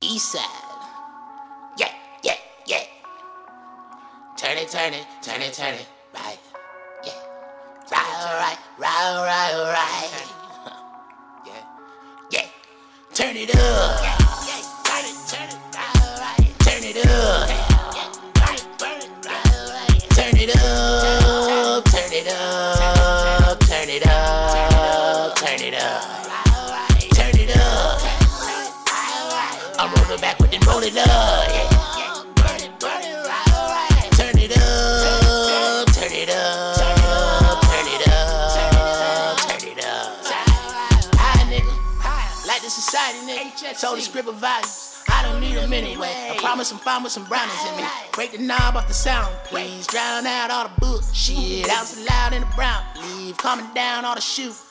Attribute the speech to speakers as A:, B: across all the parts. A: B side. Yeah, yeah, yeah. Turn it, turn it, turn it, turn it. Right. Yeah. Right, right, right, right, right. Yeah. Yeah. Turn it up. Yeah, yeah. Turn it, turn it. Right, right. Turn it up. Yeah, yeah. Burn it, burn it. Right, right. Turn it up. Turn it up. Turn it up. Turn it up. Turn it up. I'm rolling back with it, roll it up. Yeah, yeah. Burn it, burn it, right, right. Turn it up, turn it up, turn it up, turn it up, turn it up. High nigga, like the society nigga. Told the script of values. I don't need them anyway. I promise I'm fine with some brownies in me. Break the knob off the sound, please. Drown out all the bullshit. Out loud in the brown. Leave calming down all the shooters.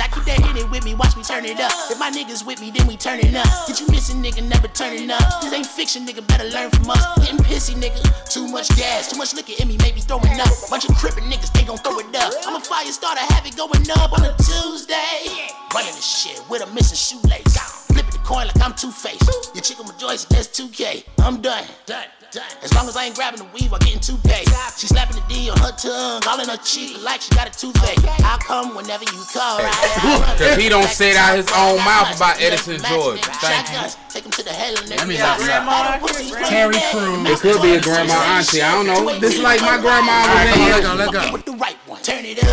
A: I keep that in it with me, watch me turn it up. If my niggas with me, then we turn it up. Did you miss a nigga, never turning up? This ain't fiction, nigga, better learn from us. Getting pissy, nigga. Too much gas, too much liquor in me, maybe throwing up. Bunch of crippin' niggas, they gon' throw it up. I'm a fire starter, have it going up on a Tuesday. Running this shit with a missing shoelace. Flipping the coin like I'm two faced. Your chicken rejoices, that's 2K. I'm done. Done. Done. As long as I ain't grabbing the weave or getting too paid. She slapping the D on her tongue, all in her cheek like she got a toothache. I'll come whenever you call.
B: Cause he don't say it out his own mouth about Edison George. Thank you.
A: Take him to the hell and
B: Let me help you out.
C: Terry Crews.
B: It could be a grandma auntie. I don't know. This is like my
C: All
B: grandma
C: right,
B: was in
C: come on,
B: here.
C: let go, let go.
A: With the right one. Turn it up.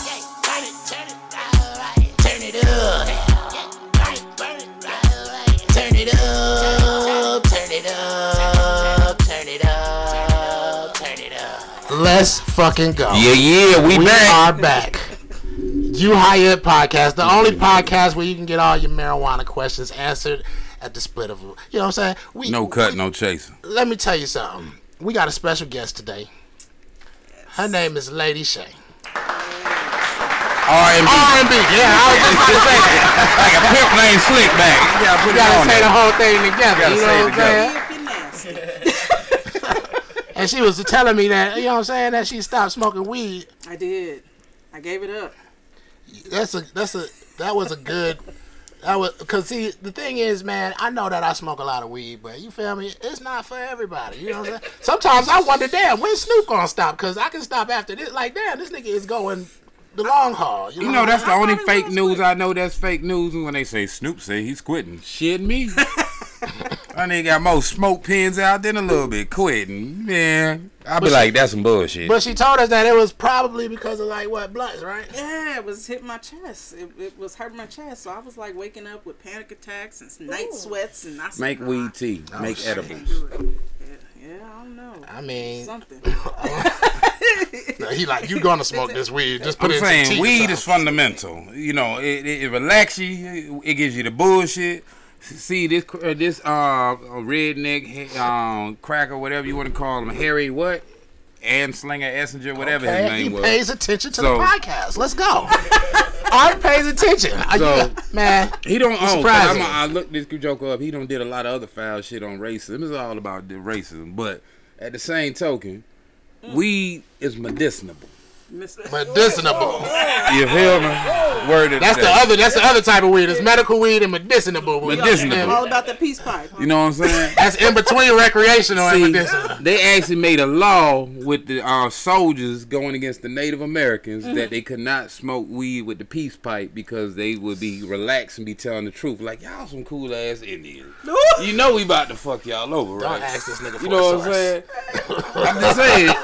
A: Turn it, turn it, alright. Turn it up. Burn it, burn it, alright. Turn it up. Turn it up. Turn it up. Turn it up.
D: Let's fucking go.
B: Yeah, yeah, we,
D: we
B: back.
D: are back. You High Up Podcast, the only podcast where you can get all your marijuana questions answered at the split of, you know what I'm saying? We,
B: No cut, no chasing.
D: Let me tell you something. We got a special guest today. Her name is Lady Shay.
B: R&B.
D: R&B, yeah, I was just about to say that.
B: Like a pimp named Slickback. Yeah, put it on
D: You gotta say the
B: there. Gotta say it together.
D: whole thing together, you know what I'm saying?
E: If you're nasty.
D: And she was telling me that, you know what I'm saying, that she stopped smoking weed.
E: I did. I gave it up.
D: That's a that's a that was a good that was cause see the thing is, man, I know that I smoke a lot of weed, but you feel me? It's not for everybody. You know what I'm saying? Sometimes I wonder, damn, when Snoop gonna stop? Cause I can stop after this. Like, damn, this nigga is going the long haul. You know,
B: You know, that's the only
E: probably
B: fake
E: was
B: news
E: quitting.
B: I know that's fake news when they say Snoop say he's quitting. Shit me. I nigga got more smoke pins out than a little bit quitting. Man. I'll be like, that's some bullshit.
D: But she told us that it was probably because of like what blunts, right?
E: Yeah, it was hitting my chest. It, it was hurting my chest. So I was like waking up with panic attacks and night sweats and I said,
B: Make
E: "Nah,
B: weed tea. Make
D: Oh, shit.
E: I
B: edibles.
E: can't do it." Yeah, yeah, I don't know.
D: I mean,
E: Something.
D: he like you gonna smoke this weed? Just put
B: I'm
D: it in some tea
B: saying
D: or
B: weed
D: something."
B: is fundamental. You know, it, it, it relaxes you. It gives you the bullshit. See this uh, this uh redneck um cracker whatever you want to call him Harry what and Slinger Essinger whatever his
D: Okay,
B: name
D: he
B: was.
D: pays attention to
B: So-
D: the podcast. Let's go. Art pays attention. Are you-
B: So-
D: man,
B: He don't own.
D: surprising.
B: I'm a, I looked this joker up. He don't did a lot of other foul shit on racism. It's all about the racism. But at the same token,
E: Mm.
B: weed is medicinal.
E: Miss-
D: medicinable.
B: You feel me? Word of
D: That's
B: the
D: the
B: day.
D: other. That's the other type of weed. It's medical weed and medicinal weed.
B: Medicinal.
E: All about the peace pipe. huh?
B: You know what I'm saying?
D: That's in between recreational and
B: See,
D: medicinal.
B: they actually made a law with the uh, soldiers going against the Native Americans that they could not smoke weed with the peace pipe because they would be relaxed and be telling the truth. Like y'all some cool ass Indians. You know we about to fuck y'all over,
D: Don't
B: right?
D: ask this nigga for
B: You know
D: a
B: what I'm
D: source.
B: saying? I'm just saying.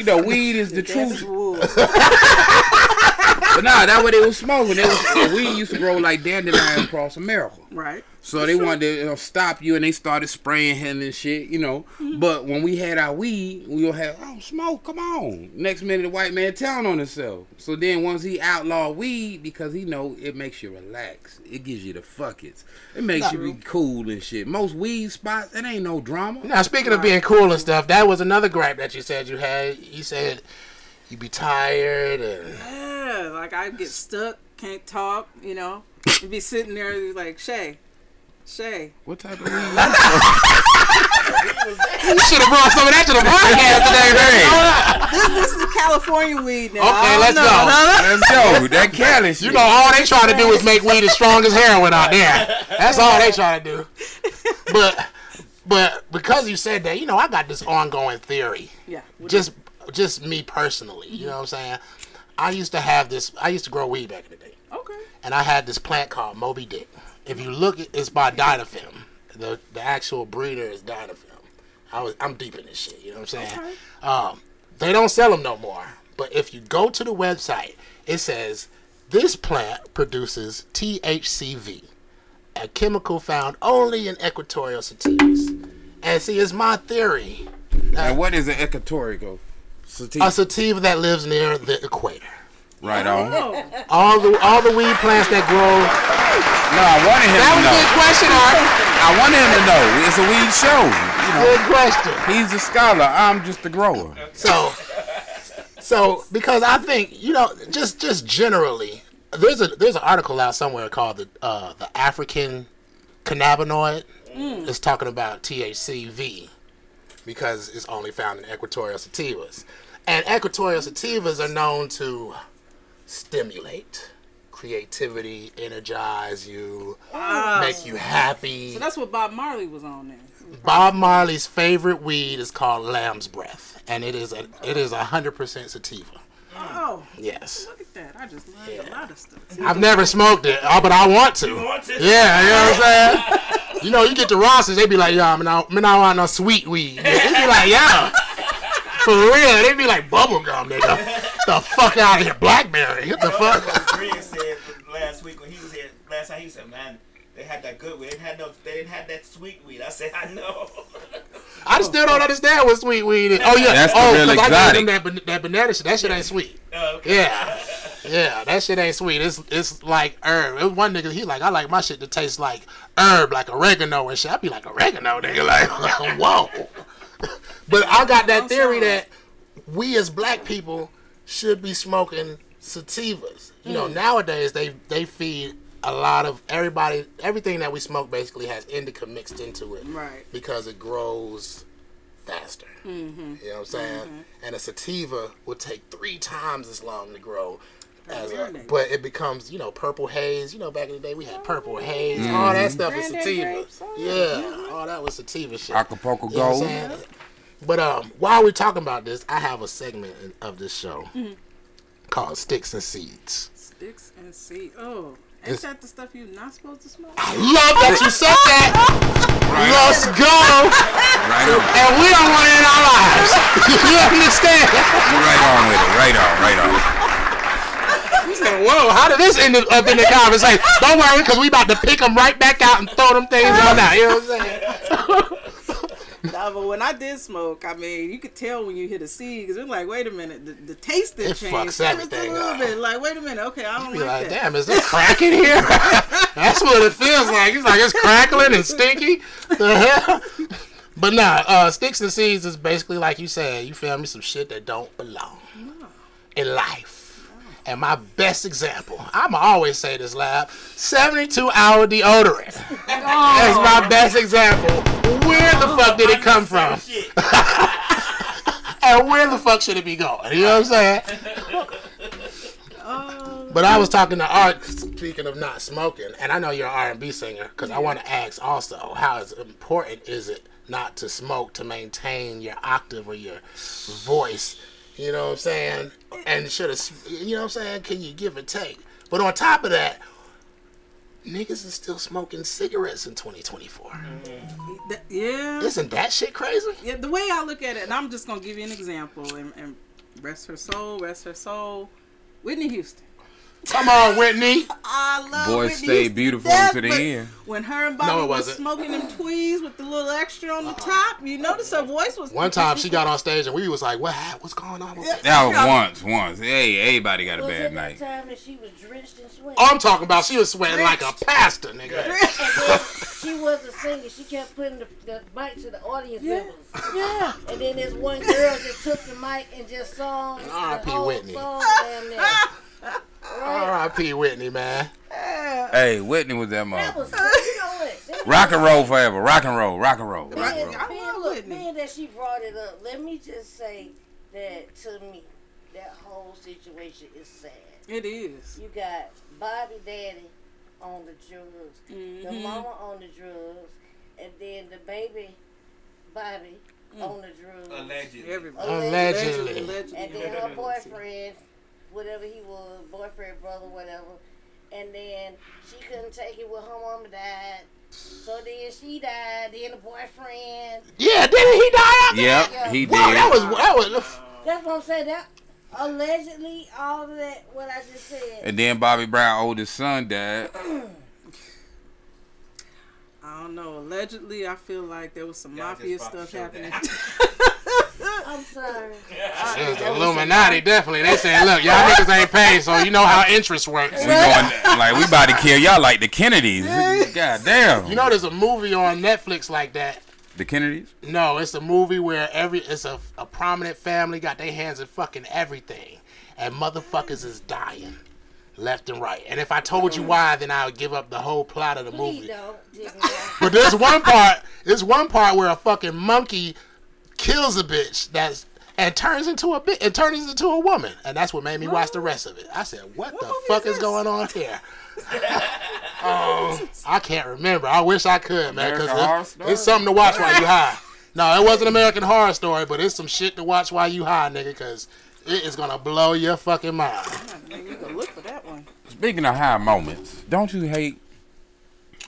B: You know, weed is the
E: Dancing
B: truth.
E: wolves.
B: But nah, that's what they was smoking. They was, weed used to grow like dandelion across America.
E: right.
B: So they wanted to you know, stop you, and they started spraying him and shit, you know. But when we had our weed, we will have oh smoke, come on. Next minute, the white man telling on himself. So then once he outlawed weed because he know it makes you relax, it gives you the fuck it's, it makes you be cool and shit. Most weed spots, it ain't no drama.
D: Now speaking of being cool and stuff, that was another gripe that you said you had. You said you be tired and
E: Yeah, like I get stuck, can't talk, you know, and be sitting there like, Shay, Shay.
B: What type of weed?
D: you should have brought some of that to the podcast today, man.
E: This, this is California weed now. I
D: Okay,
E: don't
D: let's
E: know.
D: go.
B: Let's go. That Cali shit.
D: You know, all they trying to do is make weed as strong as heroin out there. That's all they trying to do. but but because you said that, you know, I got this ongoing theory.
E: Yeah. what
D: Just just me personally, you know what I'm saying? I used to have this. I used to grow weed back in the day,
E: do- okay.
D: and I had this plant called Moby Dick. If you look, it- it's by Dynafem. The the actual breeder is Dynafem. I was I'm deep in this shit. You know what I'm saying?
E: Okay.
D: Um, they don't sell them no more. But if you go to the website, it says this plant produces THCV, a chemical found only in equatorial sativas. And see, it's my theory.
F: And what is an equatorial? Sativa.
D: Uh, A sativa that lives near the equator.
F: right on. No,
E: Oh,
D: All the all the weed plants that grow.
F: I wanted him
D: That
F: to
D: was a good
F: know.
D: question, Art.
F: I wanted him to know. It's a weed show. You know,
D: Good question.
F: he's a scholar. I'm just a grower.
D: So, so because I think you know, just just generally, there's a there's an article out somewhere called the uh, the African cannabinoid.
A: Mm. Hmm.
D: It's talking about THCV because it's only found in equatorial sativas, and equatorial sativas are known to stimulate creativity, energize you, make you happy.
E: so that's what Bob Marley was on then.
D: Bob Marley's favorite weed is called lamb's breath, and it is a it is a hundred percent sativa.
E: Oh,
D: Yes,
E: look at that. I just learned a lot of stuff.
D: I've never smoked it, uh, but I want to.
G: want to?
D: Yeah, you know what I'm saying. you know, you get the Rosses, they be like, "Yo, man, I man, I want no sweet weed." They be like, "Yeah, for real." They be like, "Bubble gum, nigga." The fuck out of here, blackberry. What the fuck?
G: Green said last week when he was here, last time he said, man, they had that good weed. They didn't have, no, they didn't have that sweet weed. I said, I know.
D: I still don't understand what sweet weed is. Oh yeah,
F: That's the
D: oh,
F: real
D: 'cause I gave
F: exotic.
D: them that, ban- that banana shit. That shit ain't sweet.
G: Uh,
D: Yeah. Yeah, that shit ain't sweet. It's it's like herb. It was one nigga, he like, I like my shit to taste like herb, like oregano and shit. I be like, oregano, nigga, like, whoa. but I got that theory that we as black people should be smoking sativas. You
E: Hmm.
D: know, nowadays they they feed a lot of everybody, everything that we smoke basically has indica mixed into it
E: Right.
D: because it grows faster.
E: Mm-hmm.
D: You know what I'm saying? And a sativa will take three times as long to grow. As a,
E: Really?
D: but it becomes, you know, purple haze. You know, back in the day we had purple haze. All that stuff is
E: Granddad
D: sativa.
E: Mm-hmm. grapes, all that. Mm-hmm.
D: Yeah, all that was sativa shit.
F: Acapulco
D: You know what I'm
F: Gold.
D: saying? But um, while we're talking about this, I have a segment in- of this show called Sticks and Seeds.
E: Sticks and seeds. Oh, ain't
D: It's-
E: that the stuff you're not supposed to smoke?
D: I love that you said that. Let's go.
F: Right on.
D: And we don't want it in our lives. you understand?
F: Right on with it. Right on. Right on.
D: Whoa, how did this end up in the conversation? Don't worry, because we about to pick them right back out and throw them things on out. You know what I'm saying?
E: Nah, but when I did smoke, I mean, you could tell when you hit a seed because it's like, wait a minute, the, the taste that
D: It
E: changed
D: fucks
E: just
D: everything
E: a little
D: up.
E: bit. Like, wait a minute, okay, I don't
D: Be
E: like,
D: like,
E: that.
D: damn, is there crack in here? That's what it feels like. It's like it's crackling and stinky. The hell? But nah, uh, sticks and seeds is basically like you said. You feel me? Some shit that don't belong in life. And my best example, I'ma always say this, lab, 72 hour deodorant. That's my best example. Where the fuck did it come from?
G: Shit.
D: And where the fuck should it be going? You know what I'm saying?
E: Oh.
D: But I was talking to Art, speaking of not smoking, and I know you're an R&B singer, because I want to ask also, how is important is it not to smoke to maintain your octave or your voice? You know what I'm saying? And should have, you know what I'm saying? Can you give and take? But on top of that, niggas is still smoking cigarettes in 2024.
E: That- yeah.
D: Isn't that shit crazy?
E: yeah, the way I look at it, and I'm just gonna give you an example, and, and rest her soul, rest her soul. Whitney Houston.
D: Come on, Whitney.
E: I love
F: Boy
E: Whitney
F: stayed
E: Houston
F: beautiful
E: death,
F: to the
E: but
F: end.
E: When her and Bobby
D: it
E: was
D: wasn't. Uh-uh.
E: smoking them tweeds with the little extra on the top, you notice her voice was
D: One time she got on stage and we was like, "What? hap- What's going on?" With that?
F: That was once. Once. Hey, everybody got a
H: Was
F: bad
H: it
F: night.
H: that time that she was drenched in sweat?
D: Oh, I'm talking about she was sweating like a pastor, nigga.
H: And then she wasn't singing. She kept putting the, the mic to the audience members.
E: Yeah.
H: And then this one girl just took the mic and just sung
D: R.I.P.
H: the whole
D: Whitney.
H: song damn near. Right?
D: R.I.P. Whitney, man.
F: Hey, Whitney was that
H: uh, That
F: mother.
H: was, you know what? That
F: Rock and roll forever. Rock and roll. Rock and roll. Rock and
H: Man,
F: roll.
E: I
H: man,
E: love
H: look,
E: Whitney.
H: man, that she brought it up. Let me just say that to me, that whole situation is sad.
E: It is.
H: You got Bobby Daddy on the drugs, the mama on the drugs, and then the baby Bobby on the drugs.
I: Allegedly.
E: Everybody.
D: Allegedly.
H: And then her boyfriend, whatever he was, boyfriend, brother, whatever. And then she couldn't take it when her mama died. So then she died. Then the boyfriend.
D: Yeah, didn't he die after that?
B: Yep, he did.
D: Whoa, that was that was.
H: That's what I'm saying. That allegedly, all of that, what I just said.
B: and then Bobby Brown's oldest son died.
E: I don't know. Allegedly, I feel like there was some
I: Y'all just
E: mafia
I: about to
E: stuff
I: show
E: happening.
H: I'm sorry.
D: It was Illuminati, definitely. They said, look, y'all niggas ain't paid, so you know how interest works.
B: We going like we about to kill y'all like the Kennedys. God damn.
D: You know, there's a movie on Netflix like that.
B: the Kennedys?
D: No, it's a movie where every it's a, a prominent family got their hands in fucking everything, and motherfuckers is dying left and right. And if I told you why, then I would give up the whole plot of the
H: Please
D: movie.
H: don't. Jigga.
D: But there's one part, there's one part where a fucking monkey kills a bitch that's and turns into a bitch and turns into a woman, and that's what made me watch the rest of it. I said, "What, the
E: movie
D: fuck
E: is
D: is,
E: this?"
D: going on here?" Oh, I can't remember. I wish I could, man,
B: American Horror
D: because
B: Story?
D: it's something to watch while you high. No, it wasn't American Horror Story, but it's some shit to watch while you high, nigga, because it is gonna blow your fucking mind.
E: Maybe you can look for that one.
B: Speaking of high moments, don't you hate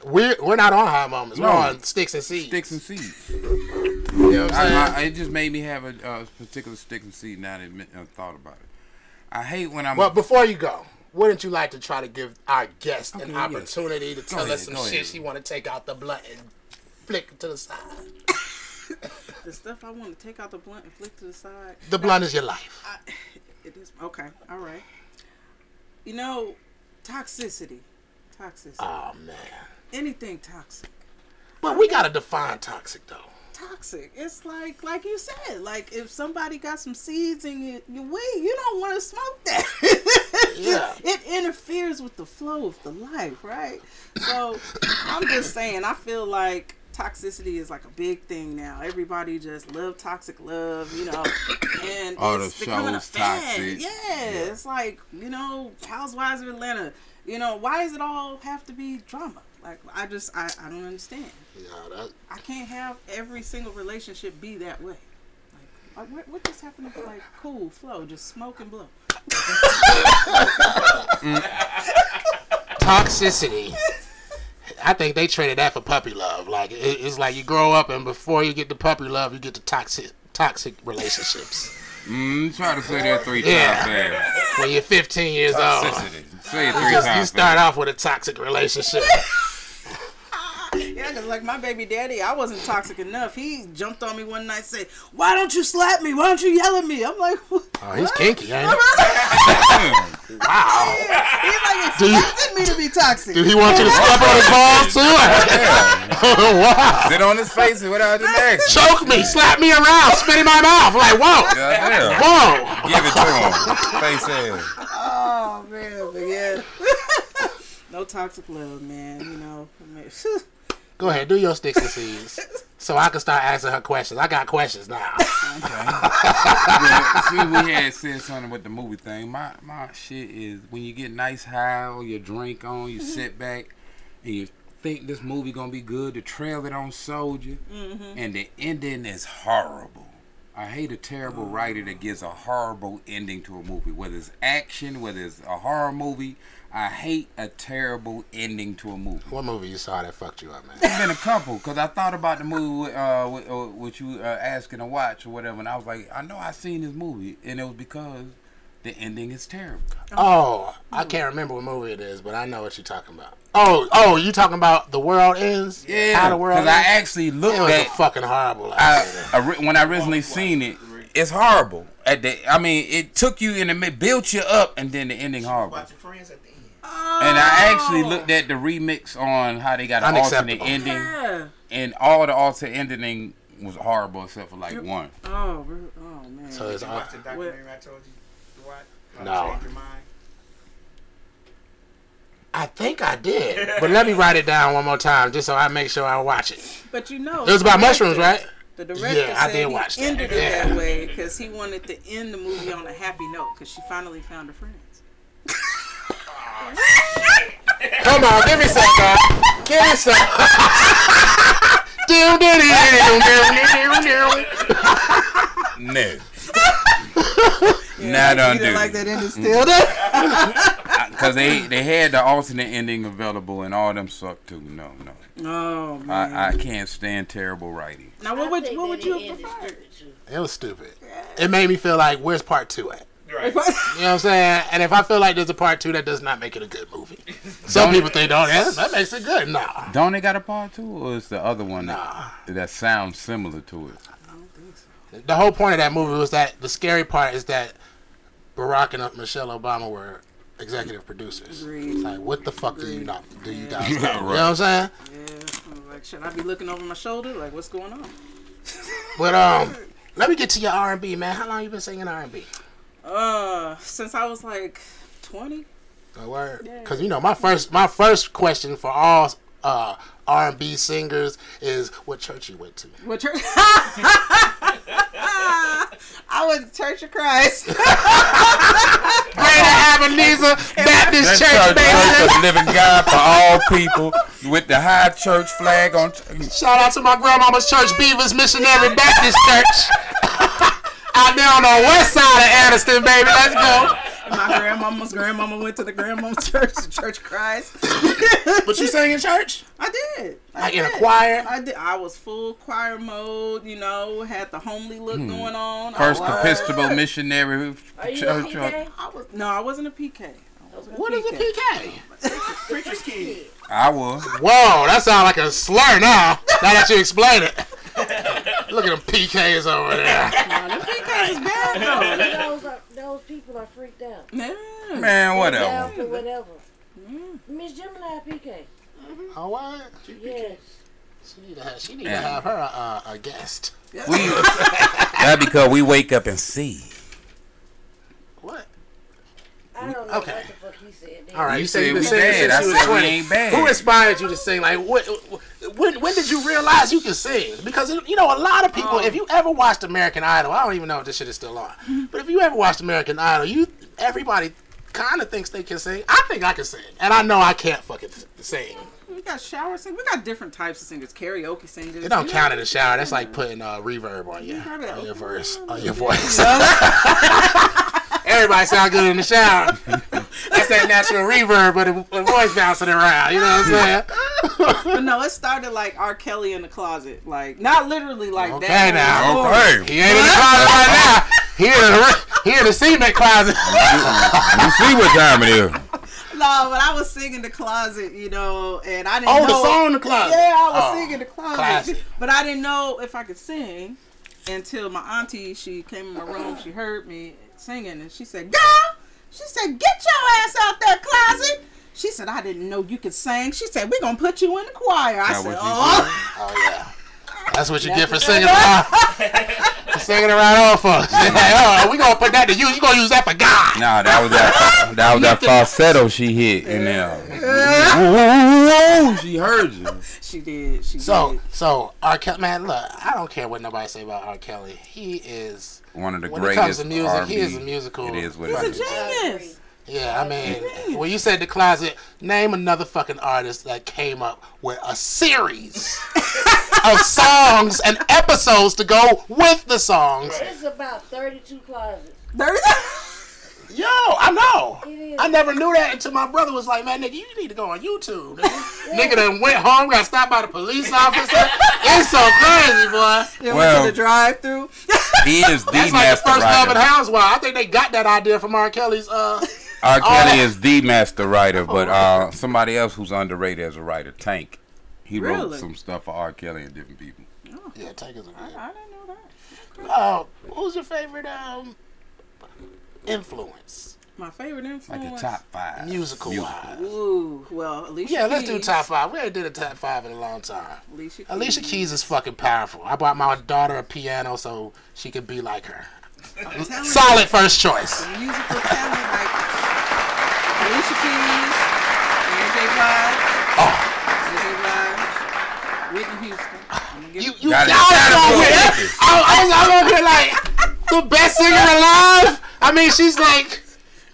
D: We're we're not on high moments.
B: No.
D: We're on sticks and seeds.
B: sticks and seeds?
D: You know what I'm saying?
B: I, I, it just made me have a uh, particular stick and seed now that I admit- uh, thought about it. I hate when I'm.
D: Well, before you go, wouldn't you like to try to give our guest
B: Okay,
D: an
B: yes.
D: opportunity to tell
B: ahead,
D: us some
B: go
D: shit
B: ahead.
D: she want to take out the blunt and flick to the side?
E: The stuff I want to take out the blunt and flick to the side.
D: The blunt is your life.
E: It is okay. All right. You know, toxicity, toxicity,
D: Oh man,
E: anything toxic,
D: but we gotta define toxic though.
E: toxic. It's like, like you said, like if somebody got some seeds in your, your weed, you don't want to smoke that.
D: Yeah.
E: it interferes with the flow of the life, right? So I'm just saying, I feel like toxicity is like a big thing now. Everybody just love toxic love, you know, and
B: All
E: it's
B: the
E: becoming a
B: shows
E: fan.
B: toxic.
E: Yeah, it's like you know, Housewives of Atlanta. You know, why does it all have to be drama? Like I just I, I don't understand.
D: Yeah, that,
E: I can't have every single relationship be that way. Like, I- what, what just happened to like cool flow, just smoke and blow?
B: Mm.
D: toxicity. I think they traded that for puppy love. Like it, it's like you grow up and before you get to puppy love, you get to toxic toxic relationships.
B: mm, try to say that three
D: Yeah.
B: times
D: when you're 15 years old,
B: fast. Say it
D: you
B: three
D: just you
B: times
D: start
B: fast.
D: off with a toxic relationship.
E: Yeah, 'cause like my baby daddy, I wasn't toxic enough. He jumped on me one night and said, Why don't you slap me? Why don't you yell at me? I'm like, what?
D: Oh, he's kinky, ain't he?
E: He's like expecting me to be toxic.
D: Did he want you to step on his balls too? wow.
B: Sit on his face and without the next.
D: Choke me, slap me around, spit in my mouth. Like, whoa,
B: Goddamn.
D: whoa.
B: Give it to him. Face ass.
E: Oh man, but yeah. no toxic love, man. You know. I mean,
D: Go ahead, do your sticks and seeds. So I can start asking her questions. I got questions now.
B: Yeah, see, we had said something with the movie thing. My my shit is when you get nice high or your drink on, you sit back and you think this movie gonna be good. The trailer on Soldier
E: Mm-hmm.
B: and the ending is horrible. I hate a terrible writer that gives a horrible ending to a movie, whether it's action, whether it's a horror movie. I hate a terrible ending to a movie.
D: What movie you saw that fucked you up, man?
B: It's been a couple because I thought about the movie uh, what, uh, what you uh, asking to watch or whatever, and I was like, I know I seen this movie, and it was because the ending is terrible.
D: Oh, I can't remember what movie it is, but I know what you're talking about. Oh, oh, you talking about The World Ends? How the World
B: because
D: Ends?
B: I actually looked
D: it was a
B: at
D: fucking horrible.
B: I, I ri- when I originally
I: One, two,
B: seen it.
I: three.
B: It's horrible. At the, I mean, it took you in the mid, built you up, and then the ending horrible.
I: Watching Friends at the end.
B: And I actually looked at the remix on how they got an alternate
D: Unacceptable.
B: ending,
E: yeah.
B: and all the alternate ending was horrible except for like one.
E: Oh, re- oh man.
D: so it's
I: You
D: uh,
I: watch the documentary I told you to watch? How to
D: No.
I: Change your mind.
D: I think I did, but let me write it down one more time just so I make sure I watch it.
E: but you know,
D: It was about mushrooms, right?
E: The director
D: Yeah, I
E: said
D: did
E: he
D: watch that.
E: ended
D: Yeah.
E: it that way because he wanted to end the movie on a happy note because she finally found her friends.
D: Come on, give me some, God. Give me some. Still did it.
A: No. Not
E: you
A: undo.
E: didn't like that ending still. though?
F: Because they, they had the alternate ending available, and all them suck too. No, no.
E: oh man.
F: I, I can't stand terrible writing.
E: now
H: I
E: what would
H: think
E: what
H: that
E: would
H: it
E: you
H: is
E: have preferred?
H: stupid, too.
D: it was stupid. It made me feel like, where's part two at?
G: Right.
D: You know what I'm saying? And if I feel like there's a part two, that does not make it a good movie. Some people think, don't yeah, that makes it good. Nah.
F: Don't they got a part two, or is the other one that, that sounds similar to it?
D: The whole point of that movie was that the scary part is that Barack and Michelle Obama were executive producers.
E: Agreed.
D: It's like, what the fuck do you not do you guys?
F: Yeah,
D: You know
F: right.
D: what I'm saying?
E: Yeah. I was like, should I be looking over my shoulder? Like, what's going on?
D: But um, let me get to your R&B, man. How long you been singing R&B?
E: Uh, since I was like 20.
D: A word. Because you know, my first my first question for all uh, R&B singers is what church you went to.
E: What church? Ah, I was the Church of Christ.
D: Greater Ebenezer
F: That's
D: Baptist Church,
F: church,
D: baby.
F: church of the living God for all people with the high church flag on.
D: Shout out to my grandmama's church, Beavers Missionary Baptist Church. Out there on the west side of Addison, baby. Let's go.
E: my grandmama's grandmama went to the grandmama's church, the Church of Christ.
D: But you sang in church?
E: I did. I
D: Like
E: did.
D: in a choir?
E: I did. I was full choir mode. You know, had the homely look going on. I
F: Hmm. First
E: was-
F: Episcopal Missionary
H: Are you a
F: Church. uh,
H: PK?
E: I was no, I wasn't a PK. I wasn't
D: What is a PK?
G: Preacher's kid.
F: I was.
D: Whoa, that sounds like a slur now. Now that you explain it. Look at them PKs over there.
E: PK is bad though.
H: Those, are, those people are freaked out.
E: Yeah.
F: Man,
H: Down
F: whatever.
H: for whatever. Miss Gemini PK.
D: Oh, what?
H: Yes.
D: She need to have, she need to have her a, a, a guest.
F: We, that because we wake up and see.
D: What?
H: I don't know
D: Okay.
H: what the fuck he said.
D: All right,
F: You
D: you, say
F: said
D: you've
F: we
D: been singing
F: bad.
D: since
F: I
D: you
F: said
D: was
F: we
D: 20.
F: ain't bad.
D: Who inspired you to sing? Like, what, when, when did you realize you could sing? Because, you know, a lot of people,
H: Um.
D: if you ever watched American Idol, I don't even know if this shit is still on, but if you ever watched American Idol, you everybody kind of thinks they can sing. I think I can sing, and I know I can't fucking s- sing.
E: We got shower singers. We got different types of singers. Karaoke singers.
D: It don't count in the shower. That's like putting uh, reverb on you,
E: Reverb.
D: on your verse, on your voice. Everybody sound good in the shower. That's that natural reverb, but the the voice bouncing around. You know what I'm saying?
E: But no, it started like R. Kelly in the closet. Like not literally like
D: Okay,
E: that.
D: now.
E: Or-
F: Okay.
D: He ain't in the closet right now. He in the, he in the cement closet.
F: You see what time it is.
E: No, but I was singing the closet, you know, and I didn't
D: Oh,
E: know.
D: the song in the closet.
E: Yeah, I was
D: Oh,
E: singing the closet,
D: classic.
E: but I didn't know if I could sing until my auntie she came in my room. She heard me singing, and she said, "Girl," she said, "Get your ass out that closet." She said, "I didn't know you could sing." She said, "We're gonna put you in the choir." I
F: That
E: said,
F: what she
E: "Oh,
D: Oh yeah. That's what you get for singing around. for singing around off us. Like, oh, we gonna put that to use. You gonna use that for God.
F: Nah, that was that. That was that falsetto she hit in
D: Oh.
F: there. She heard you.
E: she did. She
D: So
E: did."
D: so R. Kelly man, look, I don't care what nobody say about R. Kelly. He is
F: One of the
D: when it
F: greatest.
D: comes to music,
F: R&B.
D: he is a musical.
F: It is what it
E: He's a
F: is.
E: genius.
D: Yeah, I mean, when you said the closet, name another fucking artist that came up with a series of songs and episodes to go with the songs.
H: It's about 32 closets.
D: Yo, I know.
H: is.
D: I never knew that until my brother was like, man, nigga, you need to go on YouTube. Nigga, nigga done went home, got stopped by the police officer. It's so crazy, boy.
E: They went
F: Well-
E: to the drive-through.
F: He is the
D: That's like the
F: master
D: first Love and
F: writer.
D: Housewife. I think they got that idea from R. Kelly's, uh,
F: R. Kelly
D: Oh.
F: is the master writer, but uh, somebody else who's underrated as a writer, Tank. He wrote
E: Really?
F: some stuff for R. Kelly and different people.
D: yeah, take us a
E: Oh. I didn't know that.
D: Oh, who's your favorite um influence?
E: My favorite
F: Like
E: influence.
F: the top five.
D: Musical wise.
E: Ooh, well, Alicia.
D: Yeah, let's do
E: Keys.
D: top five. We ain't did a top five in a long time.
E: Alicia.
D: Alicia Keys is fucking powerful. I bought my daughter a piano so she could be like her.
E: Talent,
D: Solid first choice.
E: Musical talent like Alicia Keys, Mary J. Blige, Mary J. Blige, Whitney Houston. I'm gonna give
D: You
E: it-
D: you
F: Got it.
D: y'all
F: Got it,
D: out
F: boy.
D: here. I'm over here like the best singer alive. I mean, she's like.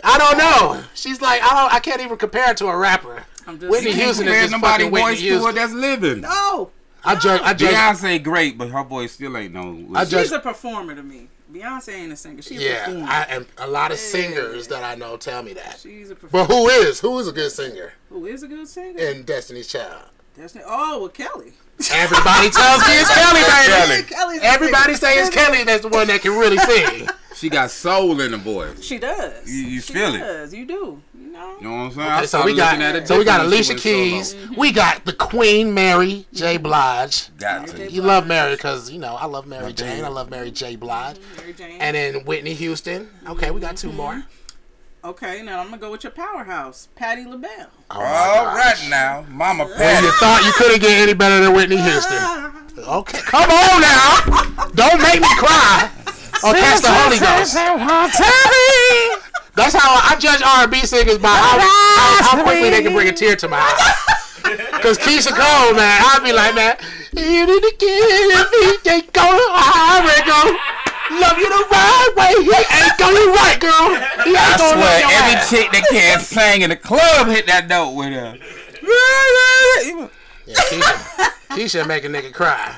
D: I don't know. She's like I don't. I can't even compare her to a rapper.
E: I'm just
D: Whitney
E: saying.
D: Houston is
F: Man,
D: just fucking
F: nobody
D: Whitney
F: wants to
D: Houston.
F: that's living.
E: Oh,
D: I judge. I judge.
F: Beyonce great, but her voice still ain't no.
D: I
E: She's
D: just-
E: a performer to me. Beyonce ain't a singer. She's a
D: Yeah,
E: performer.
D: I and a lot of singers that I know tell me that.
E: She's a performer.
D: But who is who is a good singer
E: Who is a good singer?
D: in Destiny's Child?
E: That's not- oh, well, Kelly.
D: Everybody tells me it's Kelly, baby.
E: Kelly's a
D: Everybody
E: singer.
D: say it's Kelly. That's the one that can really sing.
F: she got soul in the voice.
E: She does.
F: You- you
E: she
F: feel it.
E: does. You do. You know.
F: You know what I'm saying? I
D: Okay, so
F: started
D: we got
F: looking at it
D: so we got
F: different when she
D: Alicia
F: went
D: Keys.
F: solo.
D: We got the Queen Mary J. Blige.
F: Got
E: J.
F: to.
D: You love Mary because you know I love Mary Jane. I love Mary J. Blige.
E: Mary Jane. Mm-hmm.
D: And then Whitney Houston. Okay, we got two more.
E: okay, now I'm gonna go with your powerhouse, Patty LaBelle.
D: Oh, my
F: All
D: God.
F: right now, Mama
D: And
F: Patty.
D: you thought you couldn't get any better than Whitney Houston. Okay, come on now. Don't make me cry. Or catch the Holy Ghost. That's how I judge R&B singers by how, how, how quickly they can bring a tear to my eye. Cause Keisha Cole, man, I'd be like, man, you need to give me, they gonna hire go. Love you the right way, he ain't gonna right, girl. He ain't
F: I
D: gonna
F: swear,
D: love your
F: every
D: ass.
F: chick that can't sing in the club hit that note with her.
D: Yeah, Keisha, Keisha make a nigga cry.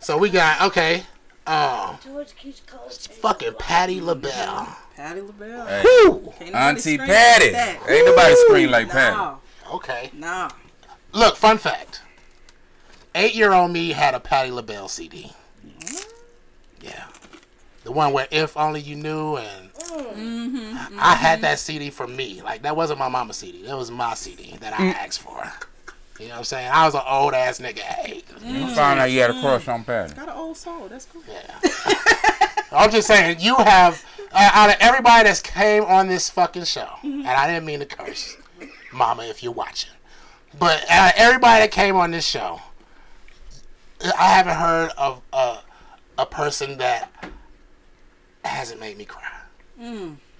D: So we got okay, um,
H: George keeps calling.
D: fucking Patty LaBelle.
E: Patty LaBelle.
F: Hey,
D: Woo.
E: Can't nobody
F: Auntie
E: scream like
F: Patty.
E: that.
F: Ain't nobody scream like Patty.
E: No,
D: Okay.
E: no.
D: Look, fun fact. Eight-year-old me had a Patty LaBelle CD.
E: Mm-hmm.
D: Yeah, the one where "If Only You Knew" and
E: Mm-hmm.
D: I had that CD for me. Like that wasn't my mama's CD. That was my CD that I
F: Mm.
D: asked for. You know what I'm saying? I was an old ass nigga. at eight.
F: You found out you had a crush on Patty.
E: Got an old soul. That's cool.
D: I'm just saying, you have uh, out of everybody that's came on this fucking show, and I didn't mean to curse, Mama, if you're watching, but out of everybody that came on this show, I haven't heard of a a person that hasn't made me cry.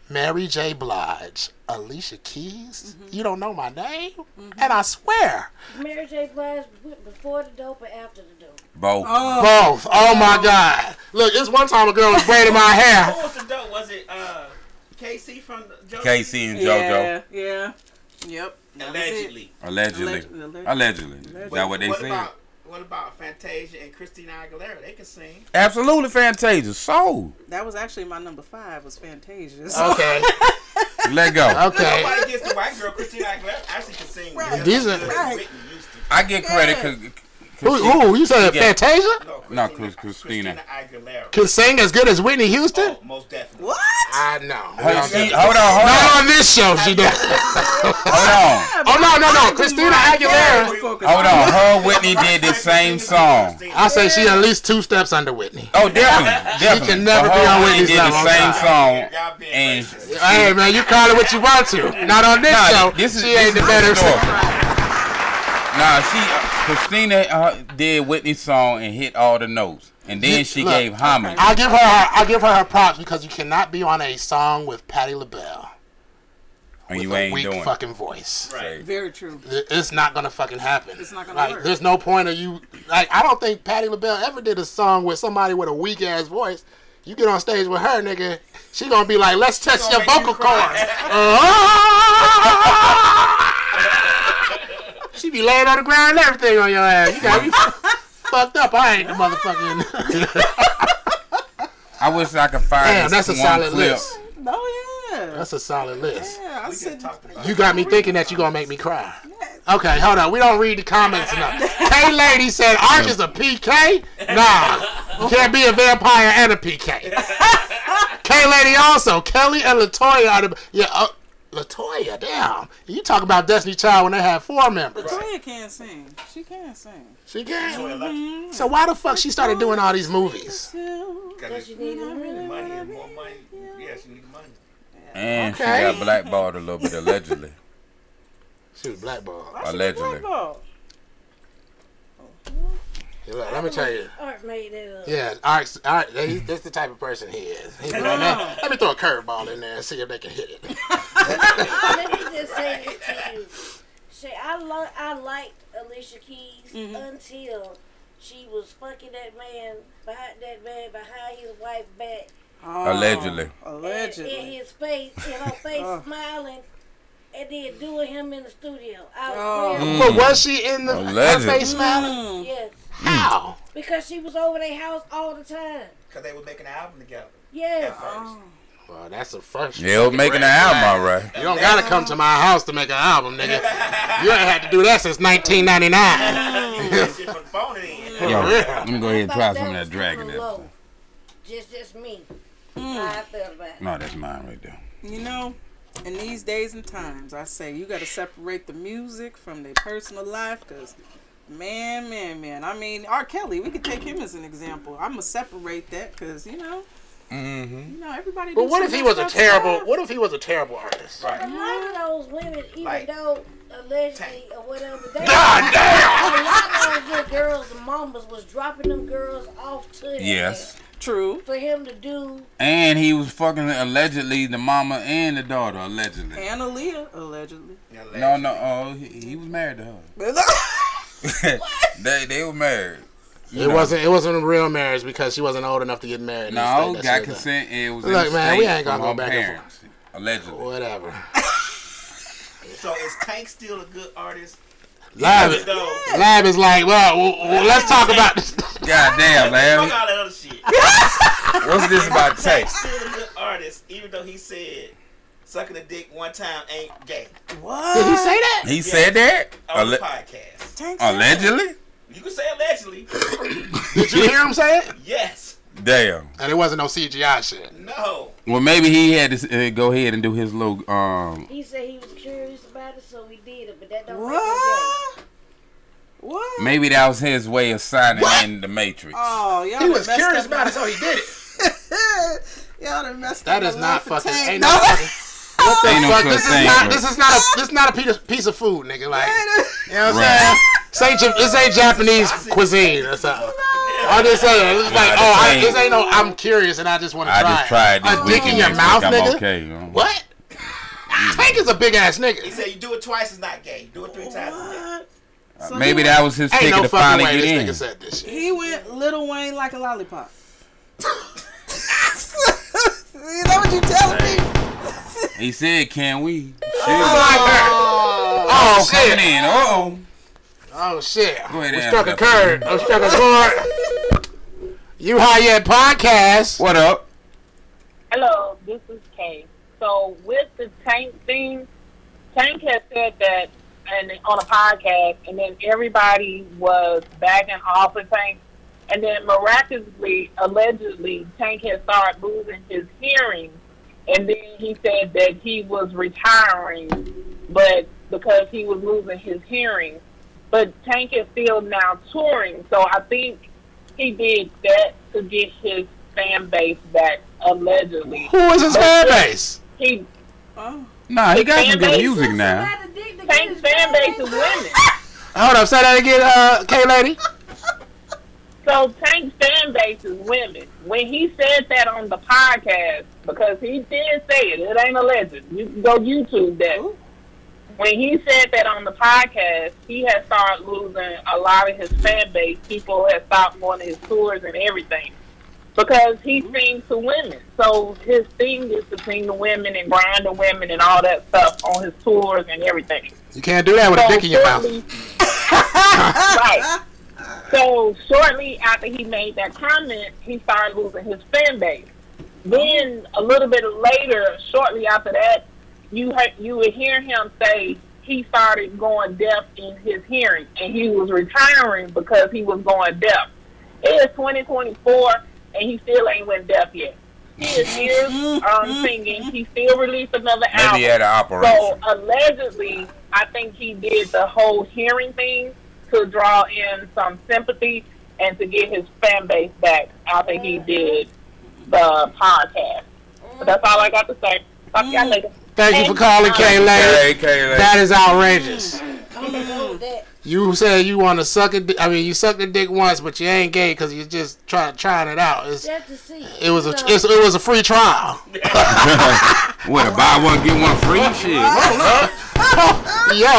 D: Mary J. Blige, Alicia Keys. You don't know my name, Mm-hmm. and I swear,
H: Mary J. Blige went before the dope and after the dope.
F: Both.
E: Oh,
D: both. Oh my God! Look, this one time a girl was braiding my hair.
G: Who was the dope? Was it uh, KC from the
F: KC and JoJo.
E: yeah, yeah, yep. That was it.
G: Allegedly.
F: Allegedly.
E: Alleg-
F: Allegedly. Is that what they
G: what
F: said?
G: About, what about Fantasia and Christina Aguilera? They can sing.
F: Absolutely Fantasia. Soul.
E: That was actually my number five was Fantasia. So
D: Okay,
F: Let go.
D: okay.
G: Nobody gets the white girl. Christina Aguilera actually can sing.
E: Right.
D: These are-
E: Right.
G: Whitney Houston.
F: I get credit because
D: Who, who you said
F: Yeah.
D: Fantasia
G: No,
F: No, Chris- Christina.
G: Aguilera.
D: can sing as good as Whitney Houston?
G: Oh, most definitely.
E: what?
D: I know.
F: Hold
D: Not
F: on, hold on,
D: on this show, she does.
F: hold on.
D: Oh no, no, no, Christina Aguilera.
F: Hold on. Her and Whitney did the same song.
D: I say she at least two steps under Whitney.
F: Oh, definitely, definitely.
D: can never
F: But
D: be
F: her
D: on
F: and
D: Whitney's
F: did the
D: level.
F: same song,
G: Y'all being
F: and
G: racist.
D: Hey man, you call it what you want to. Not on this
F: Nah,
D: show.
F: this is-
D: she
F: this
D: ain't the
F: is
D: better.
F: the story. nah, she Christina uh, did Whitney's song and hit all the notes, and then she
D: Look,
F: gave homage.
D: I give her, her I give her her props because you cannot be on a song with Patti LaBelle
F: and
D: with
F: you
D: a
F: ain't
D: weak
F: doing. it.
D: fucking voice.
G: Right.
E: Very true.
D: It- It's not gonna fucking happen.
E: It's not gonna
D: like,
E: work.
D: There's no point of you. Like I don't think Patti LaBelle ever did a song with somebody with a weak ass voice. You get on stage with her, nigga, she gonna be like, "Let's test your
G: gonna make
D: vocal
G: you cry.
D: cords." Uh-huh. Ah! she be laying on the ground and everything on your ass. You gotta be fucked up. I ain't the motherfucking.
F: I wish I could find
D: Damn,
F: this
D: that's a
F: one
D: solid
F: clip.
D: list.
E: Oh yeah.
D: That's a solid list.
E: yeah, I
G: We just
E: said.
G: talked about
D: You got me thinking that you gonna make me cry. Okay, hold on. We don't read the comments enough. K Lady said Arch is a PK? Nah. You can't be a vampire and a PK. K Lady also, Kelly and Latoya are the Yeah, uh, Latoya, damn. You talk about Destiny Child when they had four members.
E: Toya can sing. She can sing. Mm-hmm.
D: She can.
G: it. Lucky.
D: So why the fuck she started doing all these movies?
E: Too.
G: Because
H: You need to really
G: money and more money. Yeah, she need the money.
F: And
D: Okay.
F: she got blackballed a little bit, allegedly.
D: She was blackballed.
E: Why she
F: Allegedly.
E: blackballed?
D: Hey, Look, let me tell you.
H: Art made it up.
D: Yeah, Arch, Arch he, that's the type of person he is. He be like, "Man, let me throw a curveball in there and see if they can hit it.
H: Let me just say this to you. Say I lo- I liked Alicia Keys until she was fucking that man behind that man behind his wife's back
E: Oh,
F: Allegedly.
E: Allegedly.
H: in his face, in her face, smiling, and then doing him in the studio. I was
E: Oh.
H: there.
D: Mm. But was she in the her
F: Allegedly.
D: face smiling?
E: Mm.
H: Yes.
D: How?
H: Because she was over their house all the time.
G: Because they were making an album together
H: Yes.
G: at first.
D: Well, that's the first.
B: Yeah, it was making an album, all right.
D: You don't gotta come to my house to make an album, nigga. You ain't had to do that since 1999.
G: This shit from the phone in.
B: Hold on.
D: Yeah.
B: Let me go ahead and
H: But
B: try some of
H: was
B: that dragon.
H: kinda
B: There.
H: low. Just, just me. How I felt about it.
B: No, that's mine right there.
E: oh. You know, in these days and times, I say you got to separate the music from their personal life because, man, man, man. I mean, R. Kelly, we could take him as an example. I'm going to separate that because, you know, you know, everybody.
D: But
E: do
D: what
E: so
D: if he
E: much
D: was a
E: stuff.
D: terrible? What if he was a terrible artist?
G: Right.
H: A lot of those women, even
G: Like-
H: though allegedly or whatever, they
D: God damn!
H: a lot of those girls and mamas was dropping them girls off to him.
B: Yes.
E: True.
H: For him to do
B: And he was fucking allegedly the mama and the daughter, allegedly.
E: And Aaliyah, allegedly.
B: No, no, oh, he, he was married to her. they they were married.
D: It wasn't. It wasn't a real marriage because she wasn't old enough to get married. in the state
B: No,
D: that she
B: got
D: was in.
B: consent and it was
D: Look,
B: in the
D: man,
B: state
D: we ain't gonna
B: from her
D: go back and
B: parents, allegedly.
D: Whatever.
G: So is Tank still a good artist?
D: Lab, is-
G: No.
D: Lab is like, well, well, well, let's talk about this.
B: God damn,
G: Fuck
B: man.
G: all that other shit.
B: What's this about
G: Tank's
B: text?
G: still a good artist, even though he said sucking a dick one time ain't gay
D: Did he
E: What?
D: say that?
B: He said that?
G: on the
B: Alle-
G: podcast.
E: Tank said-
B: allegedly?
G: You can say allegedly.
D: Did you hear him say it?
G: yes.
B: Damn.
D: And it wasn't no CGI shit.
G: No.
B: Well, maybe he had to uh, go ahead and do his little um.
H: He said he was curious about it, so he did it, but that don't make him
E: What? What?
B: Maybe that was his way of signing in the Matrix.
E: Oh, y'all
D: He
E: done
D: was
E: messed
D: curious
E: up
D: about
E: my-
D: it, so he did it.
E: y'all done messed
D: That
E: up
D: is
E: my
D: not
E: life for
D: fucking.
E: Tank.
D: Ain't no fucking. What the
B: Ain't no
D: fuck?
B: such
D: This is
B: thing,
D: not.
B: bro.
D: This is not a. This is not a piece, piece of food, nigga. Like, you know what I'm saying?
B: Right.
D: This ain't, Ja- this ain't Japanese cuisine or something. I'm just saying. It's like,
B: Nah,
D: oh,
B: this
D: I,
B: ain't-
D: this ain't no. I'm curious and I just want to
B: I
D: try.
B: just tried this
D: Oh, A
B: weekend.
D: dick in your
B: next
D: mouth,
B: week,
D: nigga.
B: I'm okay. you know.
D: What? Tank is a big ass
G: He
D: nigga.
G: said you do it twice is not gay. Do it three times is gay.
E: What? So
B: Maybe
E: he
B: that was his
D: Ain't
B: ticket
D: no
B: to finally
D: fucking way
B: get
D: this
B: in.
D: nigga said this shit.
E: He went Little Wayne like a lollipop. you know what you telling me?
B: He said, "Can we?" Shit.
D: Oh,
B: coming
D: shit.
B: in. Uh oh.
D: Oh shit.
B: Go ahead
D: we
B: and
D: struck a Uh,
B: answer that
D: curve. I struck a chord. You high yet podcast.
B: What up?
J: Hello, this is Kay. So with the Tank thing, Tank has said that and on a podcast, and then everybody was backing off of Tank, and then miraculously, allegedly, Tank had started losing his hearing, and then he said that he was retiring, but because he was losing his hearing, but Tank is still now touring, so I think he did that to get his fan base back, allegedly.
D: Who is his fan base?
J: He
E: Oh,
B: Nah, he got some good
J: Fan
B: music
H: gay.
B: now.
H: Somebody did to get
J: Tank's
H: his
J: fan base is women.
D: Hold up, say that again, uh, K lady.
J: So Tank's fan base is women. When he said that on the podcast, because he did say it, it ain't a legend. You can go YouTube that. When he said that on the podcast, he had started losing a lot of his fan base. People had stopped going to his tours and everything. Because he sings to women. So his thing is to sing to women and grind to women and all that stuff on his tours and everything.
D: You can't do that with a dick in your mouth.
J: shortly- right. So shortly after he made that comment, he started losing his fan base. Then a little bit later, shortly after that, you heard, you would hear him say he started going deaf in his hearing, and he was retiring because he was going deaf. It is 2024, and he still ain't went deaf yet. He is here um, singing. He still released another album.
B: Maybe he had an
J: So
B: operation.
J: allegedly, I think he did the whole hearing thing to draw in some sympathy and to get his fan base back after he did the podcast. But that's all I got to say. Talk to y'all later.
D: Mm. Thank you for calling, K lady.
B: Hey, K lady.
D: That is outrageous.
H: I'm gonna do that.
D: You say you want to suck a dick. I mean, you sucked a dick once, but you ain't gay because you just try, trying it out. It's,
H: Just to see.
D: it was a
H: You know,
D: it's, it was a free trial.
B: What? Buy one get one free? Shit.
D: Yo,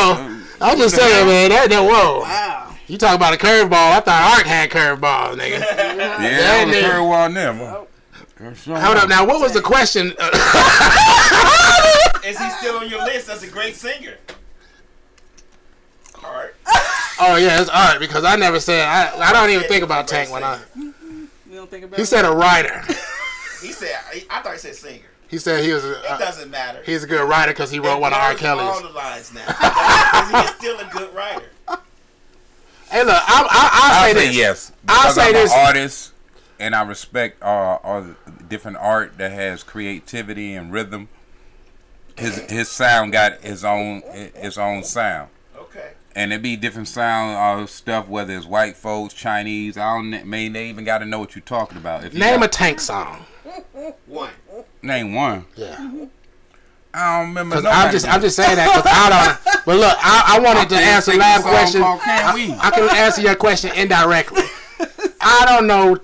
D: I'm just saying, man. That that whoa.
E: wow.
D: You talk about a curveball. I thought Ark had curveballs, nigga.
B: Yeah, that was
D: nigga.
B: very well never.
D: Hold up. Now, what was the question?
G: Is he still on your list as a great singer? Alright.
D: Oh yeah, it's all right because I never said I. I don't even think about Tank when I.
E: We don't think about
D: He
E: it.
D: said a writer.
G: He said, I, I thought he said singer.
D: He said he was. A,
G: It doesn't matter.
D: he's a good writer because he wrote Uh, one of R.
G: Ignores
D: Kelly's.
G: All the lines now. Because he's still a good writer.
D: Hey, look, I, I, I'll,
B: I'll
D: say
B: say
D: this.
B: yes.
D: I'll
B: because
D: say
B: I'm
D: this.
B: An artist, and I respect uh, all the different art that has creativity and rhythm. His his sound got his own his own sound,
G: Okay.
B: and it be different sound uh, stuff whether it's white folks, Chinese. I don't kn- man. They even got to know what you're talking about. If you
D: Name a
B: got-
D: Tank song.
G: One.
B: name one.
D: Yeah.
E: Mm-hmm.
B: I don't remember.
D: Because I'm just, I'm just saying that because I don't. But look, I, I wanted to answer last question.
B: Can we?
D: I can answer your question indirectly. I don't know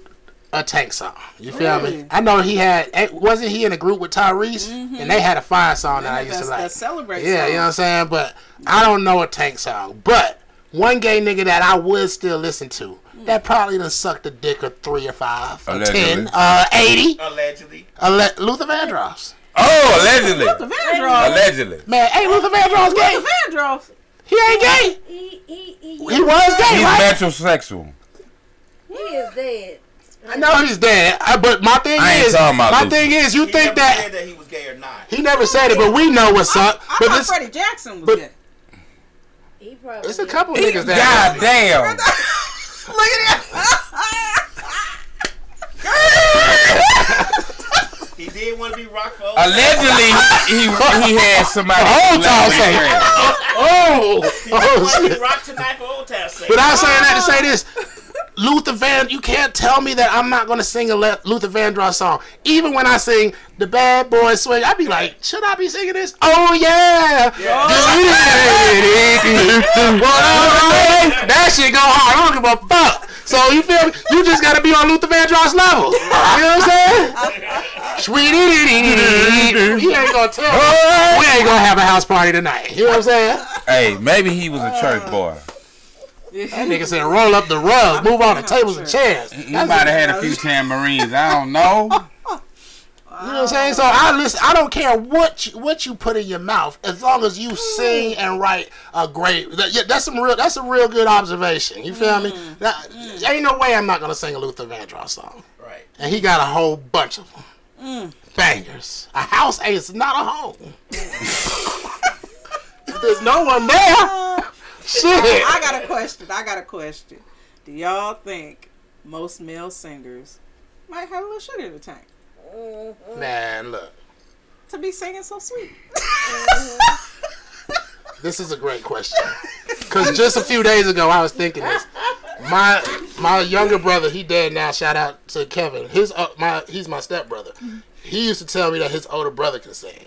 D: a Tank song. You feel me?
E: Really? Mm-hmm.
D: I know he had. eh, Wasn't he in a group with Tyrese? And they had a fire song that I used
E: That's
D: to like.
E: that celebrate
D: Yeah,
E: song.
D: you know what I'm saying? But I don't know a Tank song. But one gay nigga that I would still listen to
E: Mm.
D: that probably done sucked a dick of three or five, or ten,
B: Allegedly.
D: uh, eighty.
G: Allegedly.
D: Ale- Luther Vandross.
B: Oh, allegedly.
E: Vandross.
B: Allegedly.
D: Man, ain't Luther Vandross gay?
E: The Vandross.
D: He ain't gay.
H: He, he, he,
D: He was gay,
B: He's
D: right?
B: metrosexual.
H: he is dead.
D: I know he's dead. I, but my thing
B: I ain't
D: is,
B: talking about
D: my
B: Luther.
D: thing is, you
G: He
D: think
G: never
D: that
G: said that he was gay or not.
D: he never said it, but we know what's up.
E: I
D: But
E: thought
D: it's,
E: Freddie Jackson was
D: but-
E: gay.
H: He probably
D: it's a couple
B: He-
D: niggas that.
B: God damn.
E: Look at that.
G: He did want to be rock for
B: Allegedly, he he had somebody.
D: Hold
B: who left
D: on,
B: with
D: say.
B: him.
D: Oh, oh
G: wanted to
D: shit.
G: be rock tonight for Old Town sake.
D: But I'm saying that to say this. Luther Van, you can't tell me that I'm not gonna sing a Le- Luther Vandross song. Even when I sing the Bad Boy Swing, I'd be like, should I be singing this? Oh yeah, that shit go hard. I don't give a fuck. So you feel me? You just gotta be on Luther Vandross level. You know what I'm saying? Sweetie, he ain't gonna tell. me. We ain't gonna have a house party tonight. You know what I'm saying?
B: Hey, maybe he was a church boy.
D: That nigga said, roll up the rug, move on the tables and chairs.
B: He
D: That's
B: might have had a few tambourines. I don't know.
D: You know what I'm saying? So I listen. I don't care what you, what you put in your mouth, as long as you sing and write a great. That, yeah, that's some real. That's a real good observation. You feel me? That, Ain't no way I'm not gonna sing a Luther Vandross song,
G: Right.
D: and he got a whole bunch of them.
E: Mm.
D: Bangers. A house is not a home. If There's no one there. Shit.
E: I got a question. I got a question. Do y'all think most male singers might have a little sugar in the tank
D: Man, look.
E: to be singing so sweet?
D: This is a great question. Cause just a few days ago I was thinking this. My my younger brother, he dead now. Shout out to Kevin. His uh, my he's my stepbrother. He used to tell me that his older brother can sing,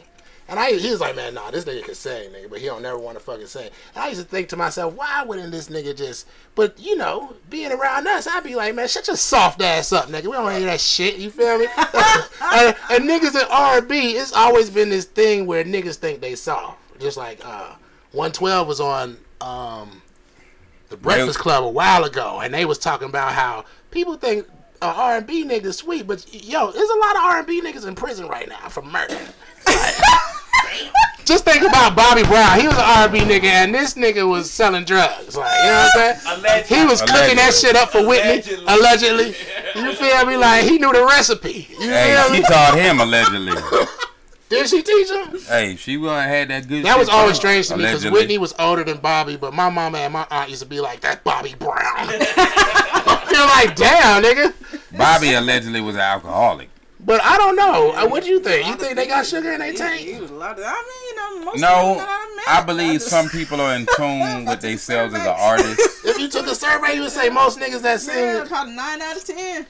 D: and I he was like, man, nah, this nigga can sing, nigga, but he don't never want to fucking sing. And I used to think to myself, why wouldn't this nigga just? But you know, being around us, I'd be like, man, shut your soft ass up, nigga. We don't want to hear that shit. You feel me? and, and niggas in R and B, it's always been this thing where niggas think they soft. Just like uh, 112 was on. um the Breakfast
B: Really?
D: Club a while ago, and they was talking about how people think uh, R and B niggas sweet, but yo, there's a lot of R and B niggas in prison right now for murder. Like, Just think about Bobby Brown. He was an R&B nigga, and this nigga was selling drugs. Like, you know what I'm saying?
G: Allegedly.
D: He was cooking that
B: Allegedly.
D: shit up for Whitney,
G: Allegedly.
D: allegedly. You feel me? Like he knew the recipe. You
B: Hey,
D: feel
B: she
D: me?
B: taught him allegedly.
D: Did she teach him?
B: Hey, she would have had that good.
D: That
B: shit
D: was always
B: taught.
D: strange to me because
B: Allegedly.
D: Whitney was older than Bobby, but my mama and my aunt used to be like, "That's Bobby Brown." They're like, "Damn, nigga."
B: Bobby allegedly was an alcoholic.
D: But I don't know. Uh, What do you think? You think they got sugar in their
E: He
D: tank?
E: was a lot of, I mean, you know, most
B: No,
E: of them that met,
B: I believe
E: just-
B: some people are in tune with themselves as an artist.
D: If you took a survey, you would say most niggas that
E: Yeah,
D: sing.
E: probably nine out of ten.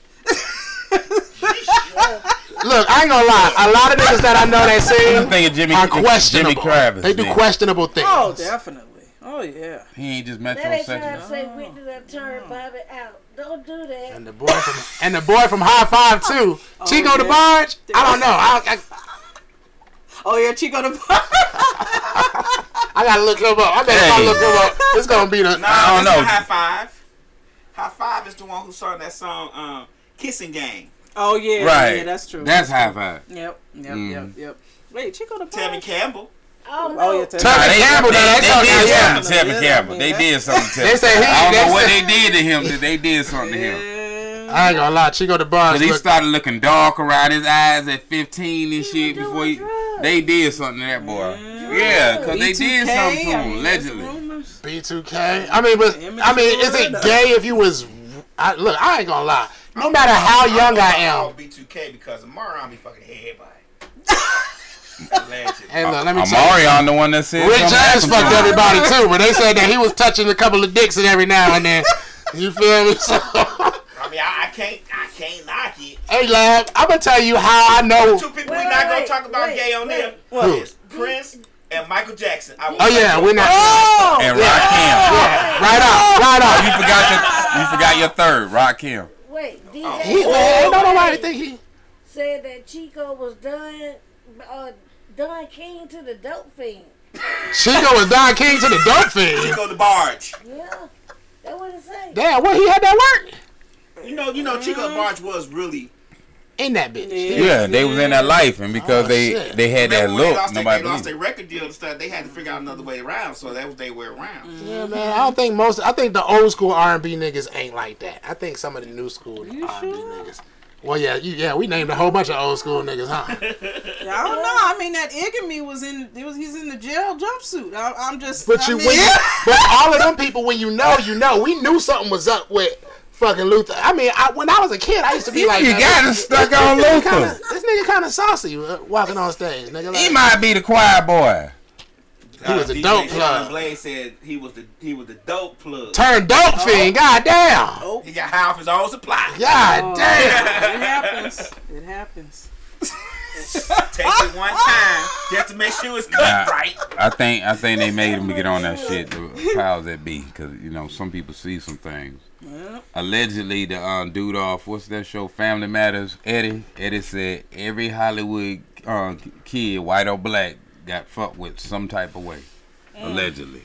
D: Look, I ain't gonna lie. A lot of niggas that I know that
B: I'm
D: sing
B: thinking Jimmy,
D: are
B: Jimmy
D: questionable.
B: Travis.
D: They do
B: then.
D: questionable things.
E: Oh, definitely. Oh yeah.
B: He ain't just
H: That ain't trying
B: metrosexual.
H: to say Whitney done
E: Oh.
H: turned Bobby out. Don't do that.
D: And the boy from and the boy from High Five too, Chico
E: Oh, yeah.
D: the Barge. I don't know. I,
E: Oh yeah, Chico the Barge.
D: I, I gotta look him up. I bet if I
B: Hey.
D: look him up, it's gonna be the.
G: No,
B: I don't
G: this is
B: know.
G: High five. High five is the one who sung that song, um, "Kissing Game."
E: Oh yeah.
B: Right.
E: Yeah, that's true.
B: That's high five.
D: Mm.
E: Yep. Yep.
B: Mhm.
E: Yep. Yep. Wait, Chico the
G: Tammy
E: Barge.
G: Campbell.
H: Oh, no.
E: Oh, yeah,
H: Teddy.
E: Teddy.
D: Tevin Campbell
B: they,
D: done
B: they,
D: that something
B: did
D: to
B: something
D: him.
B: to Tevin Campbell. They did something to him.
D: They say he-
B: I don't
D: they
B: know what
D: say-
B: they did to him. That they did something to him.
D: I ain't gonna lie, Chico the Barnes.
B: Cause he
D: Look,
B: started looking dark around his eyes at 15 and
H: He
B: shit
H: was
B: before
H: doing
B: he,
H: drugs.
B: they did something to that boy. Yeah, cause they
D: E
B: did something to him allegedly.
D: B2K. I mean, but
E: Him and
D: I mean,
E: his
D: is it
E: brother.
D: gay if you was? I, look, I ain't gonna lie. No matter how young I am,
G: B2K because Amarion be fucking everybody. Allegedly.
D: and look, let me tell you.
B: Amarion, the one that said something
D: Rick James
B: happened to
D: fucked
B: him.
D: everybody too, but they said that he was touching a couple of dicks and every now and then. You feel me? So,
G: I mean, I, I can't, I can't knock it.
D: hey, lad, I'm gonna tell you how I know.
G: Two people we
H: Wait, wait,
G: not gonna
H: wait,
G: talk about
H: wait,
G: gay on
H: wait.
G: there.
E: What?
G: is Prince and Michael Jackson. I will
D: Oh yeah, we're not.
E: Oh!
B: And Rakim.
D: Yeah, right off,
B: You
D: right off.
B: forgot your, you forgot your third, Rakim.
D: Oh.
H: Wait, DJ
D: He, well, ain't no nobody
H: Khaled
D: think he.
H: said that Chico was done, uh, done king to the dope fiend.
D: Chico was Don King to the dope fiend.
G: Chico the Barge.
H: Yeah, that what it say.
D: Damn, what he had that work
G: You know, you know, Chico the
H: Mm-hmm.
G: Barge was really.
D: in that bitch.
B: Yeah, they was in that life, and because
D: Oh,
B: they
D: shit.
B: they had that
G: Remember when they
B: look,
G: lost, their-
B: nobody
G: they lost
B: believed.
G: their
B: it.
G: record deal and stuff. They had to figure out another way around, so that was their way around.
D: Yeah, man. I don't think most. I think the old school R and B niggas ain't like that. I think some of the new school R and B niggas. Well, yeah, you, yeah. We named a whole bunch of old school niggas, huh?
E: I don't know. I mean, that Igami was in. It was he's in the jail jumpsuit. I, I'm just.
D: But
E: I
D: you,
E: mean,
D: when you, but all of them people, when you know, you know. We knew something was up with fucking Luther. I mean, I, when I was a kid, I used to be like,
B: You
D: "Man,
B: got it
D: this-
B: stuck
D: this
B: on
D: nigga
B: Luther."
D: kinda- This nigga kind of saucy uh, walking on stage, nigga. Like,
B: He might be the choir boy.
D: He was a
G: DJ
D: dope
G: Uh, Sean
D: plug.
G: Blaze said he was the he was the dope plug. Oh.
D: turn dope fiend. Goddamn.
E: Oh,
G: He got high off his own supply.
D: God
E: Oh.
D: damn.
E: it happens. It happens.
G: Take it one time just to make sure it's cut
B: Nah.
G: right.
B: I think I think they made him to get on that shit. The powers that be, because you know some people see some things. Allegedly, the um, dude off what's that show, Family Matters? Eddie, Eddie said every Hollywood uh, kid, white or black, got fucked with some type of way. Allegedly,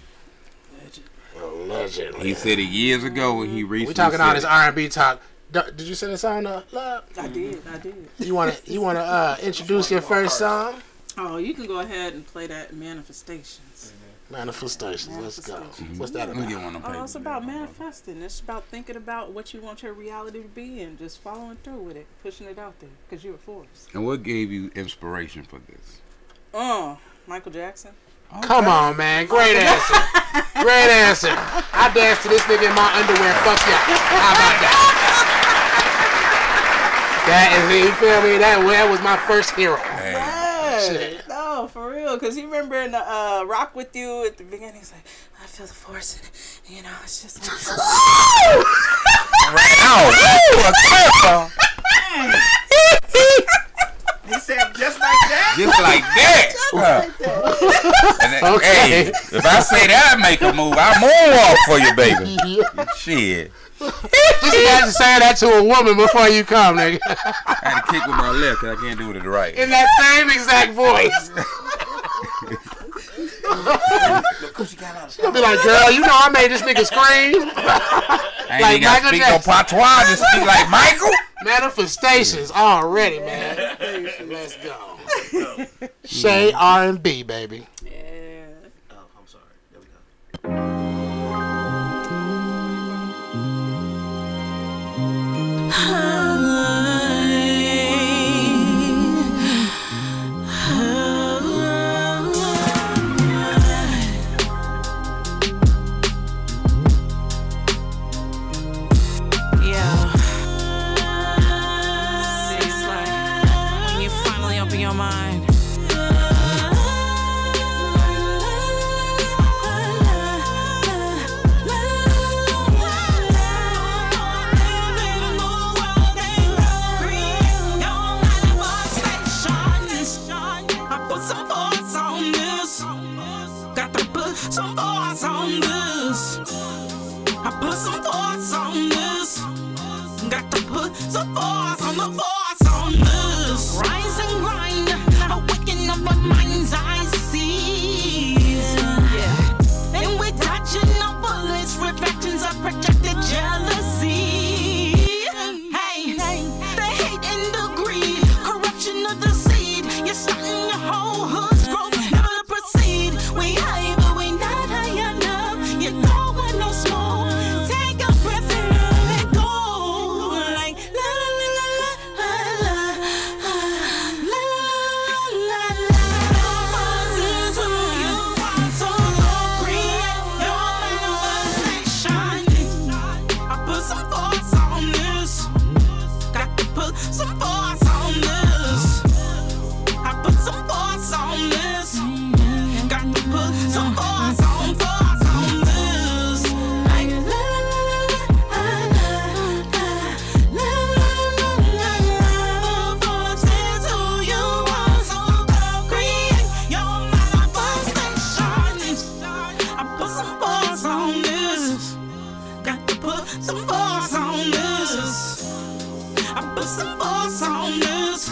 D: Allegedly.
B: he said it years ago when he recently.
D: We talking all
B: said
D: this
B: it.
D: R and B talk. D- Did you send a song to Love?
E: I did. I did.
D: You wanna you wanna uh, introduce your first song?
E: Oh, you can go ahead and play that manifestations.
D: Manifestations. Let's go.
E: Manifestations.
D: What's that
B: Let me
D: about?
B: get one of them
E: Oh,
B: papers.
E: it's about manifesting. It's about thinking about what you want your reality to be and just following through with it, pushing it out there, because you're a force.
B: And what gave you inspiration for this?
E: Oh, Michael Jackson.
D: Come on, man. Great answer. Great answer. I danced to this nigga in my underwear. Fuck yeah. How about that? That is it. You feel me? That, that was my first hero.
E: Hey,
D: Shit.
E: no, for real. Cause you remember in the uh, Rock with You at the beginning, he's like, I feel the force, and you know, it's just like,
G: He said just like that.
B: Just like that. And that-
D: Okay.
B: Hey, if I say that, I make a move. I moonwalk for you, baby. Shit.
D: Just imagine saying that to a woman before you come, nigga.
B: I had to kick with my left because I can't do it with the right.
D: In that same exact voice.
G: Look who she got out of
D: You'll be like, girl, you know I made this nigga scream.
B: I ain't
D: Like
B: even gotta
D: Michael
B: speak
D: Jackson.
B: no patois, just speak like Michael.
D: Manifestations already, man. Let's go. Shay
B: Mm-hmm.
D: R and B, baby.
E: yeah.
G: Oh, I'm sorry. There we go.
I: Yeah. Seems like when you finally open your mind. I put Some thoughts on this. Got to put some thoughts on this. I put some thoughts on this. Got to put some force on the force on this. Rise and grind, awaken of the mind's I see. Yeah. And we're dodging our bullets, reflections of projected jealousy. Hey, the hate and the greed, corruption of the seed. You're starting your whole hood's growth, never to proceed. some force on this. I put some force on this.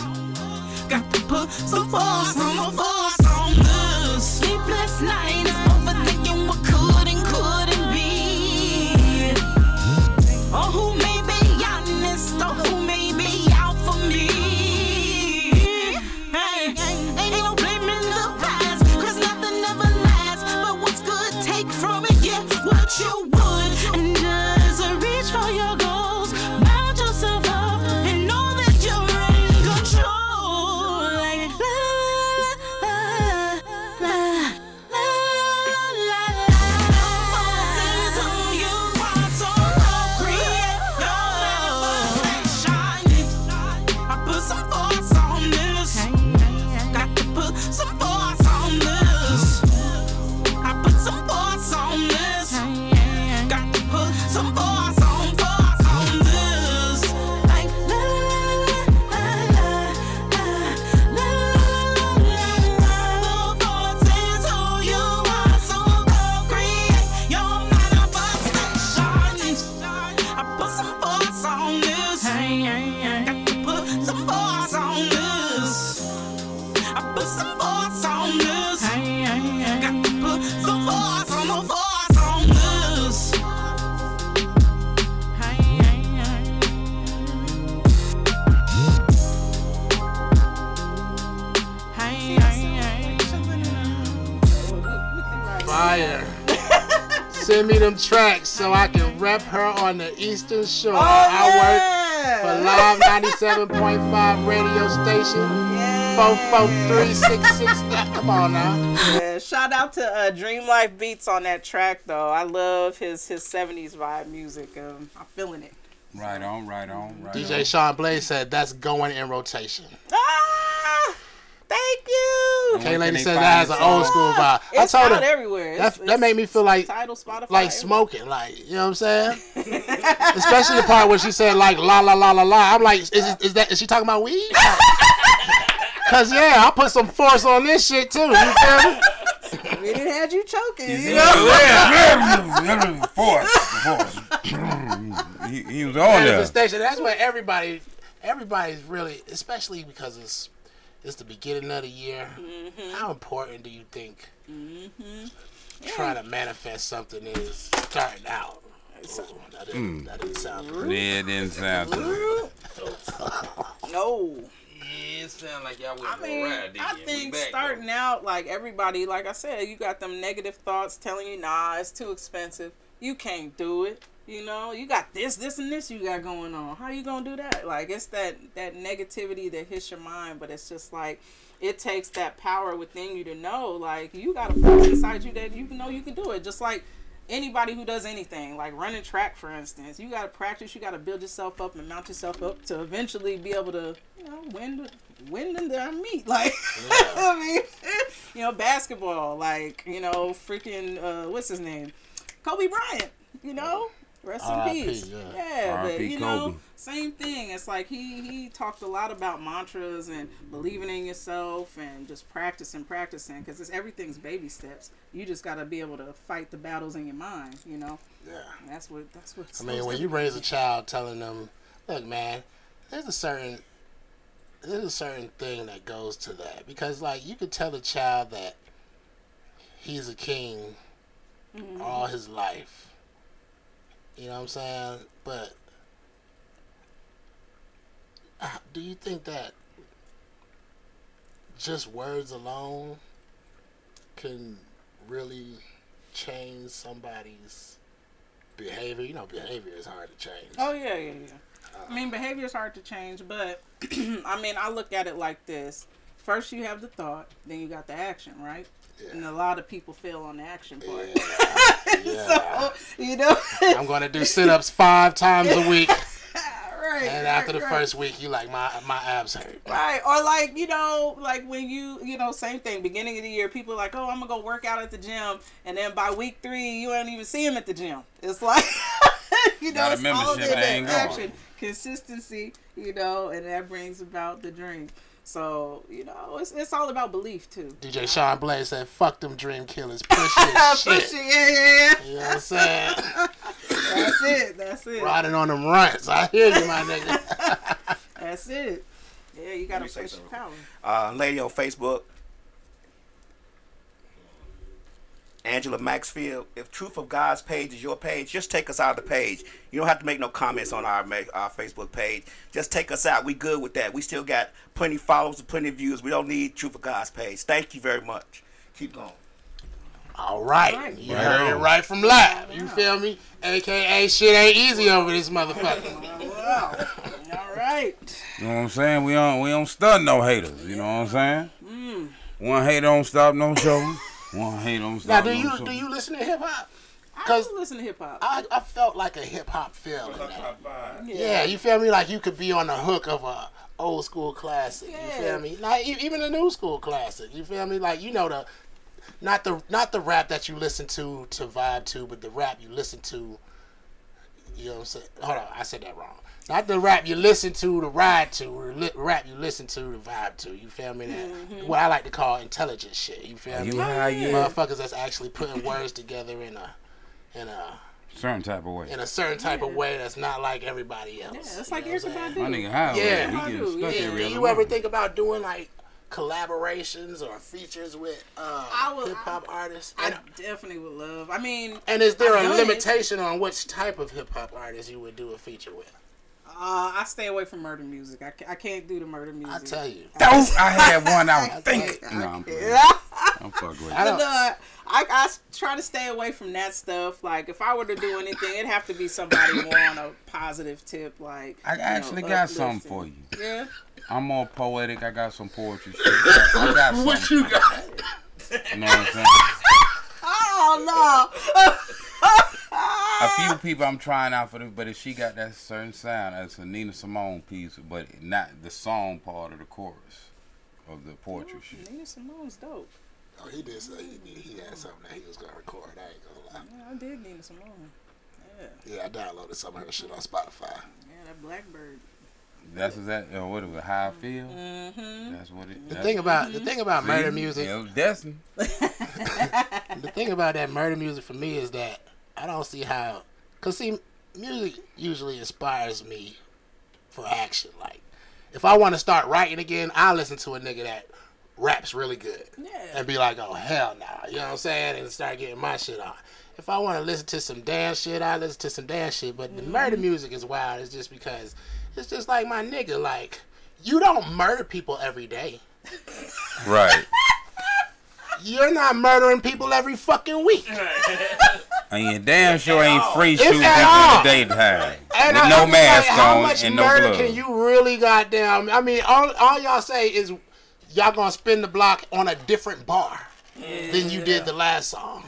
I: Got to put some force on the force on this. Sleepless nights, overthinking what could and couldn't be. Or who may be honest, or who may be out for me. Hey, ain't no blaming the past, 'cause nothing ever lasts. But what's good, take from it, get what you would. And just reach for your goals, bound yourself up, and know that you're in control. Like, la, la, la, la. Some boss on boss on this. Like la la la la la. Hey, hey, hey.
D: Fire. Send me them tracks so I can rep her on the Eastern
G: Oh,
D: Shore. I work for Live 97.5 radio station.
E: Yeah.
D: 443669. Come on now.
E: Yeah, shout out to uh, Dream Life Beats on that track though. I love his his '70s vibe music. Um, I'm feeling it.
B: Right on, right on, right
D: DJ Sean Blaze said that's going in rotation.
E: Ah, thank you. Ah,
B: on.
D: K Lady
B: They
D: says
B: find
D: that has an
B: it.
D: old school vibe. I
E: It's
D: told
E: out
D: her
E: everywhere. It's,
D: that, that made me feel like
E: title Spotify.
D: like smoking, like you know what I'm saying. Especially the part where she said like la la la la la. I'm like, is, it- is that is she talking about weed? Cause yeah, I put some force on this shit too. You feel me?
E: It had you choking. You know?
B: Yeah, force, force. he, he was on there.
D: Manifestation. That's where everybody, everybody's really, especially because it's it's the beginning of the year. How important do you think trying to manifest something is starting out? Ooh, that, didn't, that didn't sound good.
B: Yeah, it didn't sound good.
E: No.
K: Yeah, it sound like y'all went
E: I
K: for a
E: mean,
K: ride, didn't
E: I
K: ya? We
E: think
K: back,
E: starting out, like everybody, like I said, you got them negative thoughts telling you, nah, it's too expensive. You can't do it. You know, you got this, this, and this you got going on. How you gonna do that? Like it's that that negativity that hits your mind, but it's just like it takes that power within you to know, like you got a force inside you that you know you can do it. Just like anybody who does anything, like running track, for instance, you got to practice, you got to build yourself up and mount yourself up to eventually be able to, you know, win, the- win in their meet. Like, I mean, you know, basketball, like, you know, freaking, uh, what's his name? Kobe Bryant, you know? Rest in
D: R.I.P.,
E: peace.
D: yeah.
E: Yeah, but
B: R.I.P.
E: you know,
B: Kobe.
E: same thing. It's like he he talked a lot about mantras and believing in yourself and just practicing, practicing, because it's everything's baby steps. You just got to be able to fight the battles in your mind. You know,
D: Yeah.
E: And that's what that's what.
D: I mean, when you raise a child, telling them, "Look, man, there's a certain there's a certain thing that goes to that because, like, you could tell a child that he's a king all his life. You know what I'm saying? But uh, do you think that just words alone can really change somebody's behavior? You know, behavior is hard to change.
E: Oh yeah, yeah, yeah. I mean, behavior is hard to change, but I mean, I look at it like this: first you have the thought, then you got the action, right? And a lot of people fail on the action part.
D: Yeah.
E: So you know,
D: I'm going to do sit ups five times a week.
E: right?
D: And after the first week, you like, my my abs hurt.
E: Right. Or like, you know, like when you, you know, same thing, beginning of the year, people are like, oh, I'm going to go work out at the gym. And then by week three, you ain't even see him at the gym. It's like, you know,
B: Got a
E: it's all in
B: membership, I
E: that
B: ain't going.
E: action, consistency, you know, and that brings about the dream. So, you know, it's, it's all about belief, too.
D: DJ Sean Blaze said, fuck them dream killers. Push this
E: Push
D: shit.
E: it, yeah, yeah, yeah.
D: You know what I'm saying?
E: That's it. That's it.
D: Riding on them runs. I hear you, my nigga.
E: That's it. Yeah, you
G: Let
E: gotta
G: me say
E: push your
G: something.
E: power.
G: Uh, lady on Facebook, Angela Maxfield. If Truth of God's page is your page, just take us out of the page. You don't have to make no comments on our ma- our Facebook page. Just take us out. We good with that. We still got plenty of followers and plenty of views. We don't need Truth of God's page. Thank you very much. Keep going.
D: All right.
E: Right.
D: You
B: Right
D: heard it
B: on.
D: right from live. You feel me? AKA shit ain't easy over this motherfucker.
E: Wow. All right.
B: You know what I'm saying? We don't we don't stun no haters. You know what I'm saying? One hater don't stop no show. One hater don't
D: Mm. now,
B: stop
D: do
B: no
D: you
B: show.
D: do you listen to hip hop?
E: I
D: 'Cause-
E: do listen to hip hop.
D: I, I felt like a hip hop feeling.
G: Bye.
D: Yeah, you feel me? Like you could be on the hook of a old school classic. You
E: Yeah.
D: feel me? Not e- even a new school classic. You feel me? Like you know the not the not the rap that you listen to to vibe to, but the rap you listen to. You know what I'm saying? Hold on, I said that wrong. Not the rap you listen to to ride to, or li- rap you listen to to vibe to. You feel me? That what I like to call intelligent shit. You feel me?
B: You high yeah.
D: Motherfuckers that's actually putting words together in a in a
B: Certain type of way.
D: in a certain type of way that's not like everybody else.
E: Yeah, it's
D: You
E: like
D: know what I'm
E: Erica
D: saying?
E: Badu.
B: My nigga high.
D: Yeah.
B: Yeah. He getting stuck
D: Yeah,
B: every
D: do
B: other
D: you ever
B: word.
D: think about doing like collaborations or features with
E: I
D: uh,
E: would-
D: hip hop artists?
E: I
D: And,
E: definitely would love. I mean,
D: and is there
E: I've
D: a
E: done it.
D: limitation on which type of hip hop artist you would do a feature with?
E: uh, I stay away from murder music. I, ca- I can't do the murder music.
D: I tell you,
B: Don't I had one I was
D: I-
B: thinking. No, I'm playing.
E: Yeah.
B: I'm fucking with
D: I
B: you.
E: But,
D: don't.
E: uh, I, I s- try to stay away from that stuff. Like, if I were to do anything, it'd have to be somebody more on a positive tip. Like,
B: I
E: you know,
B: actually got something
E: uplifting.
B: for you.
E: Yeah.
B: I'm more poetic. I got some poetry shit. I got something.
D: What you got?
B: You know what I'm saying?
E: Oh
B: a few people I'm trying out for this, but if she got that certain sound, that's a Nina Simone piece, but not the song part of the chorus of the poetry shit.
E: no! Nina Simone's dope.
D: Oh, he did say he, did, he had something that he was gonna record. I ain't gonna lie.
E: Yeah, I did Nina Simone. Yeah,
D: Yeah, I downloaded some of her shit on Spotify.
E: yeah, that Blackbird.
B: That's exactly uh, what it was. How I feel.
E: Mm-hmm.
B: That's what it.
D: The
B: that's-
D: thing about the thing about murder music,
B: Yeah, it was Destiny.
D: the thing about that murder music for me is that I don't see how. Cause see, music usually inspires me for action. Like, if I want to start writing again, I listen to a nigga that raps really good
E: Yeah.
D: and be like, oh hell no, you know what I'm saying, and start getting my shit on. If I want to listen to some dance shit, I listen to some dance shit. But the murder music is wild. It's just because it's just like my nigga. Like, you don't murder people every day.
B: Right.
D: You're not murdering people every fucking week.
B: And you damn sure ain't free shooting people
D: at
B: in the
D: all.
B: daytime
D: And
B: with
D: I-
B: no
D: I'm just like,
B: mask
D: How
B: on
D: much
B: and no
D: murder
B: gloves.
D: can you really goddamn? I mean, all, all y'all say is y'all gonna spin the block on a different bar than you did the last song.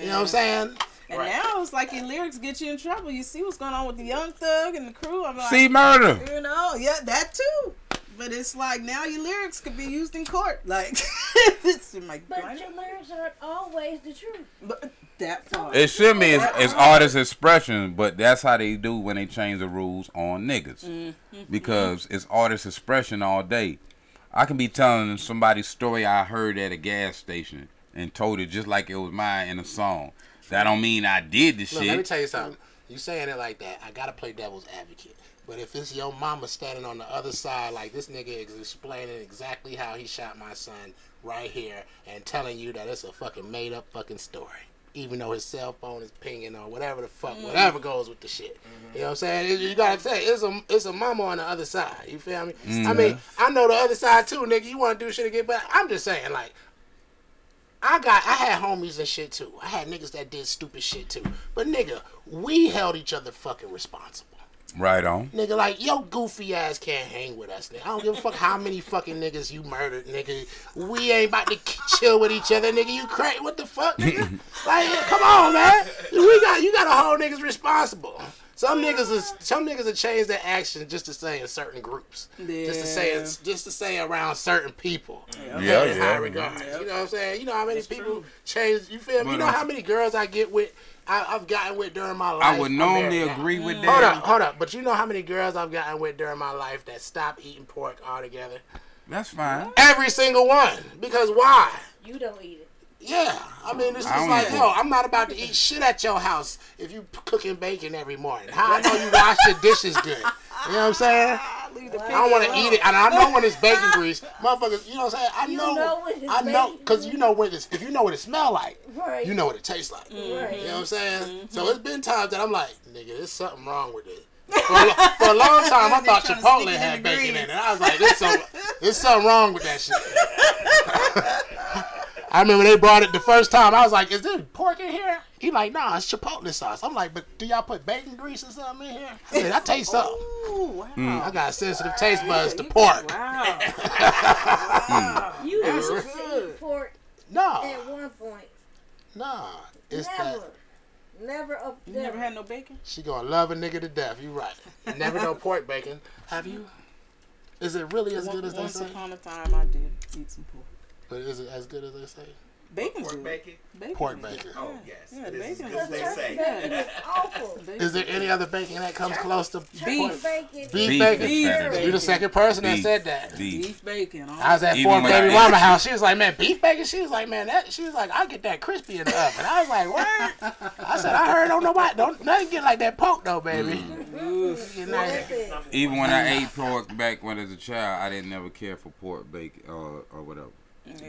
D: You know what I'm saying?
E: And now it's like your lyrics get you in trouble. You see what's going on with the Young Thug and the crew. I'm like,
B: See murder.
E: you know, yeah, that too. But it's like now your lyrics could be used in court. Like, it's like, why
H: But
E: not?
H: your lyrics aren't always the truth.
E: But that part.
B: It should be it's, it's artist expression, but that's how they do when they change the rules on niggas. Because it's artist expression all day. I can be telling somebody's story I heard at a gas station and told it just like it was mine in a song. That don't mean I did the
D: Look, let me
B: shit.
D: tell you something. You saying it like that? I gotta play devil's advocate. But if it's your mama standing on the other side, like this nigga is explaining exactly how he shot my son right here, and telling you that it's a fucking made up fucking story, even though his cell phone is pinging or whatever the fuck,
B: Mm.
D: whatever goes with the shit. You know what I'm saying? You gotta say it's a it's a mama on the other side. You feel me?
B: Mm-hmm.
D: I mean, I know the other side too, nigga. You wanna do shit again, but I'm just saying, like, I got I had homies and shit too. I had niggas that did stupid shit too. But nigga, we held each other fucking responsible.
B: Right on.
D: Nigga, like yo goofy ass can't hang with us, nigga. I don't give a fuck how many fucking niggas you murdered, nigga. We ain't about to k- chill with each other, nigga. You crazy? What the fuck, nigga? like, come on, man. We got you got to hold niggas responsible. Some niggas is some niggas have changed their action just to say in certain groups, just to say in- just to say around certain people.
B: Yeah,
D: in high
B: yeah.
D: regards. You know what I'm saying? You know how many people change. You feel me?
B: But,
D: You know
B: um,
D: how many girls I get with. I, I've gotten with during my life.
B: I would
D: I'm
B: normally
D: married now.
B: agree with that.
D: Hold up, hold up. But you know how many girls I've gotten with during my life that stopped eating pork altogether?
B: That's fine.
D: Every single one. Because why?
H: You don't eat it.
D: Yeah, I mean, it's
B: I
D: just
B: don't
D: like,
B: even-
D: yo, I'm not about to eat shit at your house if you p- cooking bacon every morning. How I know you wash your dishes good. You know what I'm saying?
E: Leave the
D: I don't want to
E: pig
D: eat it, and I know when it's bacon grease, motherfuckers. You know what I'm saying? I
H: You
D: know,
H: know when it's
D: I know,
H: bacon
D: cause you know when it's if you know what it smell like,
H: Right.
D: you know what it tastes like.
H: Right. Mm-hmm.
D: You know what I'm saying? So it's been times that I'm like, nigga, there's something wrong with it. For a, lo- for a long time, I
E: They
D: thought
E: tryna
D: Chipotle
E: sneak it in
D: had
E: the
D: bacon in
E: greens.
D: it. I was like, there's something, there's something wrong with that shit. I remember they brought it the first time. I was like, is there pork in here? He like, nah, it's Chipotle sauce. I'm like, but do y'all put bacon grease or something in here? I said, I taste something.
E: Ooh, wow.
D: I got sensitive taste buds to
E: You-
D: pork.
E: Wow.
H: You
E: That's
H: used to
E: good.
H: eat pork
D: No,
H: at one point.
D: no. It's
H: never.
D: that
H: Never up
E: You
H: there.
E: never had no bacon?
D: she gonna love a nigga to death. You right. Never no pork bacon. Have you? Is it really as good as they
E: Once
D: say?
E: upon a time, I did eat some pork.
D: But is it as good as they say?
E: Bacon's
G: Pork
E: good.
G: bacon?
E: Bacon
D: Pork
E: is
D: bacon.
G: Oh, yes.
E: Yeah,
G: it is
E: bacon
G: as good
E: was
G: as they
E: good.
G: say.
H: Bacon is awful.
E: good.
D: Is there any other bacon that comes close to pork?
E: Beef.
H: Bacon.
D: Beef,
B: Beef
D: bacon.
B: is better
D: You're
B: than
D: the second person that
B: Beef.
D: said that.
B: Beef.
E: Beef bacon. all
D: I was at
B: Even
D: Fourth
B: when I
D: Baby
B: ate-
D: Mama house. She was like, "Man, beef bacon." She was like, "Man, that." She was like, "I get that crispy in the oven." I was like, "What?" I said, "I heard on nobody don't nothing get like that poke though, baby."
B: Mm.
D: Get nice.
H: Bacon.
B: Even when I ate pork back when as a child, I didn't never care for pork bacon or or whatever.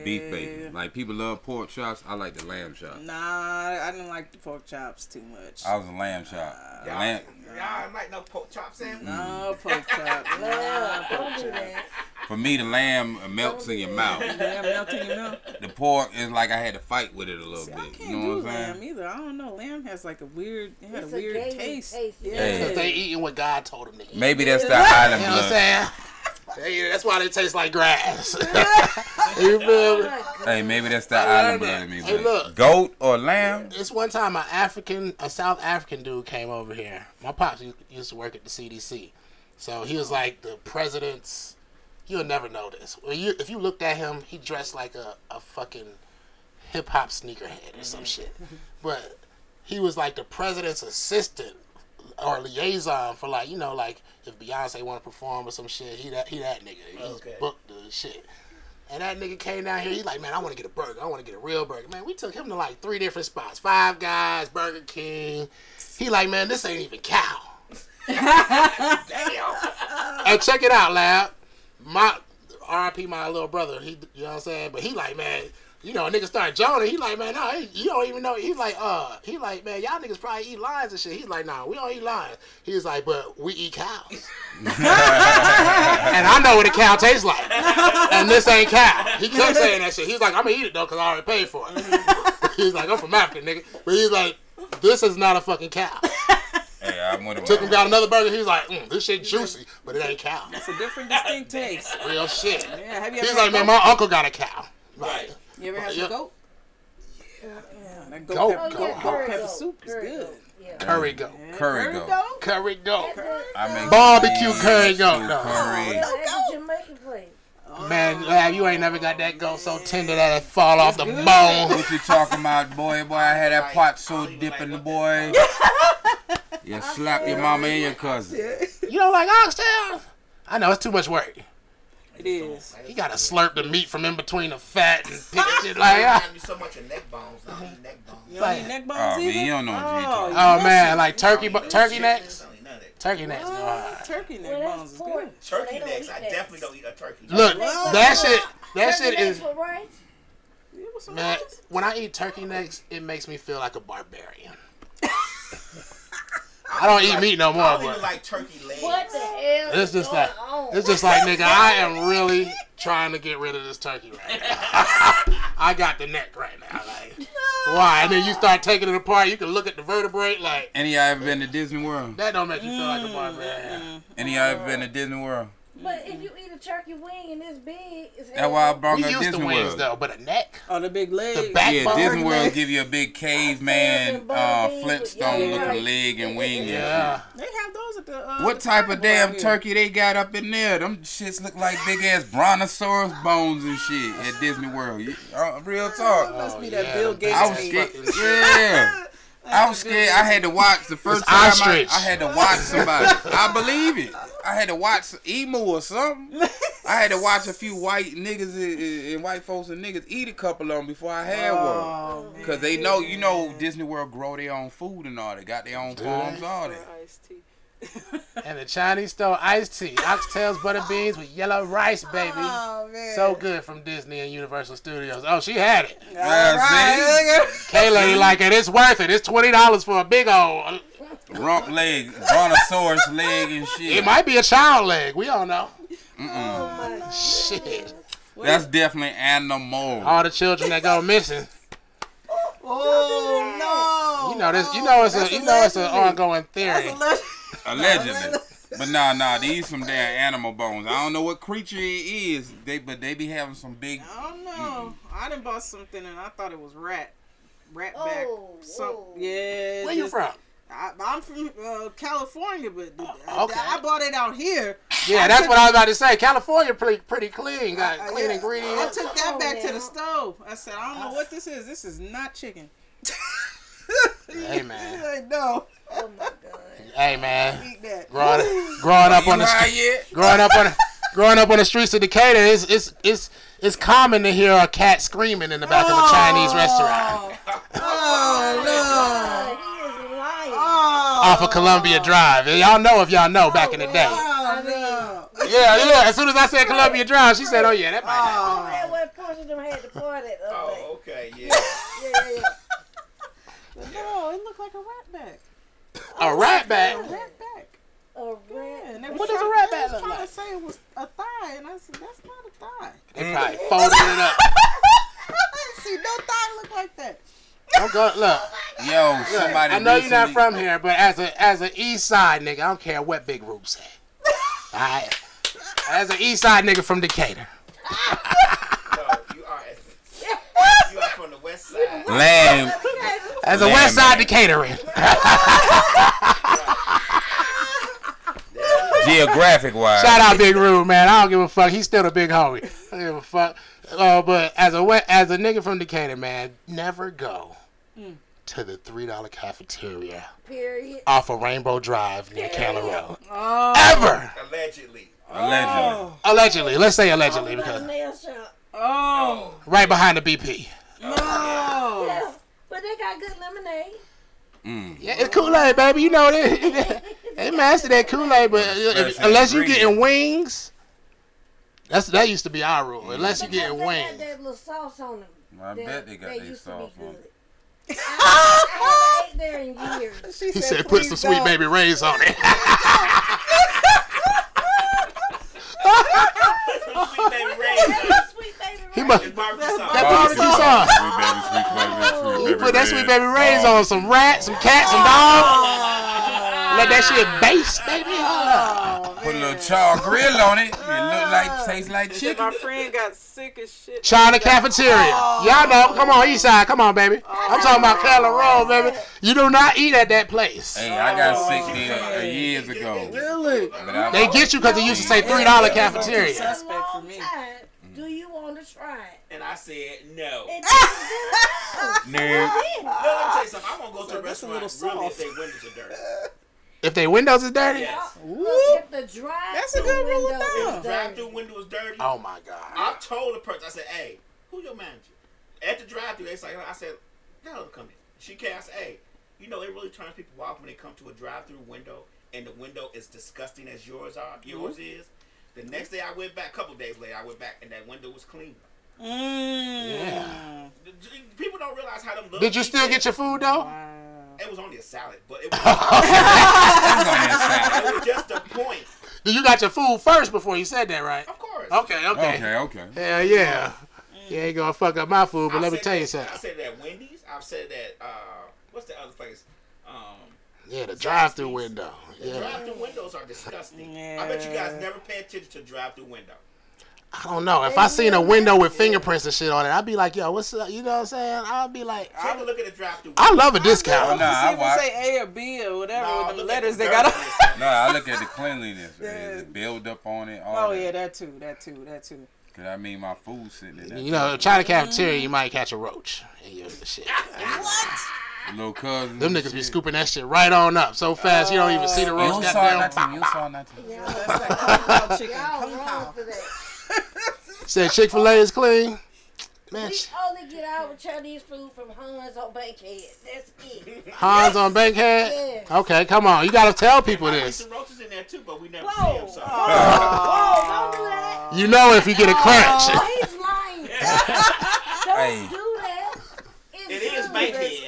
B: Beef bacon. Like people love pork chops. I like the lamb chop.
E: Nah, I didn't like the pork chops too much.
B: I was a lamb chop. lamb.
G: Y'all like no pork chop sandwich?
E: no pork chop.
H: Nah,
E: Nah, pork
H: don't do
E: chop.
H: that.
B: For me, the lamb melts in your mouth.
E: Lamb melt in your mouth.
B: The pork is like I had to fight with it a little
E: See, I
B: bit.
E: can't
B: You know
E: do
B: what I'm
E: lamb
B: saying?
E: either. I don't know. Lamb has like a weird, it had
H: It's
E: a
H: a
E: weird
H: gamey
E: taste.
H: taste.
E: Yeah.
B: Hey.
D: Cause they eating what God told them to eat.
B: Maybe that's the island
D: You know what
B: blood.
D: I'm saying? They- that's why they taste like grass. you feel me?
B: Hey, maybe that's the
D: I
B: island
D: learned
B: blood
D: that.
B: in me.
D: Oh Hey,
B: but
D: look.
B: Goat or lamb?
D: This one time, an African, a South African dude came over here. My pops u- used to work at the CDC, so he was like the president's. You'll never know this. Well, you, if you looked at him, he dressed like a, a fucking hip hop sneakerhead or some shit. But he was like the president's assistant or liaison for like you know like if Beyonce want to perform or some shit, he that he that nigga. He just
G: Okay.
D: booked the shit. And that nigga came down here. He like, man, I want to get a burger. I want to get a real burger. Man, we took him to like three different spots: Five Guys, Burger King. He like, man, this ain't even cow. Damn. and check it out, lab. My R.I.P. My little brother. He, you know what I'm saying? But he like, man, you know, a nigga start joning. He like, man, no, he- you don't even know. He like, uh, he like, man, y'all niggas probably eat lions and shit. He's like, nah, we don't eat lions. He was like, but we eat cows. and I know what a cow tastes like. And this ain't cow. He kept saying that shit. He's like, I'm gonna eat it though, cause I already paid for it. he's like, I'm from Africa, nigga. But he's like, this is not a fucking cow.
B: Hey, I went
D: Took him got another burger. He's like, mm, this shit juicy, but it ain't cow.
E: It's a different, distinct taste.
D: Real shit.
E: Yeah, have you ever
D: He's
E: had
D: like, man,
E: goat?
D: my uncle got a cow. Like,
E: You ever had
D: Yeah.
E: some goat? Yeah, that goat,
D: Goat,
E: pepper,
D: goat,
E: goat, goat
H: curry
E: pepper
H: goat,
E: soup is
H: curry
E: good.
H: goat, Yeah.
D: curry goat,
E: Yeah,
B: Curry goat.
D: curry goat,
B: I make
D: Barbecue
B: beef,
D: curry goat,
B: stew
D: though.
B: curry.
H: That's a Jamaican place.
D: man. Lab, you ain't never got that goat so tender that it fall off the
E: good.
D: bone.
B: What you talking about, boy? Boy, I had that pot so dipping the boy. You slap your mama and your cousin.
D: You don't like oxtail? I know it's too much work.
E: It is.
D: You gotta slurp the meat from in between the fat and pick shit like. ah.
G: me so much of neck bones. I don't eat neck bones.
E: You don't
D: Like-
E: eat neck bones
B: Oh,
E: either?
B: man, you don't know what you're talking
D: Oh man, like turkey, bu- turkey necks.
G: I don't eat none of that.
D: Turkey necks go
E: Oh,
D: hard.
E: turkey neck
H: Well, that's
E: bones is
H: pork.
E: good.
G: Turkey
H: They don't
G: necks.
H: eat
G: I
H: that.
G: definitely don't eat a turkey. neck.
D: Look, that shit, that shit
H: Turkey
D: is
H: necks with rice?
E: Yeah, with some
D: man.
E: rice.
D: When I eat turkey necks, it makes me feel like a barbarian. I don't eat meat no
G: I
D: more,
G: don't even
D: but
G: like turkey legs.
H: What the hell?
D: it's
H: is
D: just
H: going
D: like
H: on?
D: it's just like nigga, I am really trying to get rid of this turkey right now. I got the neck right now, like why? And then you start taking it apart. You can look at the vertebrae, like
B: Any y'all ever been to Disney World?
D: that don't make you feel like a barbarian.
B: Any y'all ever been to Disney World?
H: But if you eat a turkey wing and it's big, it's
B: That's why I
H: hell.
B: brought
D: We
B: up
D: used to
B: Disney
D: wings
B: World.
D: though, but a neck,
E: Oh, the big legs.
D: the back
B: Yeah,
D: bone.
B: Disney World give you a big caveman, uh, Flintstone looking leg and wing.
D: Yeah.
E: They have those at the. Uh,
B: What
E: the
B: type of
E: carnival out
B: damn
E: here.
B: turkey they got up in there? Them shits look like big ass brontosaurus bones and shit at Disney World. You- Uh, real
E: It
B: talk.
E: must be
D: Oh,
E: that
D: yeah,
E: Bill
D: the
E: Gates.
B: I was
E: thing.
B: scared. Yeah. I was scared. I had to watch the first time. I,
D: ostrich.
B: I had to watch somebody. I believe it. I had to watch emu or something.
F: I had to watch a few white niggas and, and- and white folks and niggas eat a couple of them before I had
D: Uh,
E: Oh,
F: one. Cause they know, you know, Disney World grow their own food and all that, got their own farms, all that.
E: Iced tea.
D: And the Chinese store iced tea, oxtails, butter beans with yellow rice, baby.
E: Oh man.
D: So good from Disney and Universal Studios. Oh, she had it.
E: All
F: Yeah, see?
E: right.
D: Kayla, you like it? It's worth it. It's twenty dollars for a big old.
B: Rump leg, brontosaurus leg and shit.
D: It might be a child leg. We don't know.
E: look at-
D: Shit.
B: That's definitely animal.
D: All the children that go missing.
E: Oh no.
D: You know this. You know it's a.
E: That's
D: You know it's an
E: legendary.
D: ongoing theory.
E: That's a legend.
B: Allegedly. But nah, nah, these some damn animal bones. I don't know what creature it is, they but they be having some big.
E: I don't know. I done bought something and I thought it was rat. Rat back.
H: Oh,
E: Some,
H: oh.
E: yeah. it's
D: Where you
E: just-
D: from? Oh,
E: I, I'm from uh, California, but the-
D: okay.
E: I, I bought it out here.
D: Yeah, that's what I was about to say. California pretty pretty clean. Got
E: Uh,
D: clean
E: yeah. I
D: ingredients.
E: took that
H: Oh,
E: back to
H: yeah.
E: the stove. I said, I don't know what this is. This is not chicken.
D: Hey, man.
E: He's like, no,
H: Oh my god.
D: Hey man,
E: eat that.
D: growing growing up on the
F: Why
D: street,
F: yet?
D: growing up on growing up on the streets of Decatur, it's it's it's it's common to hear a cat screaming in the back of a Chinese restaurant
E: Oh no!
H: He is lying.
D: off of Columbia Drive. And Y'all know if y'all know back in the day.
E: Oh no!
D: Yeah, yeah. As soon as I said Columbia Drive, she said, "Oh yeah, that might." happen."
H: Oh, that one person them had the party the other day.
G: Oh, okay, yeah.
H: Yeah, yeah, yeah.
E: No, oh, it looked like a rat back.
D: A rat
E: A
D: back.
E: rat back.
H: A
E: Yeah,
H: rat.
E: and they was
D: What does a
E: trying-
D: rat
E: they
D: back
E: was
D: look
E: trying
D: like?
E: to say it was a thigh, and I said that's not a thigh.
D: They probably folded it up.
E: I didn't see no thigh look like that.
D: Don't go. Look,
B: Yo, somebody.
D: I know you're not
B: recently-
D: from here, but as a as an East Side nigga, I don't care what Big Rube said. I, as an East Side nigga from Decatur,
G: No, you are. You are from the west side.
B: Lamb.
D: as a
B: Damn,
D: West Side
B: man.
D: Decatarian,
B: Geographic wise.
D: shout out Big Rube, man. I don't give a fuck. He's still the big homie. I don't give a fuck. Uh, but as a we- as a nigga from Decatur, man, never go Hmm. to the three dollar cafeteria
H: Period.
D: off of Rainbow Drive near Candler Road.
E: Oh,
D: Ever,
G: Allegedly.
B: Allegedly.
D: allegedly. Let's say allegedly
B: Oh.
H: Talking about
D: because
H: the nail shop.
E: oh,
D: right behind the BP.
G: Oh,
E: no!
H: Yeah, but they got good lemonade.
D: Yeah, it's Kool Aid, baby. You know they they mastered that Kool Aid, but if,
B: Special
D: unless you
B: ingredient.
D: getting wings, that's that used to be our rule. Unless you
H: Because they
D: getting
H: got
D: wings,
H: that little sauce on them.
B: I bet they got
H: They
B: their
H: used to
B: sauce
H: be
B: on.
H: good. I, I ain't there in years.
E: Ah! She
D: he said, "Put some
E: "Please
D: sweet
E: don't."
D: baby rays on it."
G: Sweet baby Ray.
H: That sweet baby
D: he
H: Ray.
D: must
G: It's barbecue sauce.
D: that
B: Barbecue
D: barbecue sauce.
B: Sweet baby, sweet baby, sweet
D: He
B: baby.
D: put that sweet
B: red.
D: baby rays
B: Oh,
D: on some rat, some cat, some dog. Let that shit base, baby. Hold up.
B: Put a little char grill on it. It look like, tastes like
E: And
B: chicken.
E: my friend got sick as shit.
D: China cafeteria. Y'all know. Come on, East Side. Come on, baby. I'm talking about Keller Road, baby. You do not eat at that place.
B: Hey, I
E: Oh,
B: got sick there uh, years ago.
E: Really?
B: But I,
D: They get you because they used to say three dollar cafeteria.
H: A
E: Suspect for
H: long
E: me.
H: time. Do you want to try it?
G: And I said no.
H: It tastes good.
B: Nerd.
G: No, let me tell you something. I'm gonna go to a
E: that's a
G: restaurant
E: little
G: really if
E: soft.
G: their windows are dirty.
D: If they windows is dirty.
G: Yes.
H: Look, if the dry
E: That's a good rule of thumb.
G: Drive-through window is dirty.
D: Oh my god.
G: I told the person, I said, "Hey, who your manager?" At the drive-through, they said, "I said, tell her to come in." She came. I said, "Hey, you know it really turns people off when they come to a drive-through window and the window is disgusting as yours are.
H: Mm-hmm.
G: Yours is." The next day, I went back. A couple days later, I went back and that window was clean.
E: Mm.
G: The- the- People don't realize how them. little
D: Did you still
G: details-
D: get your food though?
G: It was only a salad, but it was,
B: That's on that side.
G: it was just a point.
D: Did you got your food first before you said that, right?
G: Of course.
D: Okay,
B: Okay,
D: okay.
B: okay.
D: Hell yeah. You ain't gonna fuck up my food, but
G: I
D: let me
G: said
D: tell you
G: that- I
D: something.
G: said that Wendy's. I've said that. Uh, what's the other place? Um,
D: Yeah, the drive-through window. Yeah.
G: Drive-through windows are disgusting. I bet you guys never pay attention to drive-through window.
D: I don't know. If I seen a window with fingerprints and shit on it, I'd be like, yo, what's up? You know what I'm saying? I'd be like,
G: Take a look at the drive-through.
D: I love a
B: Oh,
D: discount.
B: nah, I
E: See if you
B: watch.
E: say A or B or whatever
G: No,
E: with the
G: look at
E: letters
G: the
E: they got.
G: dirt
E: on-
G: on this side.
B: No, I look at the cleanliness, uh,
E: Yeah.
B: the build up on it, all
E: Oh yeah,
B: that.
E: that too. That too. That too.
B: Cause I mean, my food sitting in that.
D: You know, China cafeteria, you might catch a roach. in your shit.
B: little cousin.
D: Them niggas be scooping that shit right on up so fast you don't even see the
B: Uh, You
D: roach.
B: saw
D: Goddamn.
B: nothing. You saw nothing.
H: Y'all,
E: That's like kung pao chicken.
H: y'all
E: Kung
H: wrong
E: pao.
H: for that.
D: Said Chick Fil A is clean. Man,
H: We
D: sh-
H: only get our Chinese food from Hans on Bankhead. That's it.
D: Hans on Bankhead. Okay, come on, you gotta tell people
G: I put
D: this.
G: some roaches in there too, but we never see
H: Whoa!
G: them. So.
H: Whoa! Don't do that.
D: You know if you get a crunch.
H: Oh, he's lying.
B: Hey.
H: Don't do that. It's
G: It is
H: good.
G: Bankhead.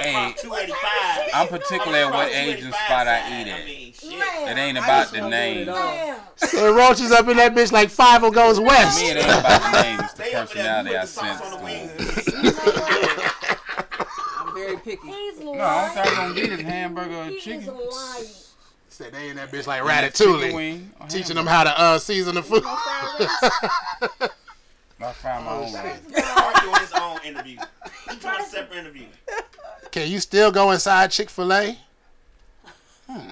B: Hey,
G: About 285.
B: I'm particular at what
G: About
B: Asian
G: 285
B: spot I
G: side.
B: eat
G: I
B: at.
G: mean, shit.
H: Lamb.
B: It ain't about the
E: wanna
B: name.
E: know
B: To
E: it all.
H: Lamb.
D: Said roaches up in that bitch like five will goes west.
B: me, it ain't about the name. It's the
G: They over there with
B: personality I
G: the sauce
B: sense.
G: on the
B: to it.
G: wings.
H: You know what?
E: I'm very picky.
H: He's
B: No, I'm
H: lying.
B: not gonna get his hamburger or
H: He is
B: chicken.
H: lying.
D: Said they in that bitch like
B: Chicken
D: ratatouille,
B: wing or hamburger.
D: teaching them how to uh, season the food.
B: I find my own way.
G: Mark doing his own interview. He doing a separate interview.
D: Can you still go inside Hmm. Chick Fil A?
E: Oh,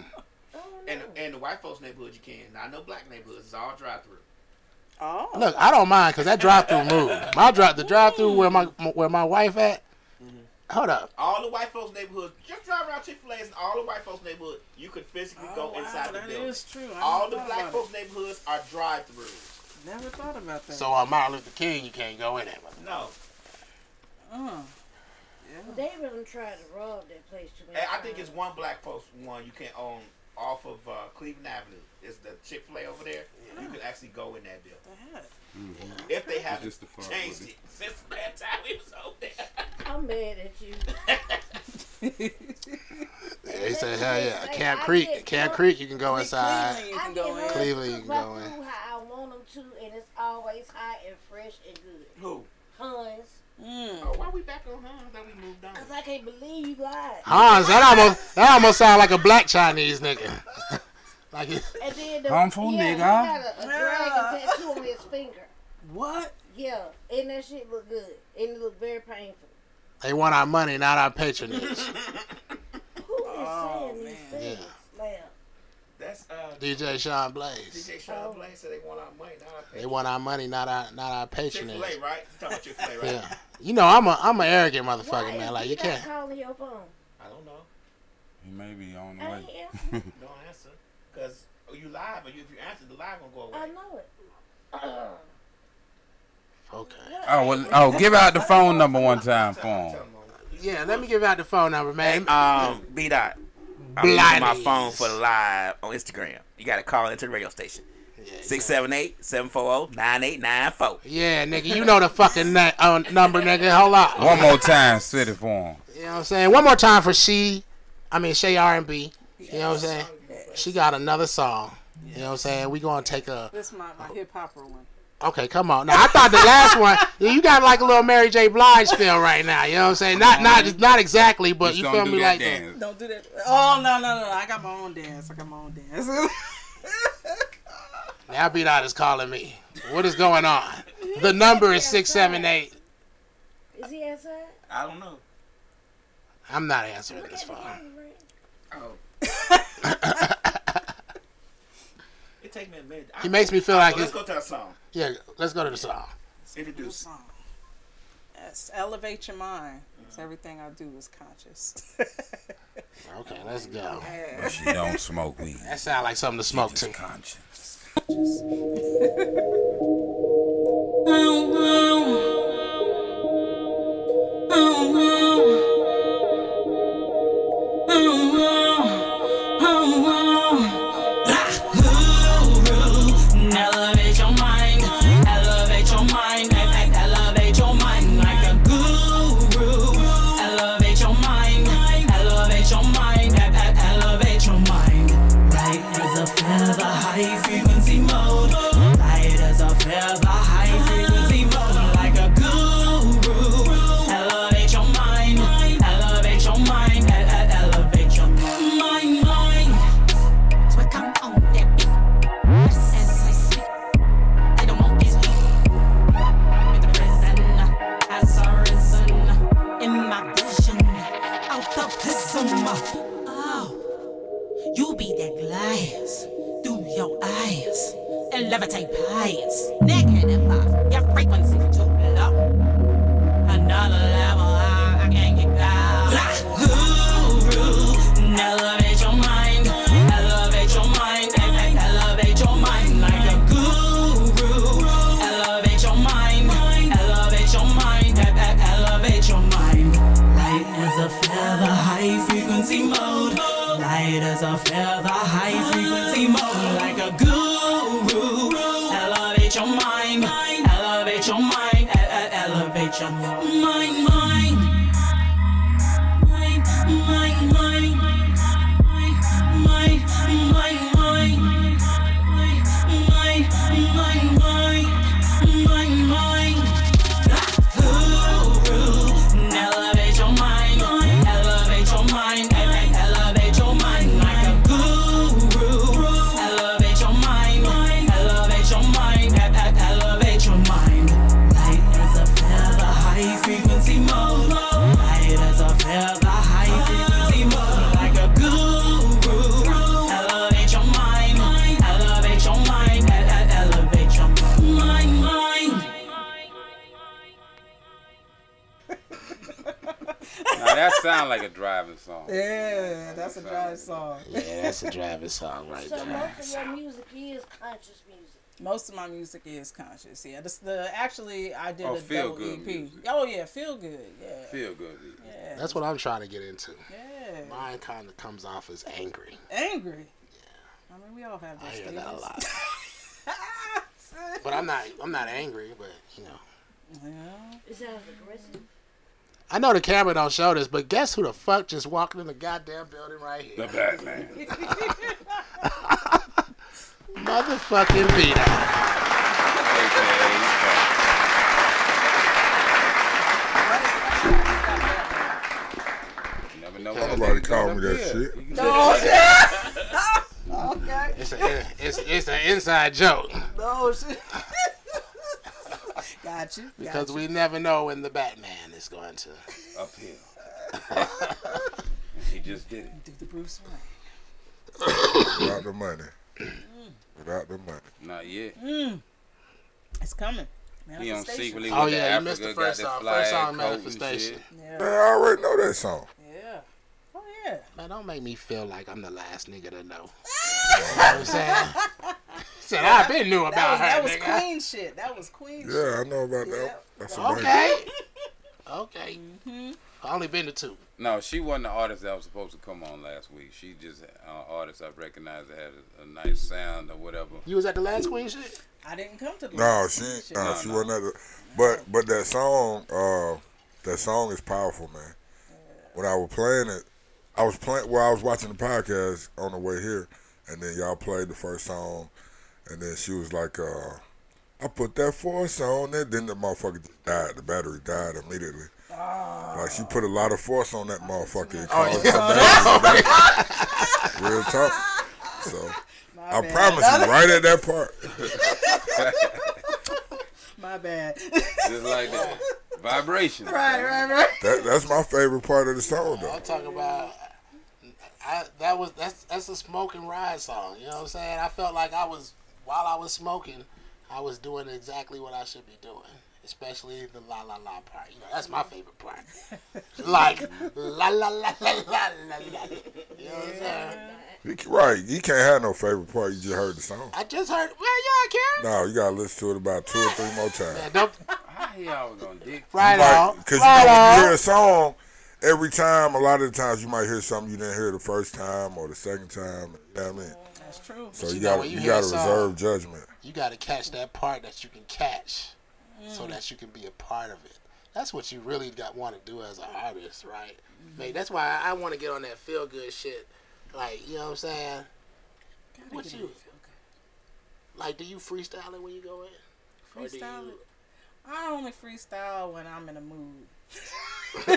G: And and the white folks neighborhood you can. Now I know black neighborhoods is all drive through.
E: Oh,
D: Look, I don't mind because that drive through moved. My drive, the drive through where my where my wife at. Hold up,
G: All the white folks neighborhoods, just drive around Chick Fil A's and all the white folks neighborhood, you could physically
E: Oh,
G: go
E: wow,
G: inside the
E: that
G: building.
E: is true. I
G: All
E: never
G: the
E: thought
G: black
E: about
G: folks neighborhoods are drive throughs.
E: it. Never thought about that.
D: so on Martin Luther King, you can't go in there.
G: No,
E: Mm.
H: They really tried to rob that place too many
G: And I think it's
H: times.
G: one black folks one you can own off of uh, Cleveland Avenue. It's the Chick Fil A over there.
E: Oh.
G: You can actually go in that building
E: Yeah.
G: if they haven't
B: just the front,
G: changed
B: wasn't
G: it since the last time we was over there.
H: I'm mad at you.
D: They said, hell yeah, Camp Creek, Camp Creek, you can go inside.
E: Cleveland, you
H: I
E: can go in.
D: Cleveland, you can
H: right
D: go in.
H: through How I want them to, and it's always hot and fresh and good.
G: Who?
H: Hans,
E: Mm.
G: Oh, why we back on Hans? That we moved on.
H: cause I can't believe you lied.
D: Hans, that almost that almost sound like a black Chinese nigga. like it-
H: And then the,
B: Harmful
H: yeah,
B: nigga.
H: He got a, a
E: Yeah.
H: dragon tattoo on his finger.
E: What?
H: Yeah, and that shit look good, and it look very painful.
D: they want our money, not our patronage.
H: Who is
D: Uh,
E: Oh,
H: saying
E: man.
H: these things? Now,
G: That's uh,
D: DJ Sean Blaze,
G: DJ
H: Oh.
G: Sean Blaine said they want our money. Not
D: they
G: our
D: want our money, not our not our
G: Chick Fil
D: patronage.
G: A, right? You talking about Chick Fil A, right?
D: Yeah, you know I'm a I'm an arrogant
H: why
D: motherfucker,
H: is
D: man. Like
H: he
D: you
H: not
D: can't.
H: calling your phone.
G: I don't know.
B: He may be on the
H: I
B: way.
H: ain't answering.
G: Don't answer, cause you live, and you, if you answer, the live gonna go
H: I
G: away.
H: know it. Uh,
D: Okay.
B: Oh well, oh, give out the phone number one time for him.
G: Tell 'em, uh,
D: Yeah, let me give out the phone number, man.
G: Um, B dot. I'm using my phone for live on Instagram. You got to call into the radio station. oh, 678-740-9894.
D: Yeah, nigga, you know the fucking na- uh, number, nigga. Hold up.
B: One more time, sit it for him.
D: You know what I'm saying? One more time for she. I mean, Shay R&B. You know what I'm saying? She got another song. You know what I'm saying? We gonna take a.
E: This my, my hip hopper one.
D: Okay, come on. Now I thought the last one. You got like a little Mary J. Blige feel right now. You know what I'm saying? Not not not exactly, but
B: Just
D: you
B: don't
D: feel
B: do
D: me
B: that
D: like that.
B: dance.
E: Don't do that. Oh no no no! I got my own dance. I got my own dance.
D: Now beat out is calling me. What is going on? The number is six seven eight.
H: is he outside?
G: I don't know.
D: I'm not answering
H: Look
D: this
H: at the
D: phone.
H: camera, right?
G: Oh. it takes me a minute.
D: He makes me feel like
G: let's
D: it's
G: go to that song.
D: yeah. Let's go to the song.
G: Introduce.
E: song. Yes, elevate your mind.
G: Mm-hmm.
E: 'cause everything I do is conscious.
D: Okay, let's go.
E: Yeah.
B: She don't smoke weed.
D: That sounds like something to smoke to.
B: Conscience.
L: Elevate your mind, elevate your mind, elevate your mind like a guru. Elevate your mind, elevate your mind, elevate your mind. Light as a feather, high frequency mode. Light as a feather, high frequency mode like a guru. Elevate your mind, elevate your mind, elevate your mind, mind. So I come on that beat. oh, You be that glass through your eyes and levitate pious. Negative, uh, your frequency too low another level high. I can't get down. Black guru, elevate your mind, elevate your mind, elevate your mind like a guru. as a feather, high frequency mode, like a guru. Elevate your mind, elevate your mind, e- e- elevate your mind, mind, mind, mind, mind, mind, mind, mind, mind, mind, mind, mind, mind. Elevate your mind, elevate your mind, elevate your mind like a guru. Elevate your mind, elevate your mind, elevate your mind. Light as a feather, high frequency mode. Light as a feather, high frequency mode like a guru. Elevate your mind, elevate your mind, elevate your mind, mind.
B: Now that sound like a driving song.
E: Yeah, that's a drive song.
D: Yeah, that's a driving song right
H: So
D: there.
H: most of your music is conscious music.
E: Most of my music is conscious. Yeah, this the actually I did
B: Oh,
E: a
B: feel
E: double
B: good
E: EP.
B: music.
E: Oh yeah, feel good. Yeah,
B: Feel good.
E: yeah,
D: That's what I'm trying to get into.
E: yeah.
D: Mine kind of comes off as angry.
E: Angry. I mean, we all have
D: I
E: those
D: hear
E: stages.
D: that a lot. But I'm not. I'm not angry. But you know,
E: Yeah.
H: It sounds aggressive.
D: I know the camera don't show this. But guess who the fuck just walked in the goddamn building right
B: The
D: here?
B: Batman.
D: Motherfucking Vito.
B: AKA. You Never know when
M: Nobody
B: that day
M: called
B: comes
M: me
B: up
M: that
B: here.
M: shit.
B: You can-
E: Oh shit! okay.
D: It's a, it's it's an inside joke
E: No shit. got you.
D: because we never know when the Batman is going to.
B: Uphill. he just did it.
E: do the Bruce Wayne.
M: Without the money. Without the money.
B: Not yet.
E: Mm. It's coming.
B: He on secretly
D: Oh
B: with the
D: yeah, you
B: Africa,
D: missed the first
B: got
D: song.
B: the flag,
D: First song,
B: coat and
D: manifestation.
B: shit.
M: Man,
E: Yeah.
M: I already know that song.
E: Yeah. Oh yeah.
D: Man, don't make me feel like I'm the last nigga to know. you know what I'm saying? Said I've been knew
E: That
D: about
E: was, that
D: her,
E: was
D: nigga.
E: queen shit. That was queen shit.
M: Yeah, I know about that. That's a okay.
D: Okay. okay.
E: Mm-hmm.
D: I only been to two.
B: No, she wasn't the artist that was supposed to come on last week. She just an artist I recognized that had a, a nice sound or whatever.
D: You was at the last queen shit?
E: I didn't come to the
M: No, she ain't-
E: Shit.
M: nah,
B: No,
M: she
B: no.
M: wasn't at the, but but that song, uh that song is powerful, man. When I was playing it, I was playing well, I was watching the podcast on the way here and then y'all played the first song and then she was like, uh I put that force on it, then the motherfucker just died. The battery died immediately. Like she put a lot of force on that motherfucker. It caused her battery to die. Real talk. So I
E: bad.
M: promise you, right at that part.
E: My bad.
B: Just like that. Vibration.
E: right, right, right.
M: That, that's my favorite part of the song, though.
D: I'm talking about I that was that's that's a smoke and ride song. You know what I'm saying? I felt like I was while I was smoking, I was doing exactly what I should be doing. Especially the la la la part. You know, that's my favorite part. like la la la la la la la. You know what I'm saying?
M: You c- Right, you can't have no favorite part. You just heard the song.
D: I just heard, man, y'all care?
M: No, you gotta listen to it about two or three more times.
D: Man, don't,
B: How the hell I was gonna dig?
D: right on.
M: Because you, know,
D: right
M: when you
D: on.
M: hear a song, every time, a lot of the times you might hear something you didn't hear the first time or the second time. You know what I mean?
E: That's true.
M: So
D: But
M: you
D: you know,
M: gotta
D: when you
M: you
D: hear a
M: gotta
D: song-
M: reserve judgment.
D: you got to catch that part that you can catch
E: Mm.
D: so that you can be a part of it that's what you really got want to do as an artist right Like, that's why i want to get on that feel good shit like you know what i'm saying what you like do you freestyle it when you go in Or do
E: Freestyle
D: you-
E: it. I only freestyle when I'm in a mood.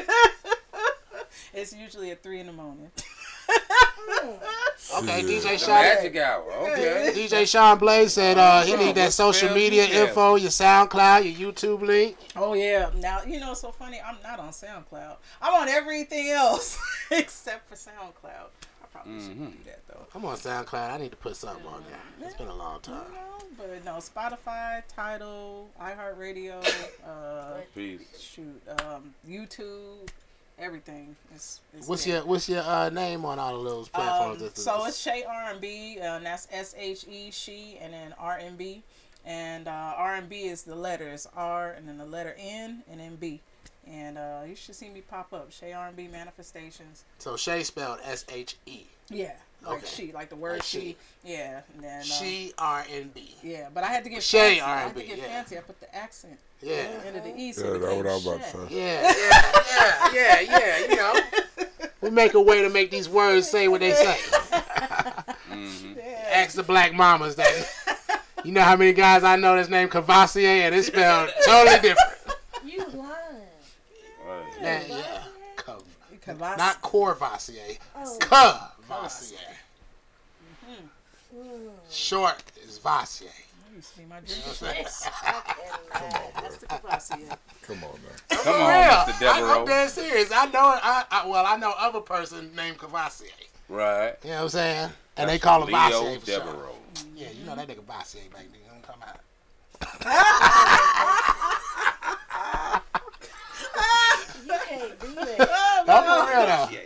E: it's usually at three in the morning.
D: okay
M: Shit.
D: dj
B: The
D: sean
B: magic hour. Okay.
D: dj sean blaze said uh he
B: Sean,
D: need that
B: what
D: social
B: the hell
D: media
B: you have?
D: info your soundcloud your youtube link
E: Oh yeah. Now you know it's so funny. I'm not on SoundCloud. I'm on everything else except for SoundCloud. I probably shouldn't do that though.
D: i'm on soundcloud i need to put something on there it's been a long time
E: You know, Oh, but no, Spotify, Tidal, iHeartRadio, uh,
B: Peace.
E: shoot, um, YouTube, everything. It's, it's
D: what's
E: there.
D: your what's your uh name on all of those platforms
E: Um,
D: That's-
E: so it's Shay R and B, and that's S H E she, and then R and B, and uh, R and B is the letters R and then the letter N and then B, and uh, you should see me pop up Shay R and B manifestations.
D: So Shay spelled S H E.
E: Yeah, Like
D: Okay.
E: she, like the word
D: Like
E: she. Yeah. And then, uh,
D: She R and B.
E: Yeah, but I had to get
D: Shay
E: fancy. I had to
D: R&B,
E: get
D: yeah.
E: fancy. I put the accent.
D: Yeah.
E: Into the E.
M: Yeah,
E: So
M: that's what I was
E: about
M: about to say.
D: Yeah, yeah, yeah, yeah, yeah. You know, we make a way to make these words say what they say. Ask the black mamas that. You know how many guys I know that's named Cavassier and it's spelled totally different.
H: You lying.
D: Yeah, yeah. Cav-
E: Cavassier.
D: Not Corvassier.
H: Oh.
D: Cavassier.
H: Mm.
D: Short is Vassier.
E: See my
M: Come on, man.
B: Come on, Mr.
D: I,
B: Devereaux.
D: am dead serious. I know it. I, I, well, I know other person named Cavassier.
B: Right.
D: You know what I'm saying? And they call him
B: Leo
D: Vassier for sure.
B: Devereaux.
D: Yeah, you know that nigga Vassier, baby. You know what I'm talking about?
H: You can't do that.
D: Don't be real though.
H: You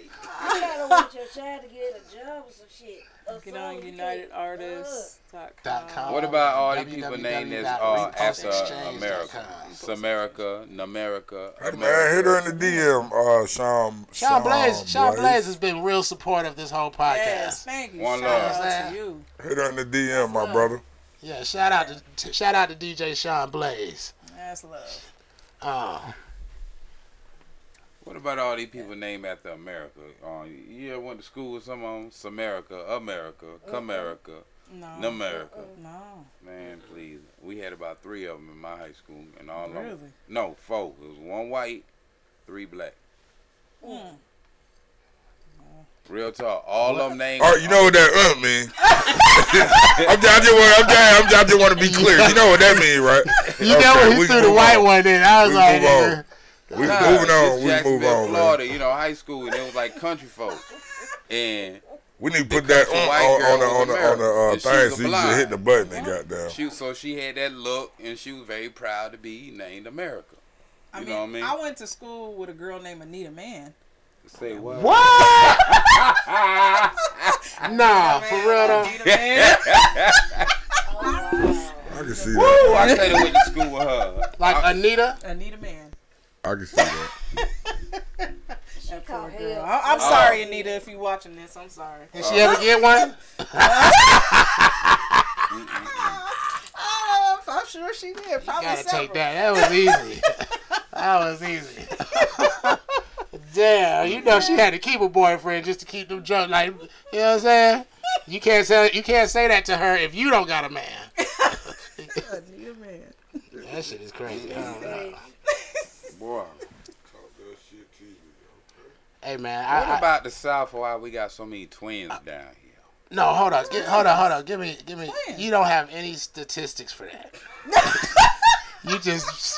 H: gotta want your child to get a job or some shit. Or
E: Get
H: something
E: on
H: you can't-
E: UnitedArtists.com.
B: What about all these people named as uh, after America? Samerica, Namerica,
M: Hey, man, hit her
B: America.
M: in the DM, uh, Sean.
D: Sean Blaze, Sean Blaze has been real supportive of this whole podcast.
E: Yes, thank you.
B: One
E: Shout
B: love.
E: out to you.
M: Hit her in the DM, my brother.
D: Yeah, shout out to t- shout out to DJ Sean Blaze.
E: That's love.
D: Oh,
B: What about all these people named after America? Uh, you ever went to school with someone? Samerica, America, Comerica,
E: Uh-huh. No. Uh-uh.
B: Namerica.
E: No.
B: Man, please. We had about three of them in my high school, and all of
E: Really?
B: them. No, four. It was one white, three black.
E: Mm.
B: Real talk. All of them named.
M: Oh, you know what that uh, mean? I'm, just- I just want, I'm just, I'm just, I just want to be clear. You know what that mean, right?
D: you know when
M: Okay,
D: he
M: we
D: threw
M: can
D: the
M: move
D: white
M: on.
D: one in, I was
M: We
D: like,
M: move on.
D: nigga,
M: We
B: Nah,
M: moving on.
B: it's
M: We move
B: Jacksonville,
M: on,
B: Florida,
M: man.
B: you know, high school, and it was like country folk. And
M: We need to put that on
B: Because the white
M: on, on the on the, on
B: girl was American,
M: the uh,
B: and she
M: thing,
B: was
M: so you
B: alive.
M: just hit the button and got down.
B: she, so she had that look, and she was very proud to be named America.
E: I
B: You
E: mean,
B: know
E: I,
B: what I mean?
E: went to school with a girl named Anita Mann.
B: Say what?
D: what? nah, for real though.
E: Anita Mann.
M: I can see that.
B: I could have went to school with her.
D: Like Anita,
E: Anita Mann.
M: I can see that.
E: That poor
H: called
E: girl.
H: hell.
E: I- I'm sorry, Anita, if you're watching this. I'm sorry.
D: did she ever get one?
E: Oh, I'm sure she did. Probably
D: Gotta
E: several.
D: take that. That was easy. that was easy. Damn, you know she had to keep a boyfriend just to keep them drunk. Like, you know what I'm saying? You can't say you can't say that to her if you don't got a man.
E: Anita Mann.
D: That shit is crazy. I don't know.
B: Boy.
D: Hey man,
B: What
D: I, I,
B: about the South Why we got so many twins down here?
D: no hold on, Get- hold on, hold on. Give me, give me.
E: When?
D: You don't have any statistics for that. you just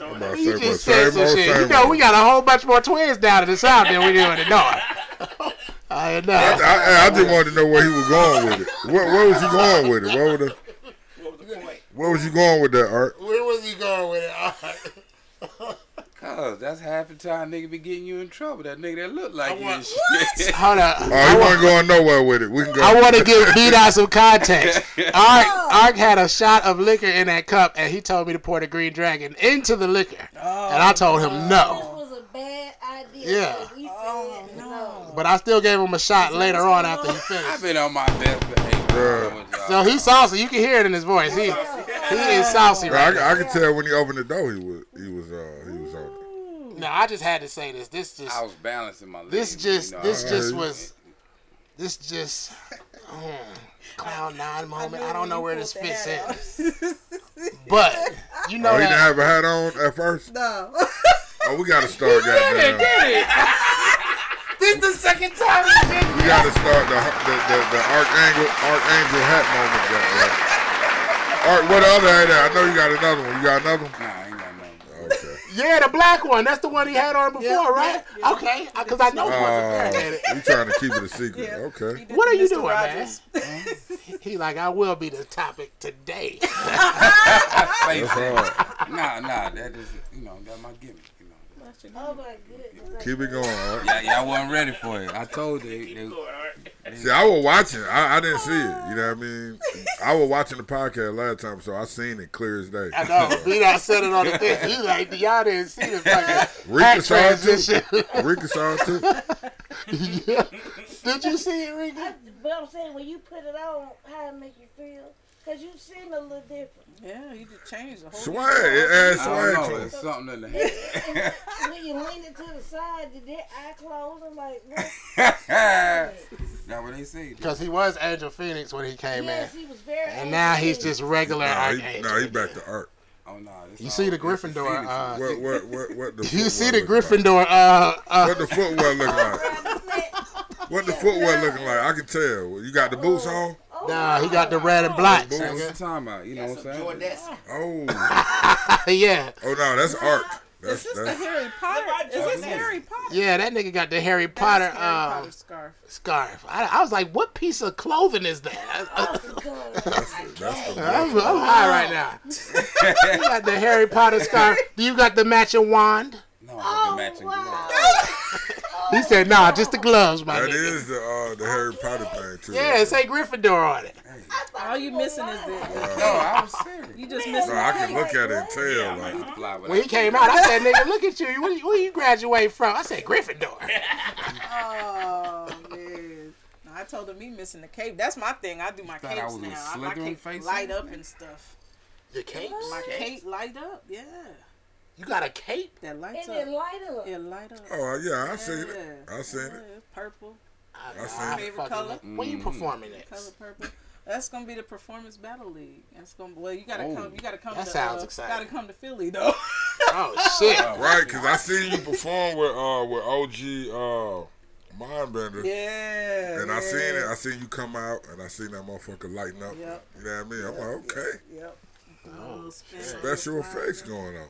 M: I'm about to
D: you
M: say, but
D: just
M: same
D: said some
M: old,
D: shit. You
M: same
D: know
M: old.
D: we got a whole bunch more twins down in the south than we do in the north. I know.
M: I, I, I just wanted to know where he was going with it. Where, where was you going with it? Where, were the,
G: What was the point?
M: where was you going with that, Art?
D: Where was he going with it? All right.
B: Cause that's half the time nigga be getting you in trouble. That nigga that look like you and shit.
D: Hold up.
M: Oh, he wasn't going nowhere with it. We can go.
D: I want to give beat out some context. Uh, Ark, Ark had a shot of liquor in that cup, and he told me to pour the green dragon into the liquor, and I told him
H: This
D: no.
H: was a bad idea.
D: Yeah.
H: He said no.
D: But I still gave him a shot later on after he
B: I've
D: finished.
B: been on my best behavior.
M: Bruh.
B: So
D: So he's saucy. You can hear it in his voice. He, he is saucy
M: I,
D: right
M: I could tell when he opened the door, he was he was uh he was on it.
D: now. No, I just had to say this. This just,
B: I was balancing my legs.
D: this just,
B: you know,
D: this
M: I
D: just
M: heard.
D: was, this just, mm, clown nine moment. I don't know where this fits in, but you know
M: Oh, he didn't
D: that.
M: have a hat on at first.
E: No.
M: Oh, we gotta start goddamn.
D: This the second time he did
M: We gotta start the the the, the archangel archangel hat moment. Goddamn. Art, what other hat? I know you got another one. You got another one.
B: Nah, I ain't got nothing.
M: Okay.
D: Yeah, the black one. That's the one he had on before,
E: Yeah,
D: right?
E: yeah, yeah.
D: Okay, because I know he wasn't there.
M: Oh, you trying to keep it a secret?
E: Yeah. He
M: Okay.
E: did
D: What
E: the
D: are you
E: Mr.
D: doing, man?
E: Rogers.
D: He like, I will be the topic today.
M: That's hard.
B: Nah, nah, that is, you know, that my gimmick. You know.
H: Oh my goodness.
M: Keep it going. Art.
B: Yeah, yeah, I wasn't ready for it. I told you. They,
M: See, I was watching. I, I didn't see it. You know what I mean? I was watching the podcast last time, so I seen it clear as day.
D: I know. Beat I said it on the thing. He like, y'all didn't see the fucking
M: Rika
D: act
M: saw it
D: transition.
M: too. Rika saw it too.
D: Did you see it, Ricky?
H: But I'm saying when you put it on, how it make you feel? Cause you seem a little different.
E: Yeah, you just changed the whole.
M: Swag, it adds
F: I
M: swag
F: don't know.
M: to it.
F: It's something in the
H: And
F: head.
H: when you lean it to the side, did that eye close? I'm like, what?
B: Not what they say.
D: Because he was Angel Phoenix when he came
H: yes,
D: in.
H: he was very.
D: And now he's
H: angry.
D: just regular
M: Nah,
D: Archangel.
M: he, nah, he back to art.
F: Oh no, it's
D: You
F: all-
D: see the
F: it's the
D: Gryffindor,
F: Phoenix.
D: uh,
M: What what what what the
D: You see the
M: footwear look
D: Gryffindor. Uh,
M: like?
D: uh,
M: What the footwear looking like? What the footwear looking like? I can tell. You got the boots on.
H: Oh,
D: nah, he got the red and black.
F: That's what I'm
D: nigga.
F: talking about. You know what I'm saying?
G: Jordanes.
M: Oh,
D: yeah,
M: oh no, that's art. That's
E: Is this the
M: that's.
E: Harry Potter? Is this
F: Jordan.
E: Harry Potter?
D: yeah, that nigga got the Harry
E: That's
D: Potter,
E: Harry Potter
D: um,
E: scarf.
D: scarf. I, I was like, what piece of clothing is that?
H: God.
M: That's the
D: I'm, I'm high right now. you got the Harry Potter scarf. Do you got the matching wand?
F: No, I
H: Oh,
F: the matching
H: wow.
F: gloves.
D: He said, nah, just the gloves, my
M: that
D: nigga.
M: is the uh, the Harry Potter thing too.
D: Yeah, it say Gryffindor on it.
E: All you missing is the.
F: No, I'm serious.
E: You just
M: So
E: missing.
M: I can look at it and tell.
G: Yeah,
M: like,
G: man.
F: Fly with
D: When he came out, I said, nigga, look at you. Where you, where you graduate from? I said, Gryffindor.
E: Oh man. No, I told him he missing the cape. That's my thing. I do my
F: thought I
E: capes
F: was a
E: now. I, my
F: Slytherin
E: cape
F: face
E: light
F: on
E: up and stuff.
D: Your cape?
E: My
G: Capes?
E: cape light up. Yeah,
D: You got a cape?
E: that
H: And
E: lights
H: then
E: up.
H: light up.
E: It light up.
M: oh yeah, I seen it.
E: Yeah.
M: I seen
E: Yeah,
M: it.
E: it's purple.
D: I,
M: I seen
D: I
E: it. Favorite
D: fucking-
E: color?
D: When you performing it?
E: Color purple. That's gonna be the performance battle league. That's gonna well, you gotta
F: Oh,
E: come. You gotta come.
D: that
E: to,
D: sounds
E: uh,
D: exciting.
E: Gotta come to Philly though.
D: Oh, shit.
M: Right, cause I seen you perform with uh with OG uh Mindbender.
E: yeah.
M: And I seen it. I seen you come out, and I seen that motherfucker lighting up.
E: Yep.
M: You know what I mean? I'm like, okay,
E: Yep. Oh, spin.
M: special effects going on.
E: Yeah.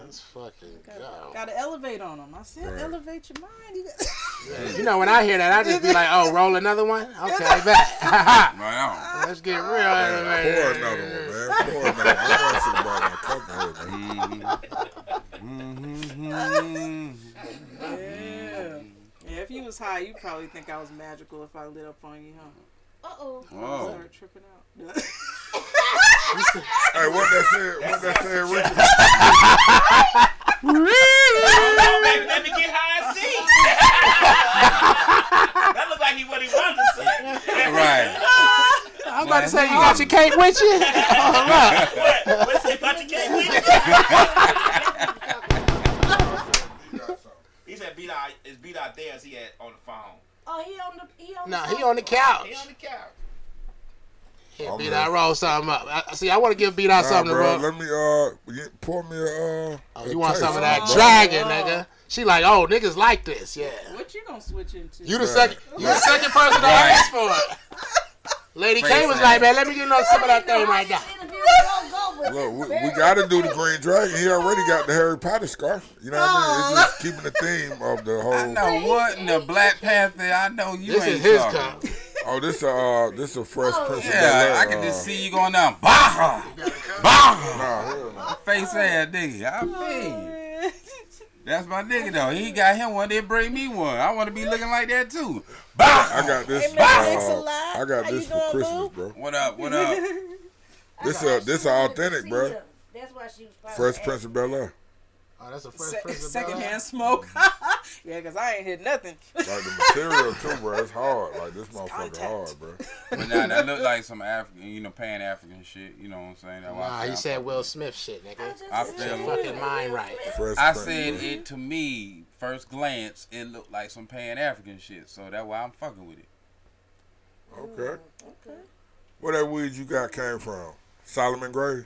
D: Let's fucking
E: Gotta,
D: go.
E: gotta elevate on them. I said, elevate your mind. You got-
D: You know, when I hear that, I just be like, oh, roll another one? Okay, bet.
B: Right
D: Let's get real.
M: Pour another one, man.
E: Ah.
M: Pour another one. I want some water in my cup here, man. Mm-hmm,
B: on.
E: Yeah. Yeah, if you was high, you probably think I was magical if I lit up on you, huh?
H: Uh oh.
B: Whoa.
E: Start tripping out.
M: Hey, what that said? What that said, Richard?
G: Oh, baby, let me get high and see. that looked like he what he wanted to say.
B: Right.
D: I'm about to say, you got your cape with you? All right.
G: What? What's that about the cake? He said beat out is beat out there as he had on the phone.
H: Oh, he on the he on
D: Nah,
H: the
D: he on the couch.
G: He on the couch.
D: Here,
M: I'm
D: beat,
M: here.
D: I roll something up. I, see, I want to give beat out
M: Oh, Nah,
D: something to
M: bro,
D: roll.
M: let me uh, you pour me a uh.
D: Oh,
M: a
D: you want
M: taste,
D: some of that
M: bro.
D: dragon, nigga? She like, oh, niggas like this, yeah.
E: what you gonna switch into?
D: You the second, you the second person to ask for it. Lady K was like, man, let me get another some of that thing right now.
H: interview. Go go with.
M: Look, we, we got to do the Green Dragon. He already got the Harry Potter scarf. You know what I mean? It's just keeping the theme of the
B: Oh. I
M: whole.
B: know what in the Black Panther. I know you
D: This
B: ain't
D: is his
B: talking.
D: cup.
M: Oh, this uh, this a fresh
H: Oh,
M: Prince of
B: Yeah,
M: Bel-Air,
B: I can
M: uh,
B: just see you going down. Baja! Baja!
M: Nah, hell no.
B: Face ass nigga. I feel you. That's my nigga though. He got him one, they bring me one. I want to be looking like that too. Baja!
M: I got this.
H: Hey, man,
M: uh,
H: it's a lie.
M: I got
H: How
M: this
H: you
M: for
H: doing,
M: Christmas,
H: boo?
M: bro.
B: What up? What up?
M: This a this a authentic, bro.
H: That's why she was probably
M: Fresh
H: asking.
M: Prince of Bel Air.
D: Oh, that's a
E: Se-
D: fresh present.
E: secondhand smoke.
M: Mm.
E: yeah, cause I ain't hit nothing.
M: Like the material too, bro. It's hard. Like this motherfucker
E: contact.
M: hard, bro.
B: But nah, that look like some African, you know, pan African shit. You know what I'm saying? That's why I
D: Nah, he
B: I'm
D: said
B: fucking-
D: Will Smith shit, nigga.
B: I
D: Get your
B: feel it.
D: fucking mind right.
M: Fresh
B: I
M: Prince,
B: said
M: bro.
B: it to me first glance. It looked like some pan African shit, so that's why I'm fucking with it.
M: Okay. Okay. Where that weed you got came from? Solomon Gray.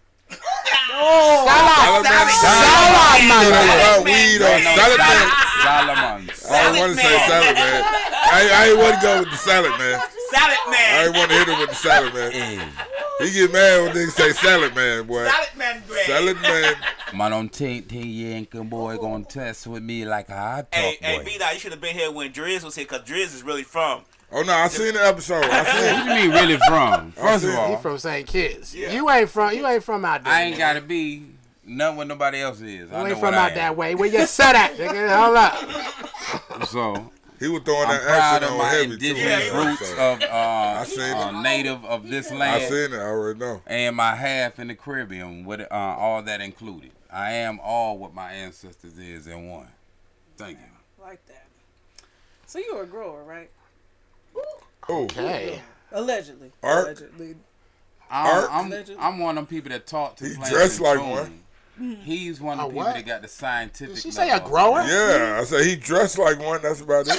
D: Salah,
M: Solomon.
D: Salah, my
M: That weed on Solomon.
B: Solomon.
M: I didn't want to say salad man. I, I didn't want to go with the salad man.
G: Salad
M: I
G: man.
M: didn't want to hit him with the salad man.
B: Solomon.
M: He get mad when niggas say salad man, boy.
G: Salad man grade.
M: Salad man.
B: Man, on 10 Yankin boy gonna test with me like a hot
G: Hey,
B: dog
G: hey,
B: boy.
G: B Dot, you should have been here when Driz was here, cause Driz is really from.
M: Oh no, I seen the episode. I
B: what
M: seen.
B: you mean really from? First of
M: see.
B: all,
D: He from St. Kitts.
G: Yeah.
D: You ain't from, you ain't from out there.
B: I ain't
D: nigga.
B: gotta be nothing what nobody else is. I
D: You
B: know
D: ain't
B: what
D: from
B: I
D: out
B: am.
D: that way. Where you set at, nigga? Hold up.
B: So
M: He was throwing
B: I'm
M: that
B: proud
M: action
B: of
M: on
B: my
M: heavy too.
B: indigenous
M: on the
B: roots
M: episode.
B: of uh,
M: seen
B: uh,
M: it.
B: native of this
M: I
B: land.
M: seen it. I already know.
B: and my half in the Caribbean, with uh, all that included. I am all what my ancestors is in one. Thank you.
E: like that. So you a grower, right?
D: Okay.
E: Allegedly.
B: Art?
E: Allegedly.
B: I'm,
E: Art?
B: I'm,
E: Allegedly.
B: I'm one of them people that talk to
M: He
B: plants
M: dressed
B: and
M: like
B: tune.
M: one.
B: He's one of
D: A
B: the people
D: what?
B: that got the scientific.
D: Did she say a
B: level.
D: grower?
M: Yeah, I said he dressed like one. That's about it.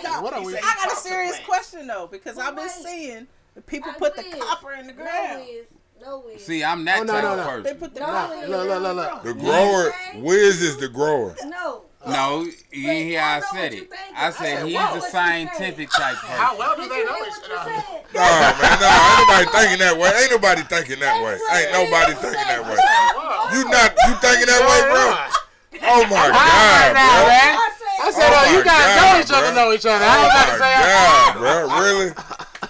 E: Stop.
D: What are we-
E: I got a serious question though because I've been seeing the people put the
H: Wiz.
E: copper in the
H: No
E: ground.
H: Wiz. No Wiz.
B: See, I'm that
D: Oh, no,
B: type
D: no,
B: of
D: no.
B: person.
E: They put the
H: No,
E: copper in
H: Wiz.
E: the
D: look, look, look.
E: ground.
M: The grower,
H: Okay.
M: Wiz is the grower.
H: No.
B: No, you ain't hear I
H: I know
B: said
H: what you
B: it.
H: thinking.
B: I
H: I
B: said
H: said,
B: he's
H: wow,
B: a
H: what you
B: scientific type
D: How
B: person.
D: well do
H: Did
D: they
H: you hear
D: know
H: what
D: each
H: you
D: other?
H: said?
M: No, man, no, ain't nobody thinking that way. Ain't nobody thinking that way. Ain't nobody thinking that way. You not, you thinking that way, bro? Oh my
D: right now,
M: god,
D: man. I said,
M: Oh
D: oh, you
M: my
D: guys
M: God,
D: know each other,
M: bruh.
D: know each other.
M: bro.
D: I
M: Oh
D: ain't got
M: my
D: to say,
M: god, bro. Really,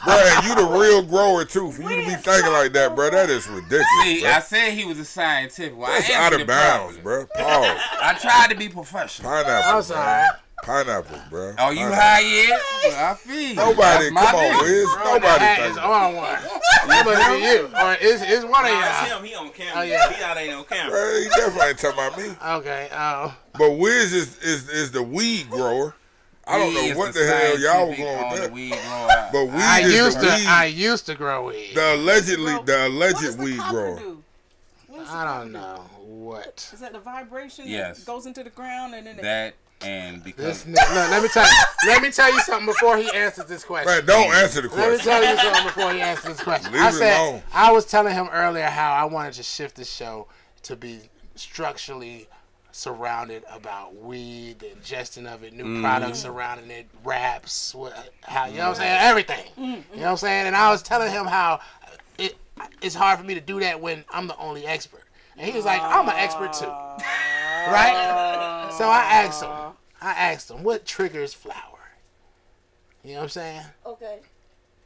M: bro? And you the real grower too. For you to be thinking like that, bro, that is ridiculous.
B: See,
M: Bro.
B: I said he was a scientific. Well,
M: That's
B: I
M: out
B: answered
M: of
B: it
M: bounds, bro.
B: properly.
M: Pause.
B: I tried to be professional.
M: Pineapple.
D: I'm sorry.
M: Bro. Pineapple, bro.
B: Oh, you
M: Pineapple.
B: high yet? Well, I feel.
M: Nobody, come on, Wiz.
D: Bro, that
M: Nobody
D: hat
M: thinking.
D: is on one. That must be you. Or it's, it's
G: Oh,
D: one of
K: Nah, it's
D: y'all.
K: him. He on camera.
D: Oh, yeah.
K: He out ain't on camera.
M: Bro, he definitely ain't talking about me.
D: Okay. Oh.
M: But Wiz is, is is the weed grower. I don't know what the, hell y'all were going with that.
B: that.
M: But weed
D: I
M: is
D: used
M: the
D: to.
M: weed,
D: I used to grow weed.
M: the allegedly the
E: Bro, What does
M: alleged
E: the
M: weed
E: copper
M: grower.
E: do? What does the
D: I
E: copper
D: don't
E: do?
D: know what.
E: Is that the vibration
B: Yes.
E: that goes into the ground and then it
B: That and
D: This
B: because
D: nigga, look, let me tell you. Let me tell you something before he answers this question.
M: Man, don't answer the
D: Let me
M: question.
D: tell you something before you answer this question.
M: Leave
D: I
M: it
D: said
M: alone.
D: I was telling him earlier how I wanted to shift the show to be structurally surrounded about weed, the ingestion of it, new
M: Mm-hmm.
D: products surrounding it, raps, what, how you know what I'm saying, everything. You know what I'm saying? And I was telling him how it it's hard for me to do that when I'm the only expert. And he was like, I'm an expert too. right? So I asked him. I asked him, what triggers flower? You know what I'm saying?
H: Okay.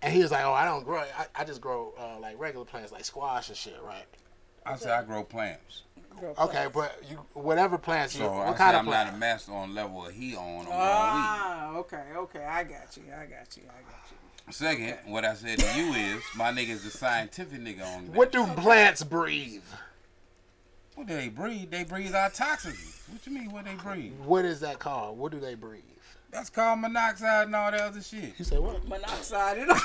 D: And he was like, "Oh, I don't grow. it. I, I just grow uh, like regular plants, like squash and shit, right?"
B: I said I grow plants.
D: Okay, but you whatever plants you,
B: So
D: what
B: I said
D: kind of
B: I'm not
D: plant?
B: a master on level of he on on growing weed.
E: Ah, okay, okay. I got you. I got you. I got you.
B: Second, what I said to you is my nigga is the scientific nigga on that.
D: What do plants breathe?
B: Well, they breathe. They breathe out toxins. What you mean? What they breathe?
D: What is that called? What do they breathe?
B: That's called monoxide and all that other shit.
D: You say what?
E: Monoxide and all.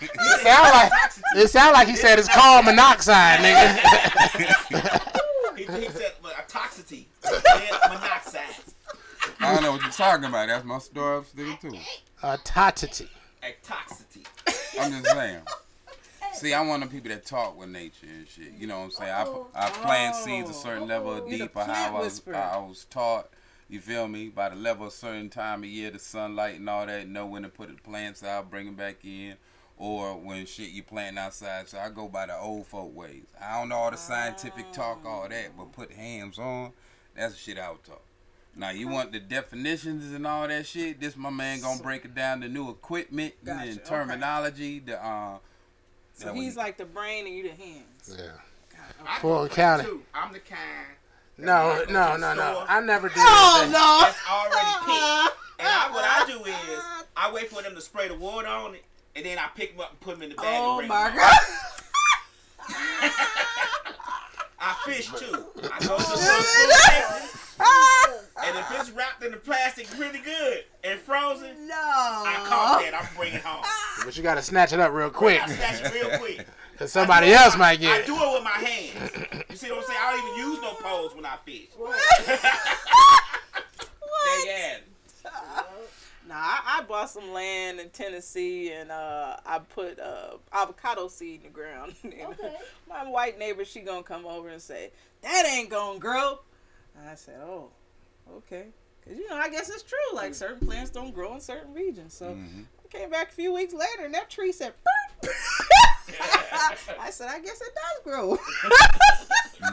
D: It sound like it sound like he said it's called monoxide, nigga.
K: He, he said but, uh, toxicity. Lead monoxide.
B: I don't know what you're talking about. That's my story. I'm sticking to.
D: Uh, totity.
K: A toxicity.
B: I'm just saying. See, I'm one of the people that talk with nature and shit. You know what I'm saying? I, pu- I plant seeds a certain level of
E: Oh, You the
B: deep or
E: plant
B: how I was,
E: whisperer.
B: I was taught. You feel me? By the level of certain time of year, the sunlight and all that. Know when to put the plants out, bring them back in. Or when shit you planting outside. So I go by the old folk ways. I don't know all the scientific talk, all that. But put hands on, that's the shit I would talk. Now you want the definitions and all that shit. This my man gonna break it down. The new equipment
E: Gotcha,
B: and
E: okay.
B: terminology. The uh,
E: So he's like the brain and you the hands.
D: Yeah.
K: I
D: Full
K: do
D: county.
K: too. I'm the kind
D: No,
K: When
D: no,
K: I go to the
D: no, no.
K: store,
D: I never did. anything.
E: Oh
K: that's already picked. And I, what I do is I wait for them to spray the water on it, and then I pick them up and put them in the
E: no!
K: bag. and
E: Oh
K: bring 'em
E: my
K: home.
E: god!
K: I fish too. I go to the Texas, and if it's wrapped in the plastic really good and frozen, I
E: No!
K: caught that. I'm bringing it home.
D: But you gotta snatch it up real quick,
K: I snatch it real quick.
D: cause somebody else might
K: I
D: get
K: do
D: it.
K: it with my hands. You see what I'm saying? I don't even use no poles when I fish. They had
E: Nah, I, I bought some land in Tennessee and uh, I put uh, avocado seed in the ground. And
H: Okay.
E: My white neighbor, she gonna come over and say, "That ain't gonna grow." And I said, "Oh, okay." Cause you know, I guess it's true.
K: Mm-hmm.
E: Like certain plants don't grow in certain regions. So I came back a few weeks later and that tree said, "Burp." I said, "I guess it does grow."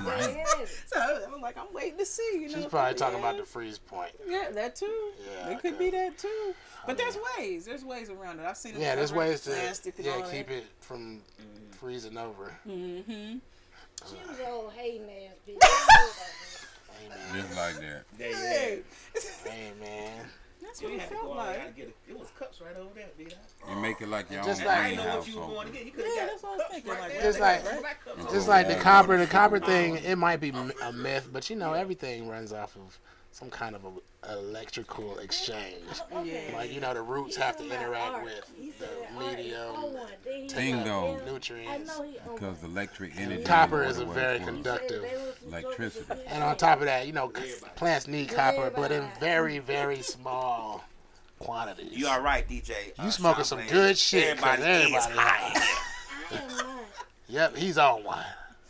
H: Right.
E: so I'm like, I'm waiting to see. You know,
D: She's
E: if
D: probably
E: it
D: talking about the
E: is.
D: freeze point.
E: Yeah, that too.
D: Yeah,
E: it could be that too. But there's ways. There's ways around it. I've seen it.
D: Yeah, there's ways to
E: plastic and
D: yeah
E: all
D: keep it from freezing over.
E: Mm-hmm.
H: She was an old hating ass bitch.
B: just like that.
K: They had
E: Hey,
K: it.
D: Hey man,
E: that's what
K: You
E: it
K: had to
E: felt
K: go out there and
E: like.
K: get it. It was cups right over there, bitch.
B: You make it like your
D: Just
B: own
D: like-
K: I
D: Ain't
K: didn't know what
B: greenhouse.
K: you were
B: over.
K: going to get. You could
E: Yeah,
K: have
E: that's what I was
K: got cups
E: thinking,
K: right
E: like,
K: there.
D: just
K: They got
D: like-
K: black cups
B: Just
K: over
D: just
K: there.
D: like the
B: yeah,
D: copper,
B: water
D: the copper
B: shoot.
D: thing, it might be m- a myth, but you know everything runs off of some kind of a, electrical exchange.
H: Okay.
D: Like you know, the roots
H: He
D: have to
H: said that
D: interact
H: art.
D: with
H: He
D: the
H: said that art is
A: Oh,
D: medium,
H: on. Then he
D: take
B: Bingo.
D: up
H: I
D: nutrients.
H: know he owned
B: Because electric energy.
D: Copper
B: is
D: is a
B: what
D: very
B: it was.
D: conductive.
B: Electricity.
D: And on top of that, you know, plants need copper, but in very, very small quantities.
G: You all right, DJ?
D: You smoking some good shit, 'cause
G: Everybody is
D: everybody
G: high.
D: Yep, he's on one.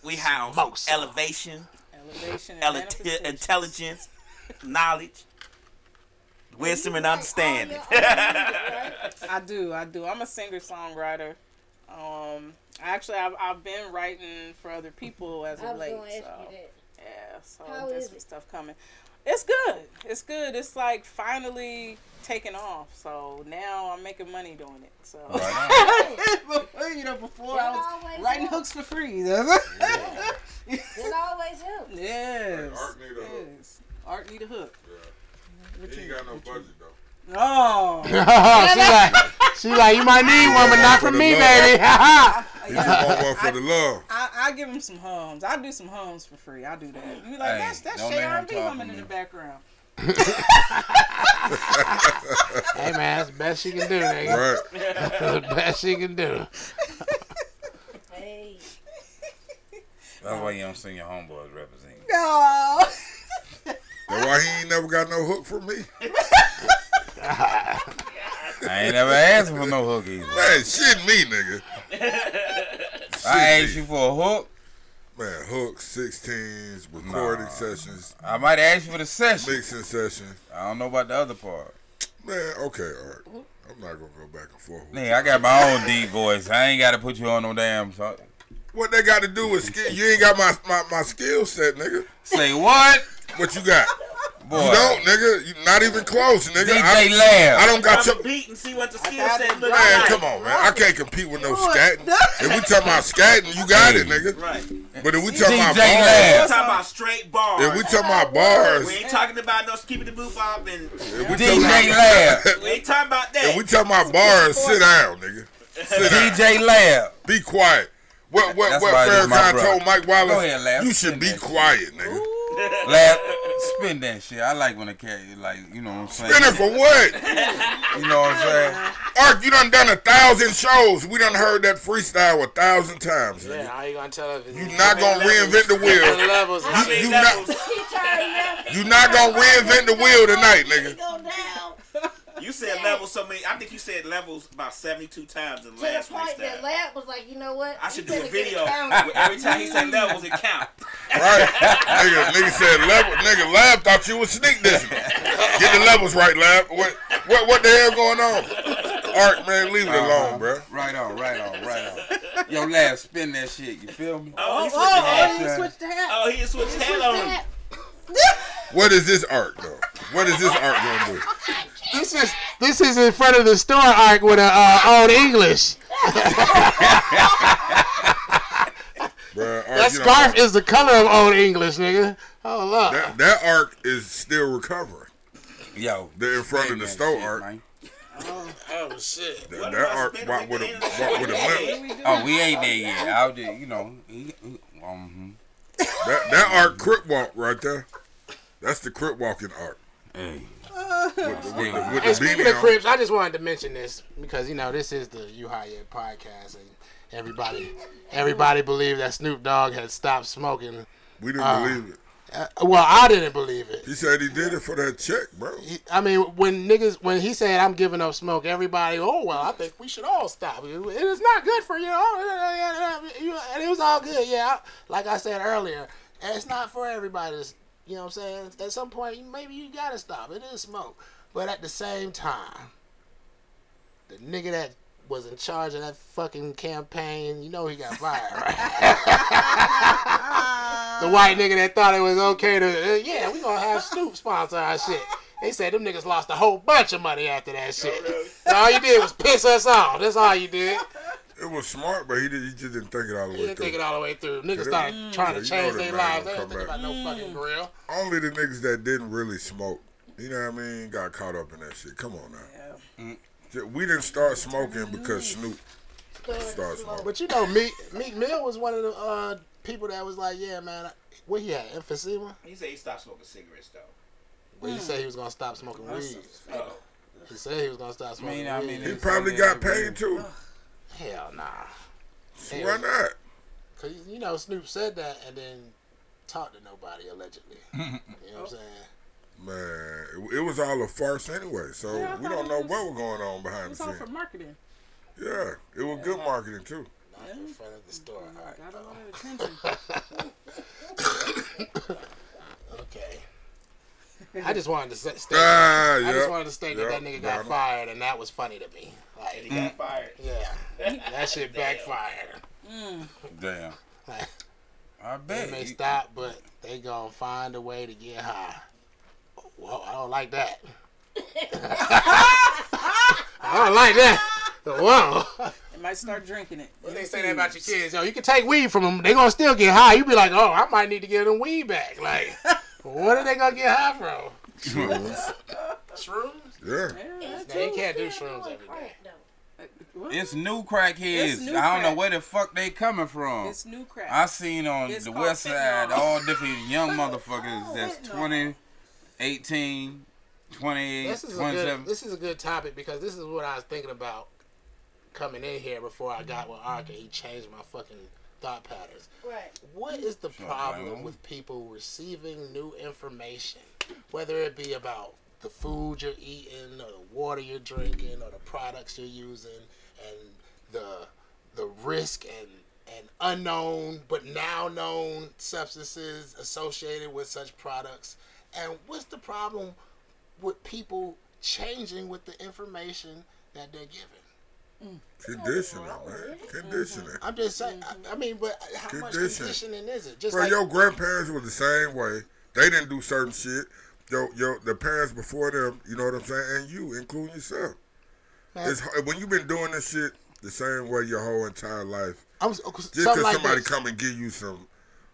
G: We have some elevation,
E: Elevation.
G: ele- intelligence, knowledge, wisdom, and understanding.
E: I do, I do. I'm a singer songwriter. Um, actually, I've, I've been writing for other people as
H: I
E: of
H: was
E: late.
H: gonna ask
E: so,
H: you that.
E: yeah, so
H: How
E: there's
H: is
E: some
H: it?
E: stuff coming. It's good. It's good. It's like finally taking off. So now I'm making money doing it. So you know, before I was
H: Always
E: writing
H: help.
E: hooks for free. yeah.
H: It always helps.
E: Yes.
M: Art need a hook.
E: yes. Art need a hook. What
M: He
E: you-
M: ain't got no
E: what you-
M: budget though.
E: Oh.
D: she like, she like, you might need one, but not
M: For
D: from
M: the
D: me,
M: love.
D: baby.
M: He just want one for the love.
E: I, I give him some hums. I do some hums for free. I do that. You be like
B: Hey,
E: that's that's
B: don't
E: Shay
B: let him
E: R and B
B: talk
E: humming
B: to
E: in the
B: me.
E: background.
D: hey man, that's the best she can do, nigga.
M: Right.
D: That's the best she can do.
H: Hey,
B: That's why you don't sing your homeboys representing.
E: No.
M: That's why he ain't never got no hook for me.
B: I ain't never asked for no hook either.
M: Man, shit me, nigga.
B: I asked you for a hook.
M: Man, hooks, 16s, recording sessions,
B: I might ask you for the session.
M: mixing sessions.
B: I don't know about the other part.
M: Man, okay, Art. I'm not gonna go back and forth. with
B: Nigga, I got my own deep voice. I ain't got to put you on no damn. so-
M: What they got to do with skill? You ain't got my, my, my skill set, nigga.
B: Say what?
M: What you got?
B: Boy.
M: You don't, nigga. You not even close, nigga.
B: DJ
M: I,
B: Lab.
M: I don't got your
K: Drop a beat and see what the skill
E: got
K: set
E: it.
K: looks
M: man.
K: like.
M: Come on, man. I can't compete with no scatting. If we talking about scatting, you got it, nigga.
K: Right.
M: But if we talking about
B: DJ Lab.
M: bars,
K: We're talking about straight bars.
M: if we talking about bars,
K: We ain't talking about no skipping the boop bop and
M: if we talking
B: DJ
M: about,
B: Lab.
K: we ain't talking about that.
M: if we talking about bars, sit down, nigga. Sit down.
B: DJ Lab.
M: Be quiet. What what
B: That's
M: what
B: why this my
M: Farrakhan
B: brother.
M: told Mike Wallace?
B: Go ahead, Lab.
M: You should be
B: Sit down.
M: quiet, nigga.
B: Lab. Spin that shit. I like when a cat, like, you know what I'm saying?
M: Been it for what?
B: You know what I'm saying?
M: Ark, you done done a thousand shows. We done heard that freestyle a thousand times.
D: Yeah, all you gonna tell us is
M: You not gonna reinvent the wheel.
D: levels.
K: How many
M: you
K: levels?
H: he turned left.
M: You not gonna reinvent the wheel tonight, nigga.
H: Go down
K: You said levels so many. I think you said levels about 72 times in the
H: to the
K: last
H: point that
K: freestyle.
H: Lab was like, you know what?
K: I should
H: You
K: do a
H: finna get
K: video
H: count.
K: where every time he said levels, it count.
M: Right? nigga, nigga said level. Nigga, Lab thought you was sneak dissing. him. Get the levels right, Lab. What what what the hell going on? Ark, man, leave it alone, bruh.
B: Uh-huh. Right on, right on, right on. Yo, Lab, spin that shit. You feel me?
K: Oh, he
E: Oh,
K: switched the hat.
B: hat, son.
E: oh, you switched the hat.
K: Oh, he just switched the hat on him.
M: What is this Ark though? What is this Ark gonna do?
D: This is this is in front of the store arc with a uh, old English.
M: Bruh, Ark,
D: That
M: you know,
D: scarf is the color of old English, nigga. Hold up.
M: that, that Ark is still recovering.
B: Yo.
M: They're in front of
B: spin
M: the
B: that
M: store,
B: shit,
M: Ark.
B: man.
D: oh shit.
M: That, that Ark walked with a walked with a limp.
E: We do.
B: Oh, we ain't there yet. I'll just, you know. He, he-
D: hmm.
B: um,
M: That that art crip walk right there. That's the crip walking art.
B: hey.
M: With the, with the,
D: And
M: with the
D: speaking of
M: beanie on.
D: Crips, I just wanted to mention this because you know this is the You High Yet podcast, and everybody, everybody believed that Snoop Dogg had stopped smoking.
M: We didn't believe it.
D: Uh, well, I didn't believe it.
M: He said he did it for that check, bro.
D: He- I mean, when niggas, when he said I'm giving up smoke, everybody, oh well, I think we should all stop. It it is not good for you. Oh, yeah, yeah, yeah, you- And it was all good, yeah. Like I said earlier, it's not for everybody. It's- You know what I'm saying? At some point, you- maybe you gotta stop. It is smoke, but at the same time, the nigga that was in charge of that fucking campaign, you know he got fired, right? the white nigga that thought it was okay to, uh, yeah, we gonna have Snoop sponsor our shit. They said them niggas lost a whole bunch of money after that shit. So all you did was piss us off. That's all you did.
M: It was smart, but he, did, he just didn't think it all the
D: You
M: way
D: didn't think
M: through.
D: it all the way through. Niggas
M: Yeah,
D: started trying
M: you
D: to
M: know
D: change
M: that
D: their
M: man
D: lives. They
M: gonna
D: didn't
M: come
D: think
M: back.
D: about no fucking grill.
M: Only the niggas that didn't really smoke, you know what I mean, got caught up in that shit. Come on now. Ju- We didn't start smoking because Snoop started smoking.
D: But you know, Meek, Meek Mill was one of the uh, people that was like, yeah, man, I- what he had, emphysema?
K: He said he stopped smoking cigarettes, though. Oh.
D: But he said he was gonna stop smoking weed. He said he was gonna stop smoking
B: I
D: weed.
B: mean,
M: He probably got paid too.
D: Hell nah.
M: Why not?
D: Cause you know Snoop said that and then talked to nobody allegedly. you know what
K: Oh.
D: I'm saying?
M: Man, it- it was all a farce anyway, so
E: Yeah, I
M: we
E: thought
M: don't
E: it
M: know
E: was-
M: what was going on behind the
E: It's all for
M: scenes.
E: marketing.
M: Yeah, it was good marketing too.
D: Not in front of the store. All right.
E: Got a lot of attention.
D: Okay. I just wanted to say, state,
M: Ah,
D: I
M: yep,
D: just wanted to state that that
M: yep,
D: nigga got
M: Donald.
D: fired, and that was funny to me. Like,
K: He got fired.
D: yeah, that shit backfired.
E: Mm.
B: Damn.
D: Like,
B: I
D: they
B: bet.
D: may
B: You-
D: stop, but they gonna find a way to get high. Whoa, I don't like that. I don't like that. Whoa.
E: It might start drinking it.
D: They say that about your kids. Yo, you can take weed from them. They gonna still get high. You be like, oh, I might need to give them weed back. Like, what are they gonna get high from? Shrooms?
M: Yeah,
E: Yeah, that
D: Now, you
E: too.
D: can't do
H: Still
D: shrooms
H: doing
D: every day.
H: crack, though.
E: What?
B: it's new crackheads.
E: It's new
B: I don't know
E: crack.
B: where the fuck they coming from.
E: It's new crap.
B: I seen on
E: It's
B: the
E: called
B: west side
E: fentanyl.
B: all different young motherfuckers that's
E: fentanyl.
B: 20, 18, 28,
D: This is a good.
B: 27.
D: This is a good topic because this is what I was thinking about coming in here before I got with Arca. He changed my fucking thought patterns.
H: Right.
D: What is the
B: Brown.
D: problem with people receiving new information, whether it be about the food you're eating, or the water you're drinking, or the products you're using, and the the risk and and unknown but now known substances associated with such products? And what's the problem with people changing with the information that they're given?
M: conditioning, man, conditioning.
D: I'm just saying. I, I mean, but how much
M: Condition.
D: conditioning is it? Just
M: Bro,
D: like
M: your grandparents was the same way. They didn't do certain shit. Yo, yo, the parents before them, you know what I'm saying, and you, including yourself.
D: Man.
M: It's hard- when you've been doing this shit the same way your whole entire life.
D: I'm just because
M: Just 'cause somebody
D: like this.
M: come and give you some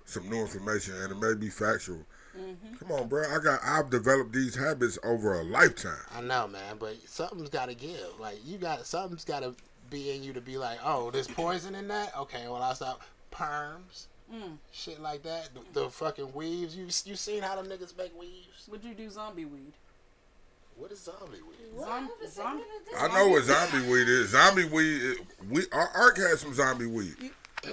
M: some new information and it may be factual.
D: Mm-hmm.
M: Come on, bro. I got I've developed these habits over a lifetime.
D: I know, man, but something's got to give. Like you got something's got to be in you to be like, oh, there's poison in that. Okay, well I stop perms,
E: Mm.
D: shit like that. The, the fucking weaves. You you seen how them niggas make weaves?
E: Would you do zombie weed?
D: What is zombie weave?
H: What
E: Zom-
H: happened to
E: zom-
H: niggas that-
M: I know what zombie weed is. Zombie weed, is- we our Ark had some zombie weed.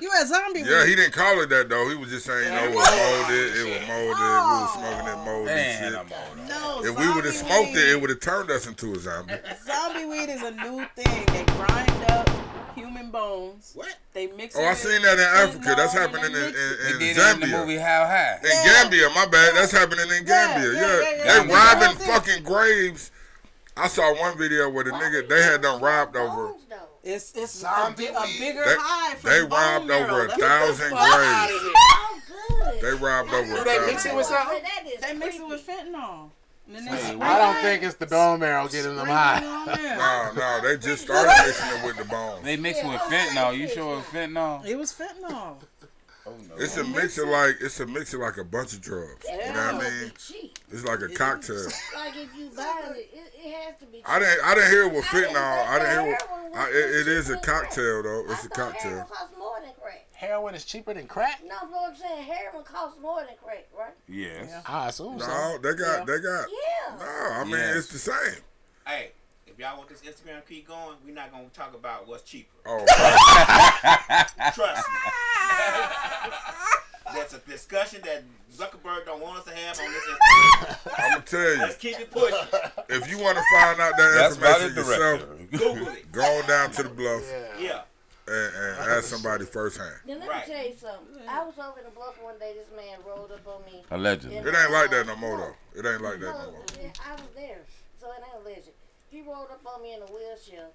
E: You had zombie
M: Yeah, he didn't call it that though. He was just saying, you know, it was molded. It was molded. We was smoking that molded
B: Damn,
M: shit.
B: I'm on that.
E: No,
M: If we would have smoked it, it
E: would.
M: would have turned us into a zombie.
E: Zombie weed is a new thing. They grind up human bones.
K: What?
E: They mix.
M: Oh,
E: it
M: I
E: in
M: seen that in
E: fentanyl
M: Africa. That's
E: and they
M: happening in,
E: mix it.
B: They
M: in, in
B: did it in the movie
M: Zambia.
B: How High.
M: In Gambia, my bad. That's happening in Gambia. Yeah,
E: yeah, yeah, yeah,
M: they
B: yeah.
M: robbing
E: That's it.
M: fucking graves. I saw one video where the nigga they had them robbed over.
H: Bones, though.
E: It's it's a,
D: Zombie
E: bi- a
D: weed.
E: bigger
M: They-
E: high from
M: they
E: bone
M: robbed
E: marrow.
M: over a
E: That's what the
M: thousand
E: fuck out
M: graves.
E: of here.
H: Oh, good.
M: They robbed over.
D: Do
M: a
D: they mix
M: thousand
D: it
M: graves.
D: with something?
H: That is
E: They mix it
H: creepy.
E: with fentanyl. And then
B: Wait,
E: they
B: what?
D: I don't think it's the bone marrow getting them high.
M: No, no, they just started mixing it with the bones.
B: They mixing with fentanyl. You sure it's fentanyl?
E: It was fentanyl.
D: Oh,
M: It's a mix of like it's a mix of like a bunch of drugs. You know
E: Yeah.
M: what I mean?
H: Be cheap.
M: It's like a cocktail.
H: Like if you buy it, it, it has to be.
M: I didn't. I didn't hear it with
H: didn't
M: fentanyl. I didn't hear
H: think
M: it.
H: heroin
M: I,
H: was
M: it, it is a
H: cheaper than
M: cocktail though.
H: crack.
M: It's
H: I
M: a
H: thought
M: cocktail.
H: Heroin costs more than crack.
D: Heroin is cheaper than crack.
H: No, but I'm saying heroin costs more than crack, right?
B: Yes.
D: I assume so.
M: No, they got. They got. No,
H: Yeah.
M: I mean
B: Yes.
M: it's the same.
K: Hey, if y'all want this Instagram keep going, we're not gonna talk about what's cheaper.
M: Oh,
K: Trust me. That's a discussion that Zuckerberg don't want us to have on this. Instagram.
M: I'm gonna tell you.
K: Let's keep it pushing.
M: If you want to find out that
B: That's by the
M: information yourself,
B: director.
K: Google it.
M: go on down to the bluff
D: Yeah.
K: Yeah.
M: and, and ask somebody firsthand.
H: Then let
K: Right.
H: me tell you something. I was over in the bluff one day. This man rolled up on me.
B: Allegedly.
M: It ain't like that no more though. It ain't like that no more.
H: No, I was there, so it ain't legend. He rolled up on me in a wheelchair.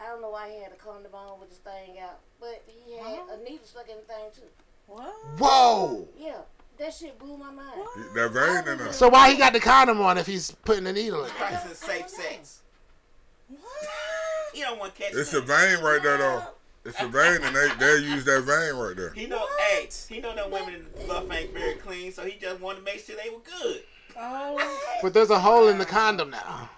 H: I don't know why he had a condom on with his thing out, but he had a needle stuck in the thing too.
E: What?
D: Whoa.
H: Yeah, that shit blew my mind.
M: That vein in us.
D: So why he got the condom on if he's putting a needle in? it?
K: Practicing safe sex. He don't want to catch
M: It's a
K: nothing.
M: vein right there though. It's a vein, and they they use that vein right there.
K: He know, hey, he know that women in the bluff ain't very clean, so he just wanted to make sure they were good.
E: Oh,
D: But there's a hole in the condom now.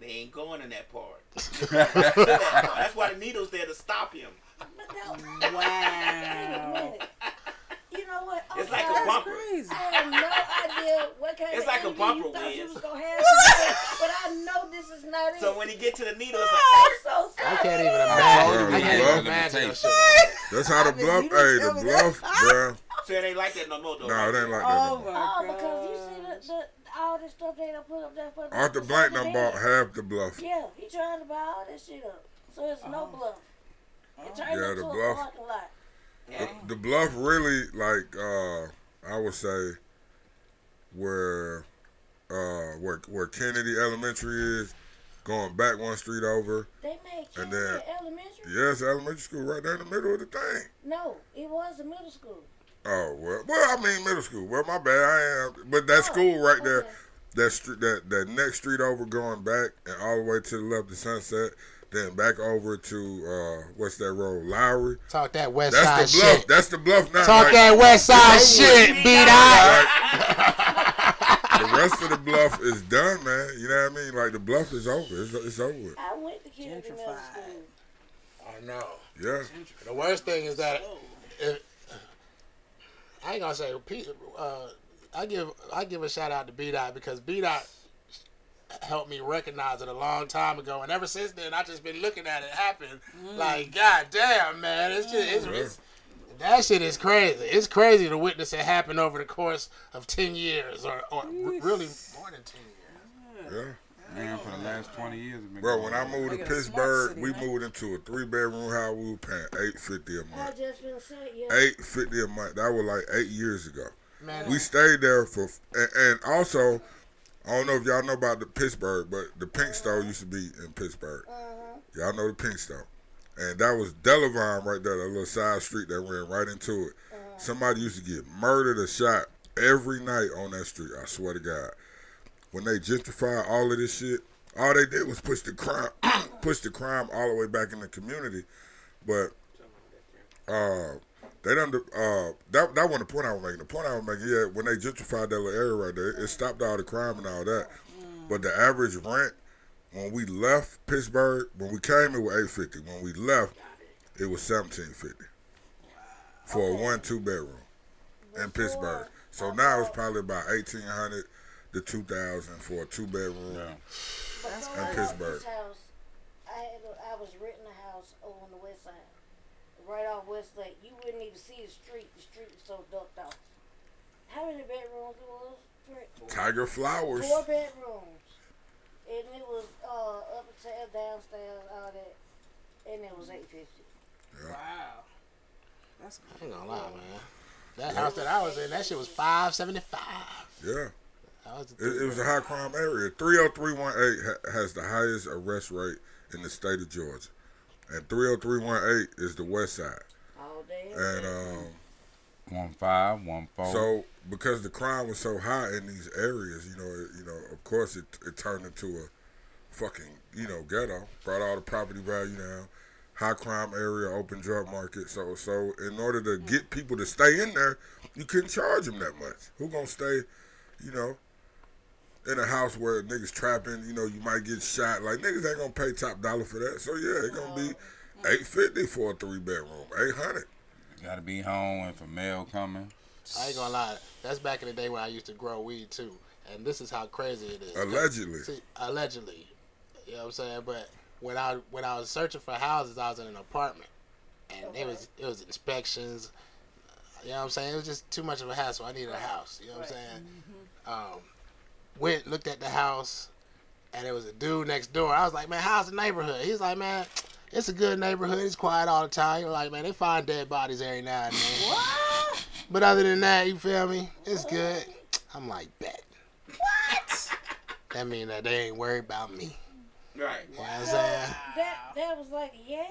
K: They ain't going in that part. That's why the needle's there to stop him.
H: But no,
E: wow.
H: wait a minute. You know what? Oh, All
K: It's like a bumper.
H: I have no idea what kind
K: It's
H: of
K: like a
H: energy
K: bumper
H: you thought you
K: whiz.
H: was gonna have, today, but I know this is not it.
K: So when you get to the needle, it's
H: I'm
K: like.
H: so sorry.
D: I can't even
M: Oh,
D: imagine.
M: the
D: I can't
M: bluff.
D: even imagine. that shit.
M: That's how the bluff. Hey, the bluff, bruh.
K: So it ain't like that no more though.
M: Nah, it ain't like that. no
E: Oh
M: more.
E: my
H: Oh,
E: god.
H: because you see the, the all this stuff they done put up there for
M: Arthur
H: for
M: Blank
H: the
M: done
H: men.
M: bought half the bluff.
H: Yeah, he trying to buy all this shit up, so it's no bluff. It turned
M: Yeah, the
H: into a
M: bluff.
H: parking lot.
M: The, the bluff really like uh I would say where uh where where Kennedy Elementary is, going back one street over.
H: They made kids
M: And then-
H: at elementary.
M: Yes, elementary school right there in the middle of the thing.
H: No, it was a middle school.
M: Oh well, well I mean middle school. Well my bad, I am. But that school right there,
H: okay.
M: that street, that that next street over, going back and all the way to the left to Sunset, then back over to uh what's that road, Lowry.
D: Talk that West
M: That's
D: Side
M: the bluff.
D: shit.
M: That's the bluff. Not
D: Talk
M: like,
D: that West Side shit, beat out.
M: the rest of the bluff is done, man. You know what I mean? Like the bluff is over. It's, it's over. with.
H: I went to Kennedy Middle
E: Gentrified.
H: School.
D: I know.
M: Yeah.
D: The worst thing is that if, I ain't gonna say. P- Uh, I give I give a shout out to B Dot because B Dot helped me recognize it a long time ago, and ever since then I just been looking at it happen.
H: Mm.
D: Like, god damn, man, it's just it's, it's that shit is crazy. It's crazy to witness it happen over the course of ten years, or, or r- really more than ten years.
M: Yeah.
B: Man, for the last 20 years, it's been
M: Bro,
B: going
M: when I
B: on.
M: moved to
E: Like a smart
M: Pittsburgh,
E: city,
M: we
E: huh?
M: moved into a three bedroom house. We were paying eight fifty a
H: I
M: month.
H: just been saying, yeah.
M: Eight fifty a month. That was like eight years ago.
D: Man,
M: We stayed there for, and, and also, I don't know if y'all know about the Pittsburgh, but the Pink Stone used to be in Pittsburgh. Y'all know the Pink Stone, and that was Delavine right there, that little side street that ran right into it. Somebody used to get murdered or shot every night on that street. I swear to God, when they gentrified all of this shit, all they did was push the crime, push the crime all the way back in the community, but. Uh, they done. Uh, that that wasn't the point I was making. The point I was making, yeah, when they gentrified that little area right there, it stopped all the crime and all that. But the average rent when we left Pittsburgh, when we came, it was eight fifty. When we left, it was seventeen fifty for a one two bedroom in Pittsburgh. So now it's probably about eighteen hundred to two thousand for a two bedroom.
B: Yeah.
H: Before
M: in
H: I
M: Pittsburgh.
H: This house, I had a, I was renting a house over on the west side, right off West Lake. You wouldn't even see the street. The street was so ducked off. How many bedrooms it was? Fred?
M: Tiger Flowers.
H: Four bedrooms, and it was uh, upstairs, downstairs, all that, and it was eight fifty.
E: Wow. That's
D: I ain't gonna lie, man. That house that I was in, that shit was five seventy five.
M: Yeah.
D: That was the
M: It, it was a high crime area. 30318 ha- has the highest arrest rate in the state of Georgia. And 30318 is the west side.
H: All day.
M: And um,
B: One five, one four.
M: so because the crime was so high in these areas, you know, it, you know, of course it, it turned into a fucking, you know, ghetto. Brought all the property value down. High crime area, open drug market. So so in order to get people to stay in there, you couldn't charge them that much. Who going to stay, you know, in a house where niggas trapping, you know, you might get shot. Like niggas ain't gonna pay top dollar for that. So yeah, it's gonna be eight fifty for a three bedroom, eight hundred.
B: Gotta be home and for mail coming.
D: I ain't gonna lie. That's back in the day when I used to grow weed too. And this is how crazy it is.
M: Allegedly.
D: See, allegedly. You know what I'm saying? But when I when I was searching for houses, I was in an apartment, and it was it was inspections. You know what I'm saying? It was just too much of a hassle. I needed a house. You know what I'm saying?
E: Mm.
D: Um, went looked at the house, and it was a dude next door. I was like, man, how's the neighborhood? He's like, man. It's a good neighborhood. It's quiet all the time. You're like, man, they find dead bodies every now and then. But other than that, you feel me? It's good. I'm like, bet. What? That mean that they ain't worried about me.
K: Right.
D: You know what I'm saying?
H: That that was like yay.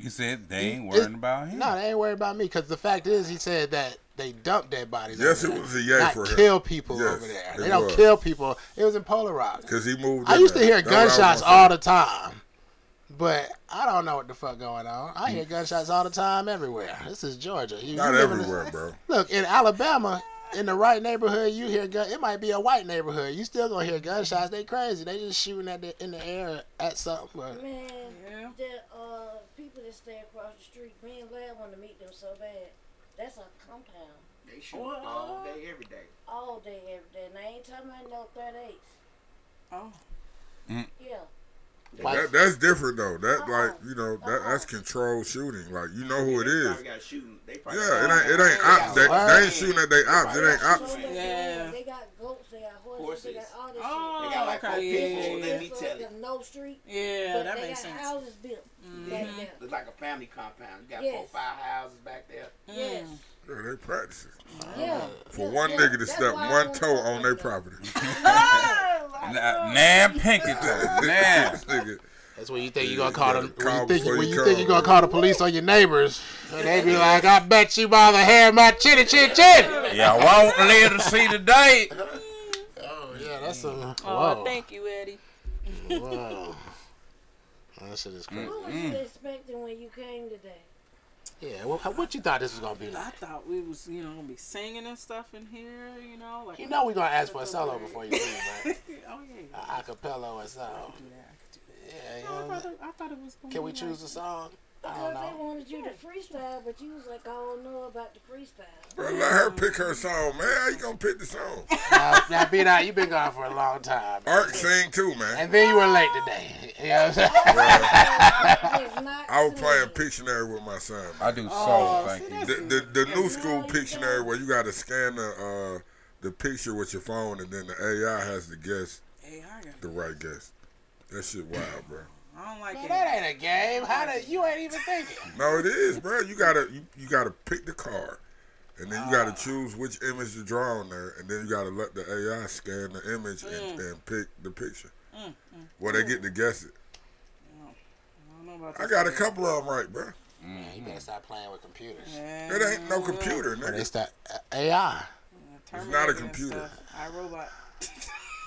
B: He said they ain't
D: It's-
B: worrying about him.
D: No, they ain't worried about me because the fact is, he said that they dump dead bodies.
M: Yes,
D: over
M: it
D: there,
M: was a yay
D: not
M: for him.
D: kill people
M: Yes,
D: over there.
M: it
D: They don't
M: was.
D: kill people. It was in Polaroid.
M: Cause he moved.
D: I
M: in
D: used to
M: there.
D: hear
M: That's what I was
D: gunshots
M: gonna say.
D: all the time, but I don't know what the fuck going on. I hear gunshots all the time everywhere. This is Georgia. You,
M: Not
D: you live in a-
M: everywhere, bro.
D: Look, in Alabama, in the right neighborhood, you hear gun. It might be a white neighborhood. You still gonna hear gunshots. They crazy. They just shooting at the in the air at something. But
H: Man,
E: Yeah.
H: the uh, people that stay across the street, me and Lad want to meet them so bad. That's a compound.
K: They shoot all day, every day.
H: all day, every day. And I ain't talking about no 38.
E: Oh.
M: Mm.
H: Yeah. Uh-huh.
M: That, that's different though. That like you know that that's controlled shooting. Like you know who it is.
K: Probably got shooting. They probably
H: oh,
M: Yeah, it ain't it ain't ops. They, they ain't shooting at their ops. It ain't ops.
H: Yeah. They got goats, they got horses, they got all this
E: Oh,
H: shit.
K: They got like
E: okay,
K: four
E: yeah,
K: people.
E: yeah,
K: Let
E: yeah.
K: me tell you,
H: There's no street.
E: Yeah,
H: but
E: that
H: they
E: makes
H: got
E: sense. Mm-hmm.
H: houses built. back there.
K: it's like a family compound. You got four,
H: Yes.
K: five houses back there.
I: Mm.
H: Yes.
M: Yeah, they practicing
H: Yeah.
M: for
H: yeah,
M: one
H: yeah.
M: nigga to
H: That's
M: step
H: why I
M: one
H: don't
M: toe
H: fuck
M: on
H: with
M: their
H: them.
M: property.
H: Oh,
B: Nah, Nan Pinkerton. Nan.
M: Nigga,
D: That's when you think you're gonna call
M: Yeah,
D: them.
M: call
D: When you think,
M: before
D: when
M: you
D: you think
M: come.
D: you're gonna call the police on your neighbors, and they be like, "I bet you by the hair of my chinny chin chin."
B: Y'all won't live to see the day.
D: Oh yeah, that's a whoa.
E: Oh, thank you, Eddie.
D: Wow. That shit is crazy.
H: What was you
K: Mm.
H: expecting when you came today?
D: Yeah, what, what you thought this was gonna be like?
E: I thought we was, you know, gonna be singing and stuff in here, you know, like
D: You know we gonna ask for a solo before you leave, right?
E: Oh yeah,
D: A cappella or something.
E: yeah, I could do that.
D: Yeah, you
E: No,
D: know
E: I
K: Um,
D: what I'm
E: thought,
D: saying?
E: it, I thought it was. Gonna
D: Can
E: be
D: we choose a
E: like,
D: song? I
H: Because
D: don't
H: they
D: know.
H: wanted you to freestyle, but you was like, I don't know about the freestyle.
M: bro, let her pick her song, man. How you gonna pick the song?
D: Now, now B Dot, you've been gone for a long time.
M: Art sing too, man.
D: And then you were late today. You know what I'm saying?
H: It's not
M: I was
H: to
M: playing
H: me.
M: Pictionary with my son. Man.
B: I do soul,
E: Oh,
B: thank you.
M: The the, the new school Pictionary where you gotta scan the uh, the picture with your phone and then the AI has to guess
E: Hey, I, got,
M: the right guess. That shit wild, bro.
E: I don't like
D: Man,
E: it.
D: that ain't a game. How did you ain't even thinking?
M: No, it is, bro. You gotta you, you gotta pick the card, and then you
D: Ah.
M: gotta choose which image to draw on there, and then you gotta let the AI scan the image and,
D: Mm.
M: and pick the picture. Well, they get to guess it.
E: I don't know about
M: I
E: this
M: got a
E: one.
M: couple of them right, bro.
D: Man, you better stop playing with computers.
E: Yeah,
M: It ain't no computer,
D: They
M: nigga.
D: start AI.
M: not a
E: Terminator and
M: computer.
E: stuff. I robot.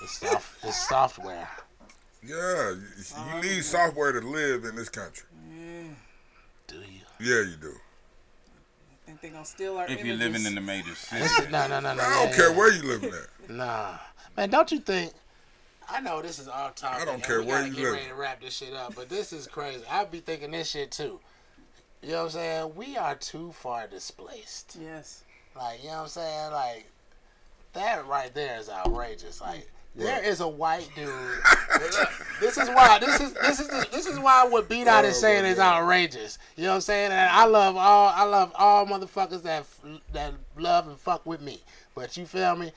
D: It's, soft, it's software.
M: Yeah, you,
D: Oh,
M: you need software to live in this country.
D: Do you?
M: Yeah, you do.
E: Think they gonna steal our
B: If
E: images?
B: you're living in the major city.
D: This is- no, no, no, no.
M: I don't
D: yeah,
M: care
D: yeah.
M: where you living at.
D: Nah, man, don't you think? I know this is off topic.
M: I don't
D: and
M: care
D: we
M: where
D: gotta
M: you
D: get
M: live.
D: ready to wrap this shit up, but this is crazy. I be thinking this shit too. You know what I'm saying? We are too far displaced.
E: Yes.
D: Like, you know what I'm saying? Like, that right there is outrageous. Like, there is a white dude. this is why. This is this is this is why what beat out
M: Oh,
D: is saying is outrageous. You know what I'm saying? And I love all I love all motherfuckers that f- that love and fuck with me. But you feel me?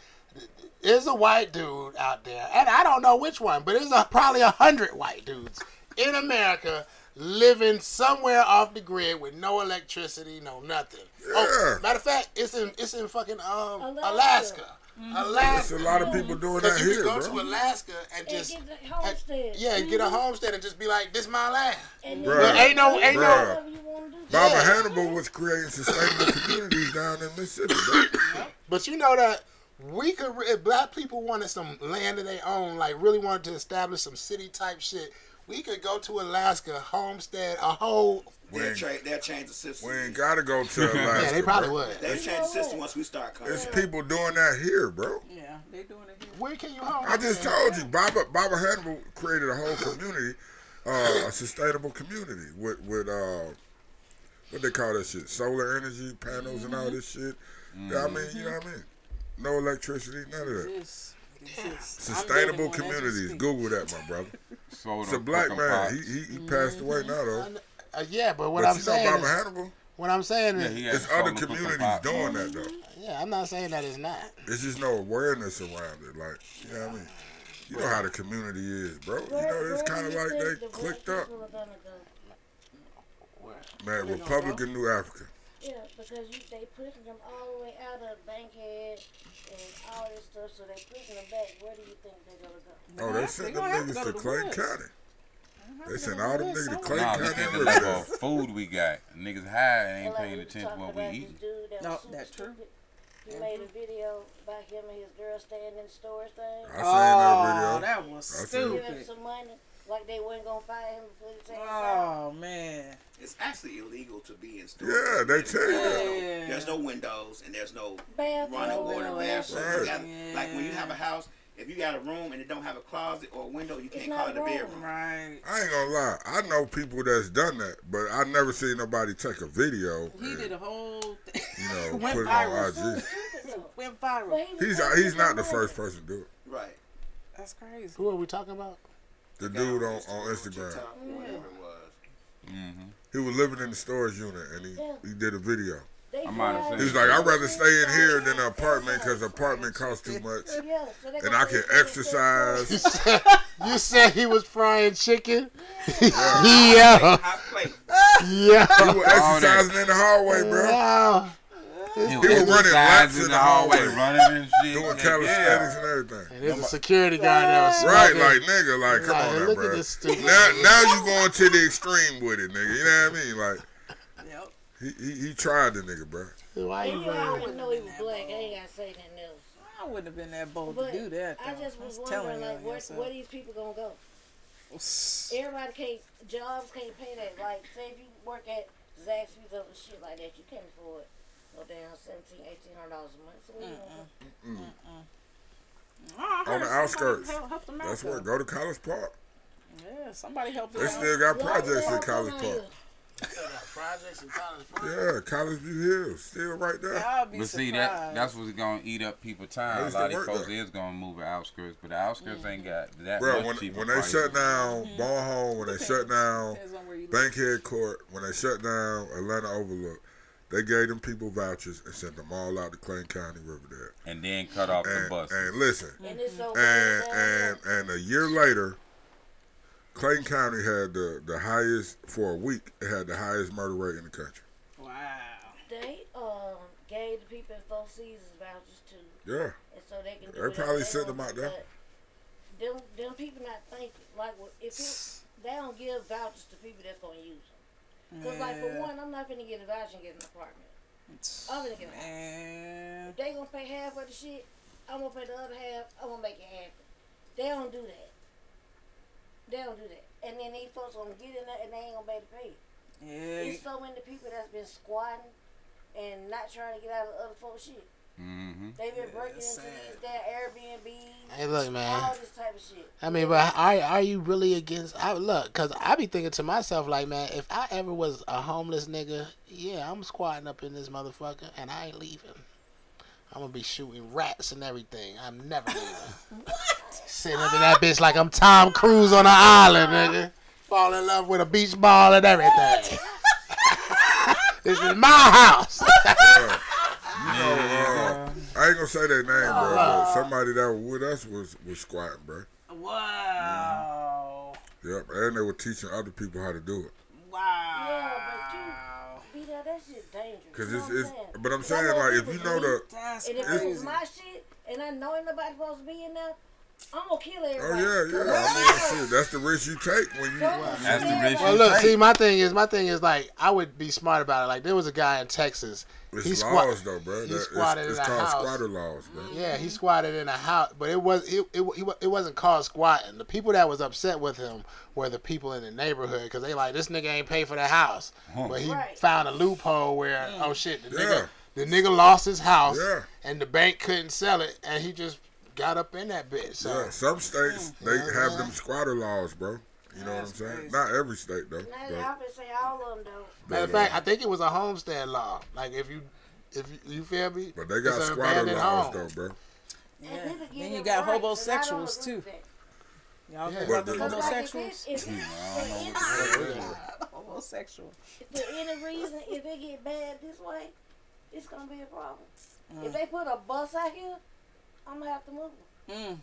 D: There's a white dude out there, and I don't know which one, but there's a, probably a hundred white dudes in America living somewhere off the grid with no electricity, no nothing. Oh,
M: Yeah.
D: matter of fact, it's in it's in fucking um
H: Alaska. Mm-hmm.
D: Alaska.
M: There's
D: Alaska.
M: a lot of people doing that
D: Because you
M: here,
D: could go to
M: bro.
D: Alaska and
H: And
D: just
H: get the homestead. Mm-hmm.
D: yeah, get a homestead and just be like, this my land.
H: And
M: Bruh.
H: then
D: But ain't no, ain't no.
M: Bruh.
H: whatever you want to do.
M: Baba
D: Yeah.
M: Hannibal was creating sustainable communities down in Mississippi. Bro.
D: But you know that we could, re- if black people wanted some land of their own, like really wanted to establish some city type shit, we could go to Alaska, homestead, a whole.
M: We
K: They'll,
M: ain't,
K: tra- they'll change the system.
M: we ain't gotta go to Alaska.
D: Yeah, they probably
M: bro.
D: would.
K: They'll change the system once we start coming.
M: It's people doing that here, bro.
E: Yeah, they doing it here.
D: Where can you home?
M: I just told you, Baba Baba Hannibal created a whole community, uh, a sustainable community with with uh, what they call that shit, solar energy panels and
B: Mm-hmm.
M: all this shit. Yeah, I mean, you know what I mean? No electricity, none of that.
E: This. This. I'm building
M: Sustainable
E: one as we
M: communities.
E: speak.
M: Google that, my brother.
B: Soul
M: It's a
B: don't
M: black
B: fucking
M: man.
B: pop.
M: He he, he passed away now though.
D: Uh, yeah, but what
M: but
D: I'm
M: you know,
D: saying,
M: Baba
D: is,
M: Hannibal.
D: what I'm saying
B: Mm-hmm. Yeah,
D: is,
B: he
D: yeah,
B: had
M: It's
B: soul
M: other
B: don't fucking
M: communities
B: pop.
M: doing that though.
D: I'm not saying that it's not.
M: It's just no awareness around it. Like, you know what I mean? You know how the community is, bro. You know, it's kind of like they clicked up. Man, Republic of New Africa.
H: Yeah, because you, they pushing them all the way out of Bankhead and all this stuff, so they pushing them back. Where do you think they're gonna go?
M: Oh,
E: They
M: they sent them
E: gonna have to
M: niggas
E: go
M: to
E: to the
M: Clayton
E: woods.
M: County. They sent all them niggas to Clayton
B: Nah,
M: County
B: look at
M: and
B: the level of
M: Riverside.
B: food we got. Niggas high and
H: And
B: ain't
H: like
B: paying
H: we
B: attention to
H: talked
B: what we
H: about this
B: eating.
H: dude that
E: No,
H: was super
E: that's true.
H: stupid. He made a video about him and his girl standing in the store thing.
M: I seen
E: Oh,
M: that video.
E: that was
M: I seen
H: Give him
E: stupid.
H: some money, like they wasn't gonna fire him before the tax out.
E: Oh man.
K: It's actually illegal to be in stores.
M: Yeah, they tell you that.
E: Yeah.
K: There's no windows and there's no running
H: Bathroom.
K: water,
E: no
K: bathroom.
M: Right.
K: You gotta- Like when you have a house, if you got a room and it don't have a closet or a window, you can't call
H: not
K: it a
H: wrong.
K: bedroom.
E: Right.
M: I ain't gonna lie. I know people that's done that, but I never seen nobody take a video.
E: He
M: and,
E: did a whole thing.
M: you know, and
E: Went
M: put it
E: viral.
M: on IG.
E: Went viral.
M: He's uh, he's not the first person to do it.
K: Right.
E: That's crazy.
D: Who are we talking about?
M: The dude on, on Instagram.
K: Whatever it was.
B: Mm-hmm.
M: He was living in the storage unit and he, he did a video.
H: They
B: I might have
H: drive-
B: seen
M: He was like, I'd rather stay in here than an apartment because apartment costs too much.
H: Yeah, so they
M: And
H: got
M: I can exercise.
D: You said he was frying chicken.
K: Like,
D: yeah,
K: hot plate.
M: He
D: yeah.
M: was exercising in the hallway, bro.
D: Wow.
M: He was running laps
B: Exercising
M: in the hallway.
B: running and shit.
M: Doing
B: Like,
M: calisthenics
B: yeah.
M: and everything.
D: And there's a security guard that was
M: Right,
D: smoking.
M: like nigga, like come
D: Like,
M: on now,
D: look at
M: bro.
D: this stupid-
M: Now, now you going to the extreme with it, nigga. You know what I mean? Like
E: Yep.
M: he, he, he tried the nigga, bro.
D: Why you
H: Yeah, I
D: running?
H: wouldn't know he was black. I ain't gotta say nothing else.
E: I wouldn't have been that bold
H: But
E: Oh, to do that. Though.
H: I just was
E: I'm
H: wondering,
E: telling
H: like,
E: you.
H: where,
E: so-
H: where these people gonna go? Everybody can't, jobs can't pay that. Like, say if you work at Zaxby's or shit like that, you can't afford no damn seventeen, eighteen hundred dollars a month. So what you gonna do?
E: Oh, I heard
M: On the
E: somebody
M: outskirts.
E: Help, helped them out,
M: That's where
E: though.
M: go to College Park.
E: Yeah, somebody helped them
M: They
E: out.
M: still got
H: Why would
M: projects
H: they
M: in
H: all
M: College
H: come out
M: Park.
H: here?
D: Projects in college.
M: Yeah, College View Hills, still right there.
E: I'll be
B: But see that
E: surprised.
B: that's what's gonna eat up people's
M: I
B: time. A
M: used to
B: lot of
M: work
B: folks
M: there.
B: is gonna move to outskirts, but the outskirts ain't got that
M: Bro,
B: much
M: when,
B: cheaper
M: when they
B: prices.
M: shut down Bonhomme, when they shut down
E: Depends on where you live.
M: Bankhead Court, when they shut down Atlanta Overlook, they gave them people vouchers and sent them all out to Clay County, Riverdale.
B: and then cut off the
M: And,
B: bus.
M: and listen,
H: And it's so
M: and and and a year later, Clayton County had the, the highest for a week. It had the highest murder rate in the country.
E: Wow.
H: they um gave the people in Four Seasons vouchers too,
M: Yeah,
H: and so they can. Do
M: They
H: whatever
M: probably
H: they
M: sent them
H: want,
M: out there.
H: but Them, them people not thinking like if it, they don't give vouchers to people that's gonna use them. Cause like for
E: Yeah.
H: one, I'm not finna get a voucher and get an apartment. I'm finna get a house.
E: Man.
H: They gonna pay half of the shit. I'm gonna pay the other half. I'm gonna make it happen. They don't do that. They don't do that. And then these folks gonna get in there and they ain't gonna be able to pay. it.
E: Yeah.
H: It's so many people that's been squatting and not trying to get out of other folks' shit.
M: Mm-hmm.
B: hmm
H: They've been breaking
E: Mm-hmm. that's
H: into these
E: sad.
H: damn Airbnbs,
D: Hey, look, man.
H: all this type of shit.
D: I mean, but are are you really against? I look, cause I be thinking to myself, like, man, if I ever was a homeless nigga, yeah, I'm squatting up in this motherfucker, and I ain't leaving. I'm gonna be shooting rats and everything. I'm never leaving. Sitting up in that bitch like I'm Tom Cruise on an island, nigga. Fall in love with a beach ball and everything. this is my house.
M: Uh, I ain't gonna say their name, bro. But somebody that was with us was was squatting, bro.
E: Uh, Wow.
M: Yep, and they were teaching other people how to do it.
E: Wow.
H: Be there, that shit dangerous.
M: Cause
H: You
M: it's,
H: know what
M: it's
H: I'm saying?
M: but I'm
H: That
M: saying
H: little
M: like if
H: people
M: you know the
E: That's
H: And if
E: crazy.
H: it was my shit, and I know ain't nobody supposed to be in there, I'm gonna kill
M: oh
H: everybody.
M: yeah yeah I mean shit that's the risk you take when you
B: That's the rich.
D: Well, look, see, my thing is, my thing is, like, I would be smart about it. Like, there was a guy in Texas.
M: it's
D: he
M: laws
D: squat-
M: though, bro.
D: he
M: That- it's-
D: squatted
M: it's
D: in a
M: called
D: house.
M: squatter laws, bro.
D: Yeah, he squatted in a house, but it was it, it it wa- it wasn't called squatting. The people that was upset with him were the people in the neighborhood because they like this nigga ain't pay for the house, but he
H: Right.
D: found a loophole where oh shit the
M: Yeah.
D: nigga the nigga lost his house
M: Yeah.
D: and the bank couldn't sell it and he just got up in that bitch. So Mm.
M: Yeah, some states they
D: Yeah,
M: have
D: yeah.
M: them squatter laws, bro. You know what I'm
E: That's
M: saying?
E: crazy.
M: Not every state though.
H: Now,
M: but-
H: I'm gonna say all of them though.
D: matter of
M: but, uh,
D: fact, I think it was a homestead law. Like if you if you, you feel me,
M: but they got
D: It's an
M: squatter
D: abandoned
M: laws
D: home.
M: though, bro.
E: Yeah.
H: And people
E: Then
H: get
E: you
H: it
E: got
H: right,
E: homosexuals too. Y'all know about
M: But
E: the
M: the-
H: Because like if,
E: homosexuals?
H: it, if, it,
E: Homosexual.
H: for any reason, if it get bad this way, it's gonna be a problem.
E: Mm.
H: If they put a bus out here, I'm gonna have to move.
E: Mm,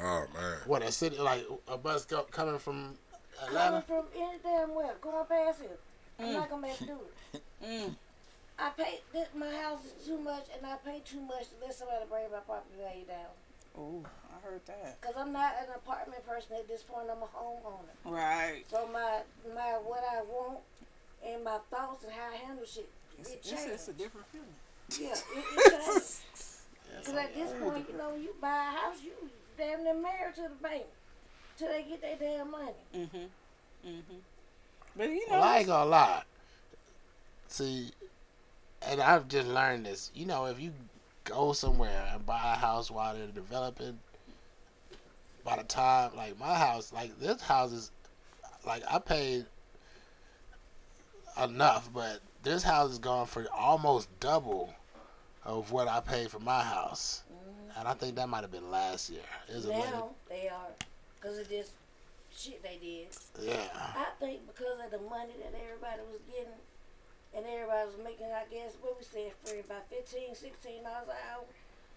M: Oh man,
D: What a city like a bus go, coming from
H: Coming
D: Atlanta. Mm.
H: from any damn where, going past here,
E: Mm.
H: I'm not gonna be able to do it. I pay th- my house is too much, and I pay too much to let somebody bring my property value down.
E: Oh, I heard that.
H: Cause I'm not an apartment person at this point. I'm a homeowner.
E: Right.
H: So my my what I want and my thoughts and how I handle shit,
E: It's,
H: it
E: it's, it's
H: changes.
E: a different feeling.
H: Yeah, it, it changes. Cause at
D: oh,
H: this point, you know, you buy a house, you damn near married to the bank till they get their damn money.
E: Mm. But you know,
D: Well, I ain't gonna lie. See, and I've just learned this. You know, if you go somewhere and buy a house while they're developing, by the time like my house, like this house is, like I paid enough, but this house is going for almost double of what I paid for my house. And I think that might have been last year. There's a lady-
H: Now they are, because of this shit they did.
D: Yeah.
H: I think because of the money that everybody was getting and everybody was making, I guess, what we said, free, about 15 16 dollars an hour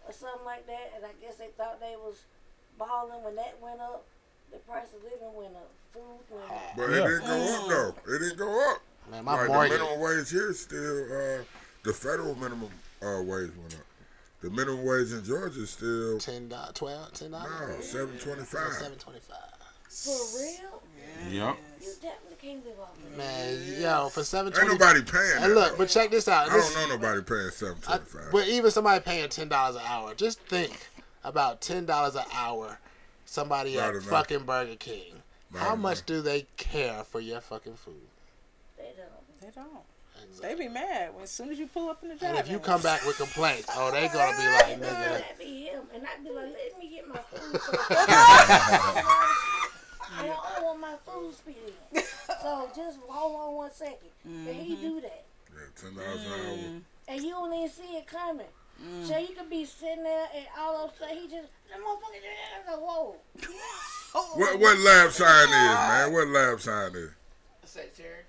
H: or something like that. And I guess they thought they was balling when that went up. The price of living went up. Food went up. Mm.
M: But it didn't
E: Mm.
M: go up though. It didn't go up.
D: Man, my
M: like,
D: mortgage-
M: The minimum wage here is still uh, the federal minimum uh, wage went up. The minimum wage in Georgia is still
D: ten dollars, twelve, ten
M: dollars. No, seven twenty-five.
D: Seven twenty-five.
H: For real?
B: Yep.
H: You definitely can't live off of that.
D: Man, yo, for seven
M: Ain't
D: twenty.
M: nobody paying.
D: And look, but check this
M: that.
D: out.
M: I
D: This,
M: don't know nobody paying seven twenty-five.
D: But even somebody paying ten dollars an hour, just think about ten dollars an hour. Somebody
M: Not
D: at
M: enough.
D: fucking Burger King.
M: Not
D: How
M: enough.
D: much do they care for your fucking food?
H: They don't.
E: They don't. They be mad when, as soon as you pull up in the
D: And
E: drive.
D: if you come back with complaints, oh, they gonna be like, nigga.
H: That'd be him. And I'd be like, let me get my food. I don't want my food spilled. So just hold on one second. But he
M: Mm-hmm.
H: do that.
M: Yeah, ten dollars an hour.
D: Mm.
H: and you don't even see it coming.
M: Mm.
H: So you could be sitting there and all of a sudden he just the motherfucker did that. I'm like, whoa.
M: What what lab sign is, man? What lab sign is?
H: Sagittarius.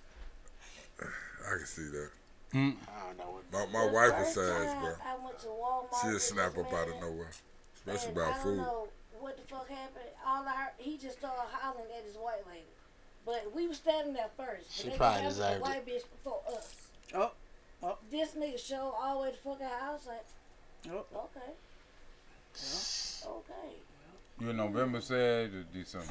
M: I can see that.
D: I don't know.
M: My my wife is
H: size,
M: size, bro.
H: I went to Walmart.
M: She'll
H: with
M: snap
H: this
M: up out of
H: man,
M: nowhere, especially
H: and
M: about
H: I don't
M: food.
H: know what the fuck happened. All I heard, he just started hollering at his white lady. But we was standing there first.
D: She
H: But they
D: probably
H: was
D: deserved
H: a white bitch before us.
E: Oh, oh,
H: This nigga showed all the way to fucking house. Like,
E: oh.
H: okay. Okay.
B: You in November said or December?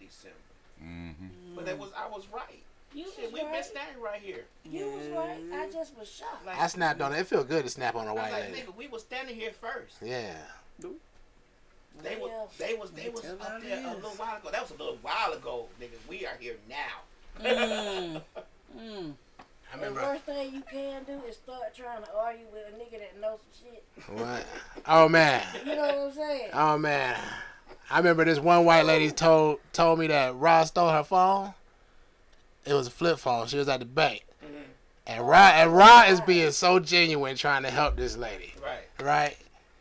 K: December.
B: Mm-hmm.
K: But that was I was right.
H: You
K: Shit,
H: was
K: we
H: right.
K: missed that right here.
H: You was right. I just was shocked.
K: Like,
D: I snapped on it. It feel good to snap on a
K: I was
D: white
K: like,
D: lady.
K: nigga, we was standing here first.
D: Yeah.
K: They was, they was, they was
E: Tell
K: up
E: them
K: there
E: it
K: a
E: is.
K: little while ago. That was a little while ago, nigga. We are here now.
E: Mm.
H: The
D: I
E: Mm.
D: remember.
H: worst thing you can do is start trying to argue with a nigga that knows some shit.
D: What? Oh man.
H: You know what I'm saying?
E: Uh.
D: Oh man, I remember this one white lady told told me that Rod stole her phone. It was a flip phone. She was at the bank, and Rod and Rod is being so genuine trying to help this lady,
K: Right.
D: right?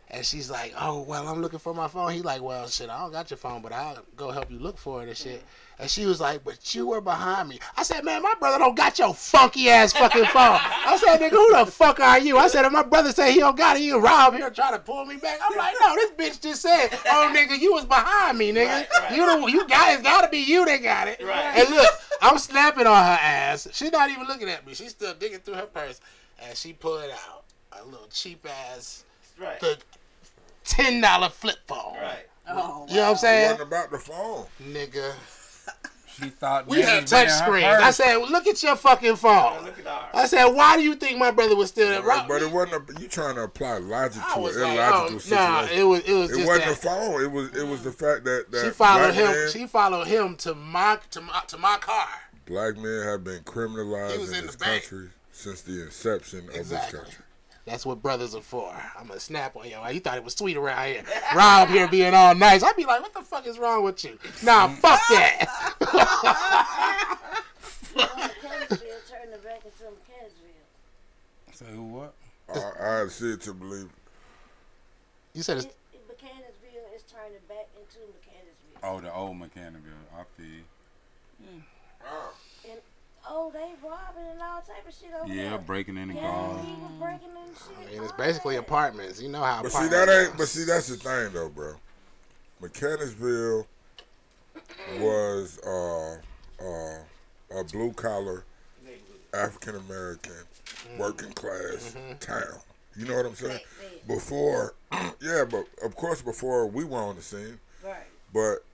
D: And she's like, "Oh well, I'm looking for my phone." He's like, "Well, shit, I don't got your phone, but I'll go help you look for it and shit." And she was like, "But you were behind me." I said, "Man, my brother don't got your funky ass fucking phone." I said, "Nigga, who the fuck are you?" I said, "If my brother say he don't got it, you rob here trying to pull me back." I'm like, "No, this bitch just said, oh nigga, you was behind me, nigga.
K: Right, right.
D: You the, you got it's got to be you that got it."
K: Right.
D: And look, I'm snapping on her ass. She's not even looking at me. She's still digging through her purse, and she pulling out a little cheap ass
K: Right.
D: the ten dollar flip phone.
K: Right.
E: Oh,
D: You know what I'm
M: It
D: saying,
M: wasn't about the phone.
D: nigga?
B: She thought
D: We had touch screens. I said, look at your fucking
K: Now
D: phone.
K: look at ours.
D: I said, why do you think my brother was still at Rock?
M: But it wasn't. A, you trying to apply logic
D: I
M: to
D: was
M: an
D: like,
M: illogical
D: oh,
M: situation?
D: nah, it was it was
M: it
D: just
M: wasn't
D: that.
M: the phone. It was it was the fact that that
D: she followed
M: black
D: him.
M: Men,
D: She followed him to my to my to my car.
M: black men have been criminalized
D: He
M: in
D: was in
M: this
D: the bank.
M: country since the inception of this
D: Exactly.
M: country.
D: That's what brothers are for. I'm gonna snap on you. You thought it was sweet around here. Rob here being all nice. I'd be like, what the fuck is wrong with you? Nah, fuck that.
H: Cannonsville turned it back into Cannonsville.
B: Say who what?
M: I, I see it to believe.
D: You said it's
H: It, it, Mechanicsville is turning back into Mechanicsville.
B: Oh, the old Mechanicville. I feel.
H: And oh, they robbing and all type of shit over
B: Yeah,
H: there.
B: breaking in the
H: Yeah,
B: car.
H: people breaking and shit.
D: I mean, it's
H: all
D: basically
H: that.
D: apartments. You know how
M: But see
D: apartments.
M: that
D: are.
M: ain't. But see that's the thing though, bro. Mechanicsville was uh, uh, a blue collar African American
H: Mm-hmm.
M: working class town. You know what I'm saying?
H: Back then.
M: Before, yeah, but of course before we were on the scene,
H: Right.
M: but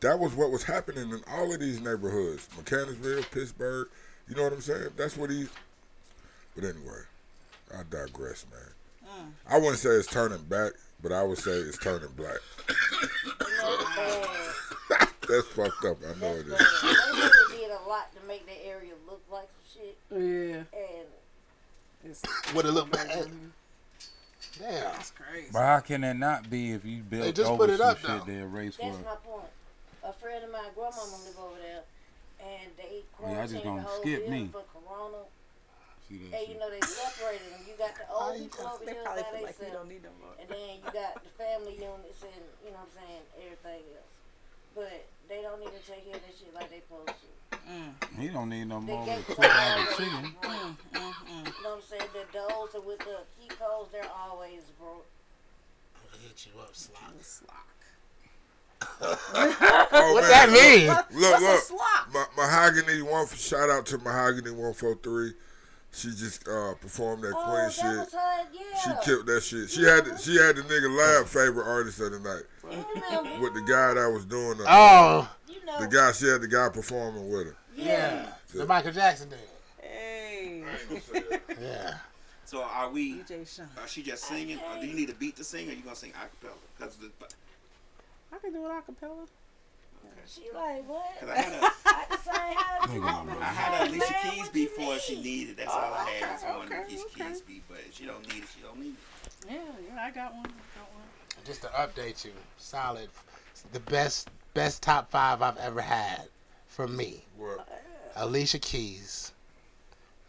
M: that was what was happening in all of these neighborhoods: Mechanicsville, Pittsburgh. You know what I'm saying? That's what he. But anyway, I digress, man.
H: Uh.
M: I wouldn't say it's turning back, but I would say it's turning black. That's fucked up. I know
H: That's
M: it
H: bad.
M: is.
H: They really did a lot to make that area look like some shit.
E: yeah.
H: And
E: It's,
D: What it look like. Damn.
E: that's crazy.
B: But how can that not be if you built
D: They just
B: over
D: put it
B: some
D: up,
B: shit
D: though.
B: that erased
H: that's
B: what?
H: my point. A friend of mine, grandmama live over there, and they
B: Yeah, I just
H: quarantined
B: gonna
H: the whole
B: skip
H: building
B: me.
H: for Corona. And you know they separated them. You got the old people over
E: They
H: here by
E: probably feel like we
H: themselves,
E: don't need no more.
H: and then you got the family units and you know what I'm saying everything else. But they don't need to take care of that shit like they supposed to.
E: mm.
B: He don't need no
H: They
B: more
H: gave
B: than
H: the
B: two hours
H: always
B: of chicken.
H: broke. You know what I'm saying? The dogs are with the key codes, they're always broke.
N: hit you up, slock.
M: What
N: that mean?
M: Oh, Look,
N: What's a
M: look.
N: slop?
M: Ma- Mahogany one. Shout out to Mahogany one four three. She just uh, performed that
H: Oh,
M: Queen
H: that
M: shit.
H: was her, yeah.
M: She killed that shit. She had she had the nigga live favorite artist of the night
H: Remember?
M: with the guy that was doing the
D: Oh.
H: You
M: the guy she had the guy performing with her.
D: Yeah. The Michael Jackson did.
E: Hey.
D: Yeah.
G: So are we? Are she just singing? Or do you need a beat to sing, or you gonna sing acapella? Because the
E: I can do it acapella.
H: She like what?
G: Cause I had
H: I can say how to
G: I had an Alicia Keys beat for her. She needed. That's all I had was one Alicia Keys beat. But if she don't need it, she don't need it.
E: Yeah, yeah, I got one. I got one.
D: Just to update you, solid. The best best top five I've ever had from me.
M: What?
D: Alicia Keys,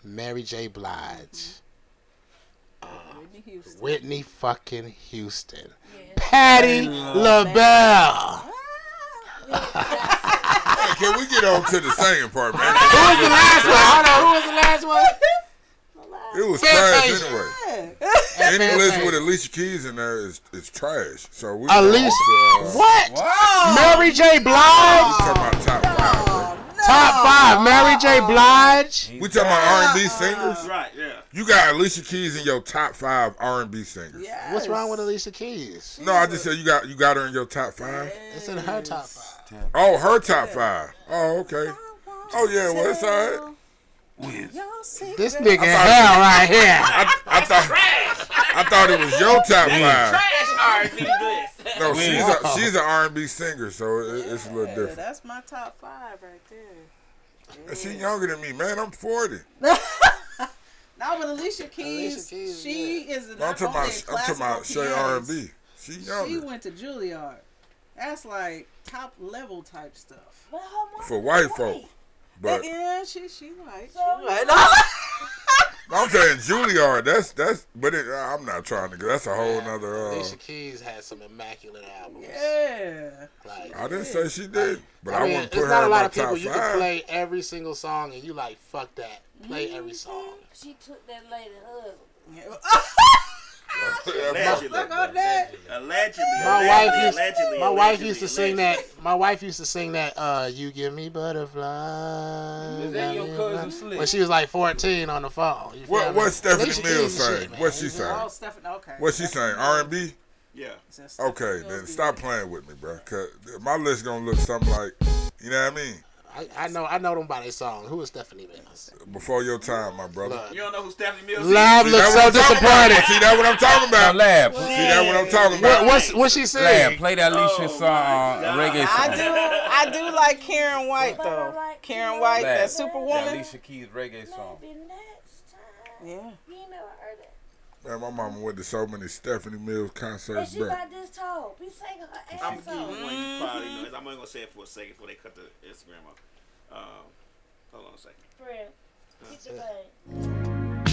D: Mary J. Blige,
E: Whitney Houston.
D: Whitney fucking Houston, Patty
M: uh,
D: LaBelle.
M: Can we get on to the singing part, man?
D: Who was the last one? Hold on, who was the last one?
M: It was trash
D: Fantasia.
M: anyway.
D: Yeah.
M: Any list
D: Fantasia.
M: with Alicia Keys in there is is trash. So we
D: Alicia, what?
E: Oh,
D: Mary J. Blige.
M: uh, We talking about top five.
D: Top five. Mary J. Blige.
M: We talking about R and B singers.
G: Right. Yeah.
M: You got Alicia Keys in your top five R and B singers.
D: What's wrong with Alicia Keys?
M: No, I just said you got you got her in your top five.
D: It's in her top five.
M: Oh, her top five. Oh, okay. Oh yeah, well it's all right.
D: This nigga hell right here.
M: I, I thought I thought it was your top five.
K: Trash R&B list.
M: No, she's a, she's an R and B singer, so it, it's a little
E: Yeah,
M: different.
E: that's my top five right there.
M: And She younger than me, man. I'm forty.
E: Now with Alicia Keys,
D: Keys,
E: she is an
M: No, I'm talking
E: only
M: about
E: a
M: I'm talking about
E: classical
M: Shay R and
E: pianist.
M: B. She
E: She
M: younger
E: went to Juilliard. That's like top level type stuff.
H: But her mama
M: for white
H: white.
M: folk, but
E: yeah, she she white. She
H: So,
E: white.
M: I'm saying Juilliard. That's that's. But it, uh, I'm not trying to. That's a whole nother. Uh,
D: Alicia Keys had some immaculate albums.
E: Yeah.
D: Like,
M: I didn't say she did, but I,
D: I mean,
M: wouldn't
D: it's
M: put
D: not
M: her
D: a
M: in
D: lot
M: my
D: of people
M: top
D: you can
M: five.
D: play every single song and you like fuck that. Play every song.
H: She took that lady husband.
G: Allegedly.
E: Fuck on that.
G: Allegedly.
D: My
G: allegedly,
D: wife used
G: allegedly,
D: my wife
G: allegedly,
D: used to sing
G: allegedly.
D: that. My wife used to sing that. Uh, you give me butterflies.
N: Is that your
D: you
N: cousin
D: give me-
N: Slick?
D: When she was like fourteen on the phone. You feel
M: What
D: me?
M: what Stephanie
D: Alicia
M: Mills
D: Keys shit,
M: sang?
D: man.
M: What she sang?
E: Oh, Stephen. Okay.
M: What she sang? R and B.
G: Yeah.
E: Just-
M: Okay, then stop playing with me, bro. Cause my list gonna look something like, you know what I mean?
D: I, I know. I know them by their song. Who is Stephanie Mills?
M: Before your time, my brother.
D: Look,
K: You don't know who Stephanie Mills is?
D: Live
M: See, that
D: looks so
M: what I'm talking about.
D: disappointed.
M: See that what I'm talking
B: Now,
M: about?
B: lab,
M: See that what I'm talking
D: What,
M: about?
D: what's what she
B: lab,
D: said?
B: play that Alicia
K: Oh,
B: song,
K: my
B: uh,
K: God.
B: reggae
E: I
B: song.
E: do. I do like Karen White
H: But I
E: though.
H: like
E: Karen
H: you
E: White,
B: That-
E: that
B: that That
E: superwoman.
B: Alicia Keys reggae song.
H: Maybe next time.
E: Yeah.
H: You ain't never heard that.
M: Man, my mama went to so many Stephanie Mills
H: And
M: concerts,
H: she
M: bro.
H: about this tall. We sang her
G: I'm
H: ass
G: gonna give you
H: off.
G: one you probably know. I'm only gonna say it for a second before they cut the Instagram off. Um, hold on a second.
H: Friend, get your bag.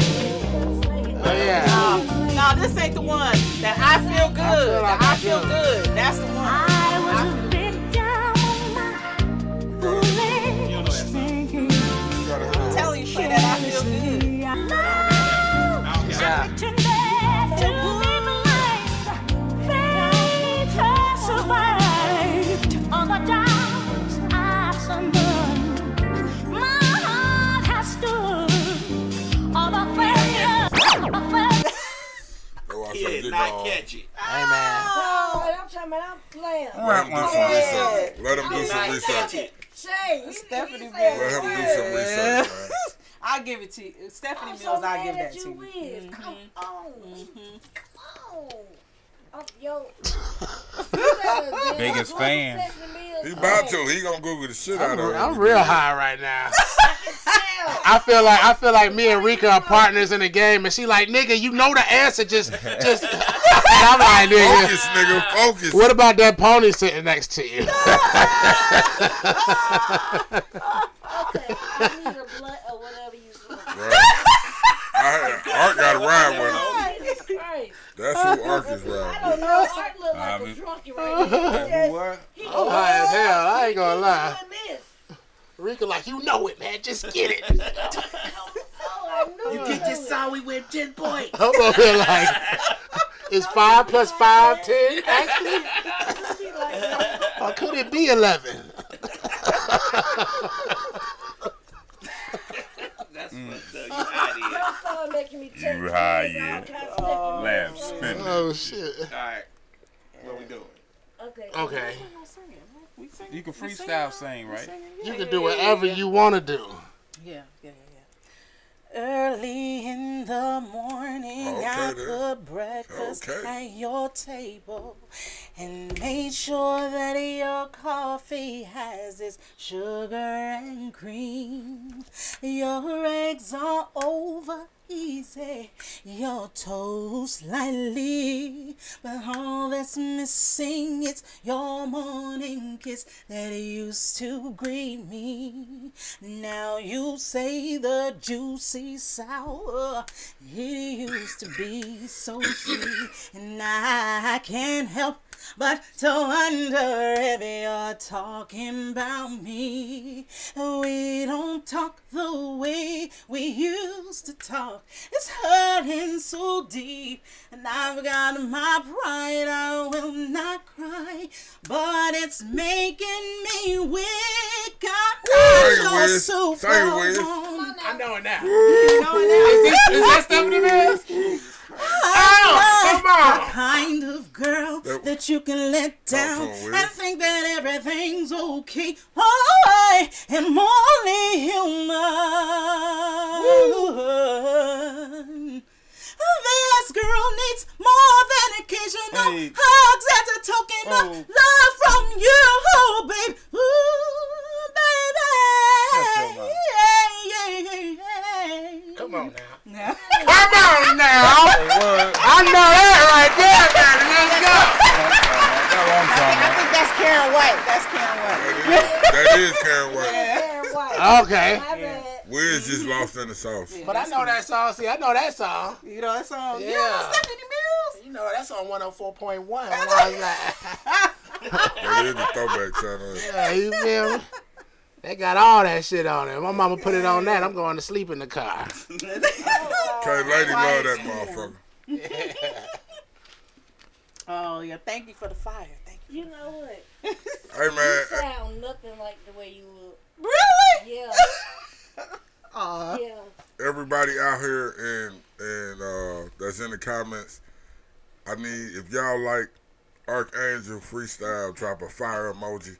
D: Oh yeah.
E: No, this ain't the one. That I feel good.
D: like
E: That
D: I
E: I feel
D: do.
E: good. That's the one. I'm telling you, play that I feel good.
M: That's why I
G: He
M: said,
G: did
M: get
G: not
M: gone.
G: catch it.
D: Hey man.
M: Let him do some research. Let him do
G: Did
M: some
G: not catch
M: research.
G: it.
E: Stephanie
M: Let
E: Mills.
M: him do some research, man.
E: I'll give it to you. Stephanie
H: I'm so
E: Mills, I'll give
H: mad
E: that
H: at
E: to you. Mm-hmm.
H: you, Wiz. Come on. Come on. Oh, yo.
B: Biggest fan.
M: He about to. He gonna Google the shit out
D: I'm,
M: of it.
D: I'm real high right now. I feel like I feel like me and Rika are partners in the game, and she like, nigga, you know the answer. Just, just. And I'm like, nigga,
M: Focus, nigga, focus.
D: What about that pony sitting next to you?
I: I need a blunt or whatever you smoke.
M: I, Art got to ride with him.
I: Jesus Christ.
M: That's who Ark is riding
I: I don't know. Art look like a drunken right now.
D: what?
I: He
D: I'm high as hell. I ain't gonna lie.
I: doing this.
D: Rika like, you know it, man. Just get it.
I: Oh, I knew
G: You
I: it.
G: get this song, we win 10 points.
D: I'm over here like, is five plus five ten? Actually, or could it be eleven?
G: That's
M: Mm.
G: fucked up. You out here.
I: Y'all started making me take
B: You high,
I: things out,
B: yeah.
I: kinds of different
B: Laugh,
I: things.
B: spin.
D: Oh shit.
G: All right. What we doing?
I: Okay.
D: Okay.
B: You can freestyle sing, right?
D: You can do whatever you want to do.
K: Yeah, yeah, yeah, yeah. Early in the morning, I
M: Okay, then.
K: put breakfast
M: Okay.
K: at your table and made sure that your coffee has its sugar and cream. Your eggs are over easy, your toast lightly, but all that's missing is your morning kiss that used to greet me. Now you say the juicy sour, it used to be so sweet, and I can't help but to wonder if you're talking about me. We don't talk the way we used to talk. It's hurting so deep, and I've got my pride. I will not cry, but it's making me weak. I'm
M: Say
K: not
M: it,
K: sure
M: Wiz.
K: so
M: Say it,
K: far
M: Wiz.
K: gone.
D: I know it now.
K: Going out.
D: Is that Stephanie Mills?
I: Oh,
K: I'm
D: come on. Uh,
K: the kind of girl
M: That-
K: that you can let down
M: on, Wiz.
K: and think that everything's okay. I am only human. This girl needs more than occasional
B: Hey.
K: hugs as a token
B: Oh.
K: of love from you, oh, babe. Ooh, baby. Yeah, yeah, yeah.
D: Come on now.
K: Now-
D: Come on now. I know that right there, man. Let's go.
K: I think that's Karen White. That's Karen White.
M: That is Karen White.
I: Black and white.
D: Okay.
I: My bad.
M: Wiz just lost in the sauce.
D: But I know that song. See, I know that song.
K: You know that song?
D: Yeah.
K: You know Stephanie Mills?
D: You know that's on 104.1. And I was like,
M: That is the throwback channel.
D: yeah, you feel me? They got all that shit on it. My mama put it on that. I'm going to sleep in the car.
M: Okay, lady love that motherfucker.
K: Oh, yeah. Thank you for the fire. Thank you.
I: You know what?
M: Hey
I: You
M: man,
I: sound nothing like the way you look.
K: Really?
I: Yeah.
K: Aw.
I: Yeah.
M: everybody out here and and uh, that's in the comments. I need if y'all like Archangel freestyle, drop a fire emoji.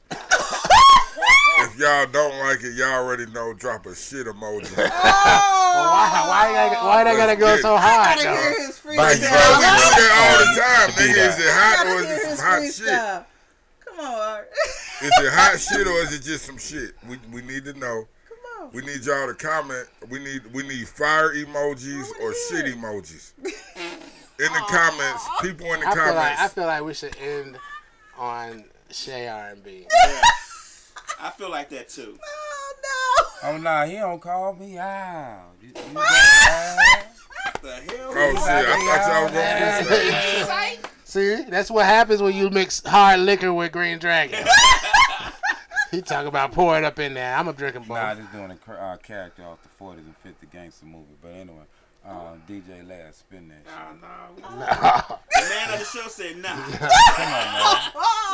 M: if y'all don't like it, y'all already know. Drop a shit emoji.
K: Oh!
D: Why? Why? they gotta- Why they gotta go so
K: I
D: hard?
K: gotta
D: Though?
K: hear his
M: Because we do that all the time,
B: Be
M: nigga. Is it
K: I
M: hot or
K: gotta
M: is
K: hear
M: it
K: his
M: some hot shit?
K: freestyle. Come on, Art.
M: Is it hot shit or is it just some shit? We we need to know.
K: Come on.
M: We need y'all to comment. We need we need fire emojis or shit emojis. In the comments, people in the
D: I feel like I
M: comments.
D: feel like we should end on Shay R&B.
G: I feel like that too.
K: Oh,
B: Oh nah, he don't call me out. You- you got-
G: The hell?
M: oh shit! I thought y'all was gonna freestyle.
D: See, that's what happens when you mix hard liquor with Green Dragon. he talk about pour it up in there. I'm a drinking boy.
B: Nah, just doing a cur- uh, character off the 40s and 50 gangster movie. But anyway, uh, DJ Laz spin that shit.
G: Nah, nah, we- The man on the show said nah.
M: Man,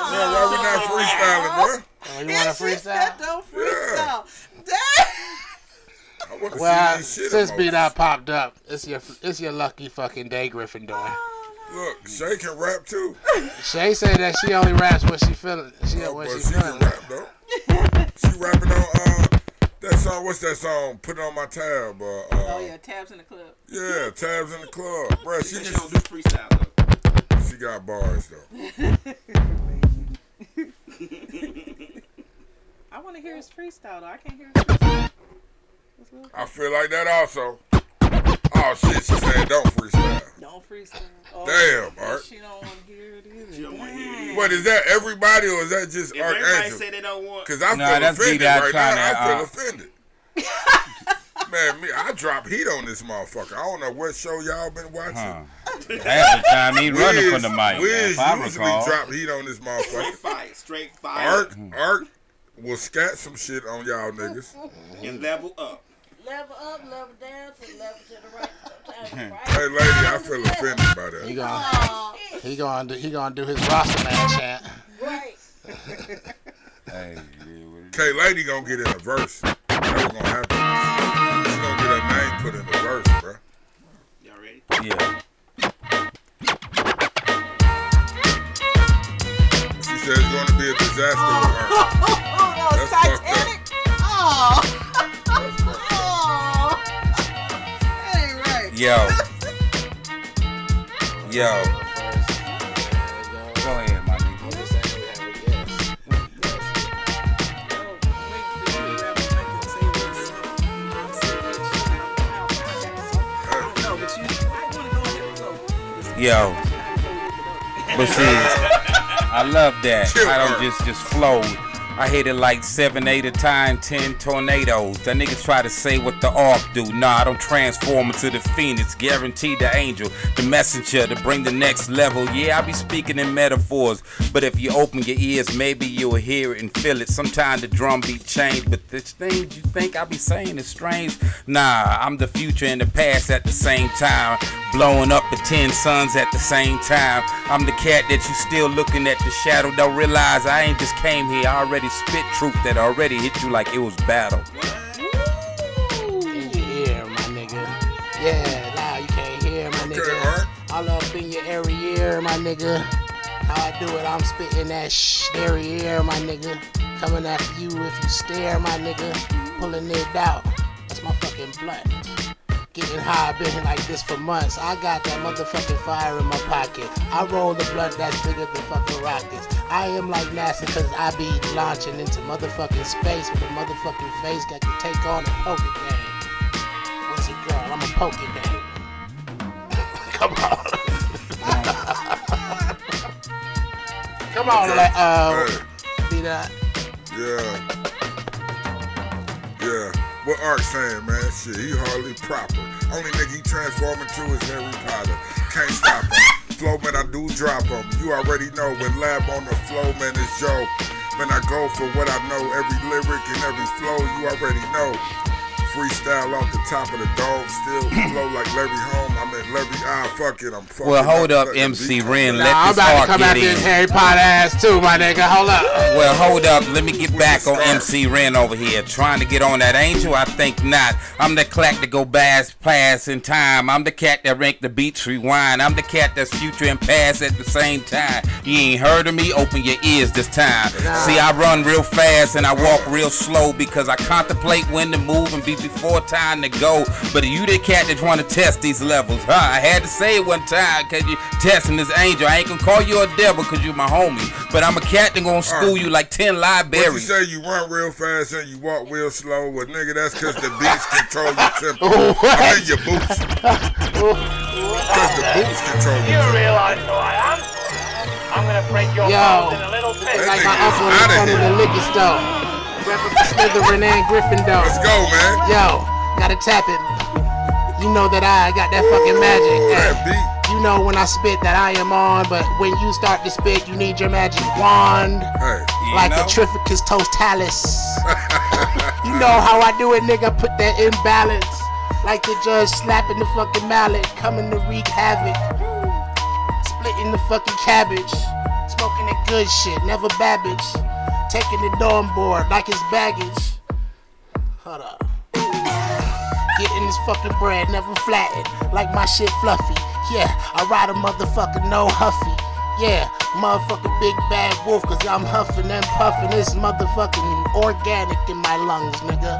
M: why we not freestyling,
D: oh, you want to freestyle?
K: Don't freestyle. Damn.
M: bro? I want to
D: Well,
M: see these shit
D: since B
M: emojis.
D: Dot popped up, it's your it's your lucky fucking day, Gryffindor.
M: Oh. Look, Shay can rap too.
D: Shay said that she only raps when she feeling she
M: Oh,
D: when
M: but
D: she
M: she can
D: feeling.
M: rap though. she rapping on uh that song. What's that song? Put it on my tab. Uh, uh,
K: Oh, yeah. Tabs in the club.
M: Yeah, tabs in the club, bro. She
G: She
M: can,
G: don't do freestyle though.
M: she got bars though.
K: I want to hear his freestyle, though. I can't hear his freestyle.
M: I feel like that also. Oh shit, she said don't freestyle.
E: Don't freestyle. Oh,
M: Damn, Art.
E: She don't want to hear it either.
M: What is that? Everybody or is that just
E: If
M: Art
E: everybody
M: Angel?
E: say they don't want-
M: Cause I
B: Nah,
M: feel
B: that's
M: offended
B: D-Dot
M: right
B: trying
M: now.
B: to,
M: I feel
B: uh,
M: offended. Man, me, I drop heat on this motherfucker. I don't know what show y'all been watching.
B: Huh. Half the time he running
M: Wiz-
B: from the mic.
M: Wiz
B: if I
M: usually
B: recall.
M: drop heat on this motherfucker.
K: Fight, straight fire.
M: Ark, Ark will scat some shit on y'all niggas.
K: And level up.
H: Level up, level down, to level to the right.
M: hey lady, I feel offended by that.
D: He gonna he gonna do, he gonna do his roster man chant.
H: Right.
M: K Lady gonna get in a verse. That's what's gonna happen. She gonna get her name put in the verse, bro.
B: Yeah.
M: She said it's gonna be a disaster with her.
E: oh,
M: That's fucked
E: Titanic. Oh. oh. That ain't right.
B: Yo. Yo. Go ahead, my nigga. Yo. But see, I love that. I don't just just flow. I hit it like seven, eight a time, ten tornadoes. That nigga try to say what the arc do. Nah, I don't transform into the phoenix. Guaranteed the angel, the messenger to bring the next level. Yeah, I be speaking in metaphors, but if you open your ears, maybe you'll hear it and feel it. Sometimes the drum beat change, but the things you think I be saying is strange. Nah, I'm the future and the past at the same time. Blowing up the ten suns at the same time. I'm the cat that you still looking at the shadow. Don't realize I ain't just came here. I already spit truth that already hit you like it was battle.
D: In your ear, my nigga. Yeah, loud you can't hear, my nigga. All up in your every ear, my nigga. How I do it, I'm spitting that sh dairy air, my nigga. Coming after you if you stare, my nigga. Pulling it out. That's my fucking blunt. Getting high, been like this for months. I got that motherfucking fire in my pocket. I roll the blunt that's bigger than fucking rockets. I am like NASA cause I be launching into motherfucking space with a motherfucking face that can take on a poker game. What's it girl? I'm a poker game. Come on. Come on,
M: Okay.
D: let, uh, be that.
M: Yeah. Yeah. What Art saying, man? Shit, he hardly proper. Only nigga he transforming to is Harry Potter. Can't stop him. Flow, man, I do drop him. You already know when lab on the flow, man, it's Joe. Man, I go for what I know. Every lyric and every flow, you already know. Freestyle off the top of the dome, still flow like Larry Home. I mean, Larry, ah, fuck it, I'm fucking
B: Well, hold up,
M: fucking
B: MC
M: beat.
B: Ren.
M: Nah,
B: Let
M: I'm
B: this
M: about to
B: arc
M: come
B: get
M: after
B: in.
M: this
D: Harry Potter ass too, my nigga. Hold up.
B: Well, hold up. Let me get back on MC Ren over here. Trying to get on that angel? I think not. I'm the clack that go bass pass in time. I'm the cat that rank the beats rewind. I'm the cat that's future and past at the same time. You ain't heard of me? Open your ears this time. See, I run real fast and I walk real slow because I contemplate when to move and be before time to go. But you the cat that want to test these levels, huh? I had to say it one time because you testing this angel. I ain't gonna call you a devil because you my homie. But I'm a cat that gonna school you like
M: What you
B: 10 libraries.
M: say you run real fast and you walk real slow? Well, nigga, that's because the beats control your tempo. I mean your boots. Because the boots control your tempo.
O: realize who I am? I'm gonna break your
D: Yo.
O: bones in a little bit.
D: Like my uncle in front of the liquor store. Reppin' for Slytherin and Gryffindor. Let's
M: go, man.
D: Yo, gotta tap it. You know that I got that fucking magic. Hey, You know when I spit that I am on, but when you start to spit, you need your magic wand.
M: you
D: like
M: know?
D: a Trificus totalis. you know how I do it, nigga. Put that in balance. Like the judge slapping the fucking mallet, coming to wreak havoc. Splitting the fucking cabbage. Smoking that good shit, never babbage. Taking the dorm board like it's baggage. Hold up. Getting this fucking bread, never flattened. Like my shit fluffy. Yeah, I ride a motherfucker, no huffy. Yeah, motherfucking big bad wolf, cause I'm huffing and puffing. This motherfucking organic in my lungs, nigga.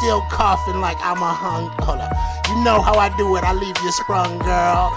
D: Still coughing like I'm a hung. Hold up. You know how I do it, I leave you sprung, girl.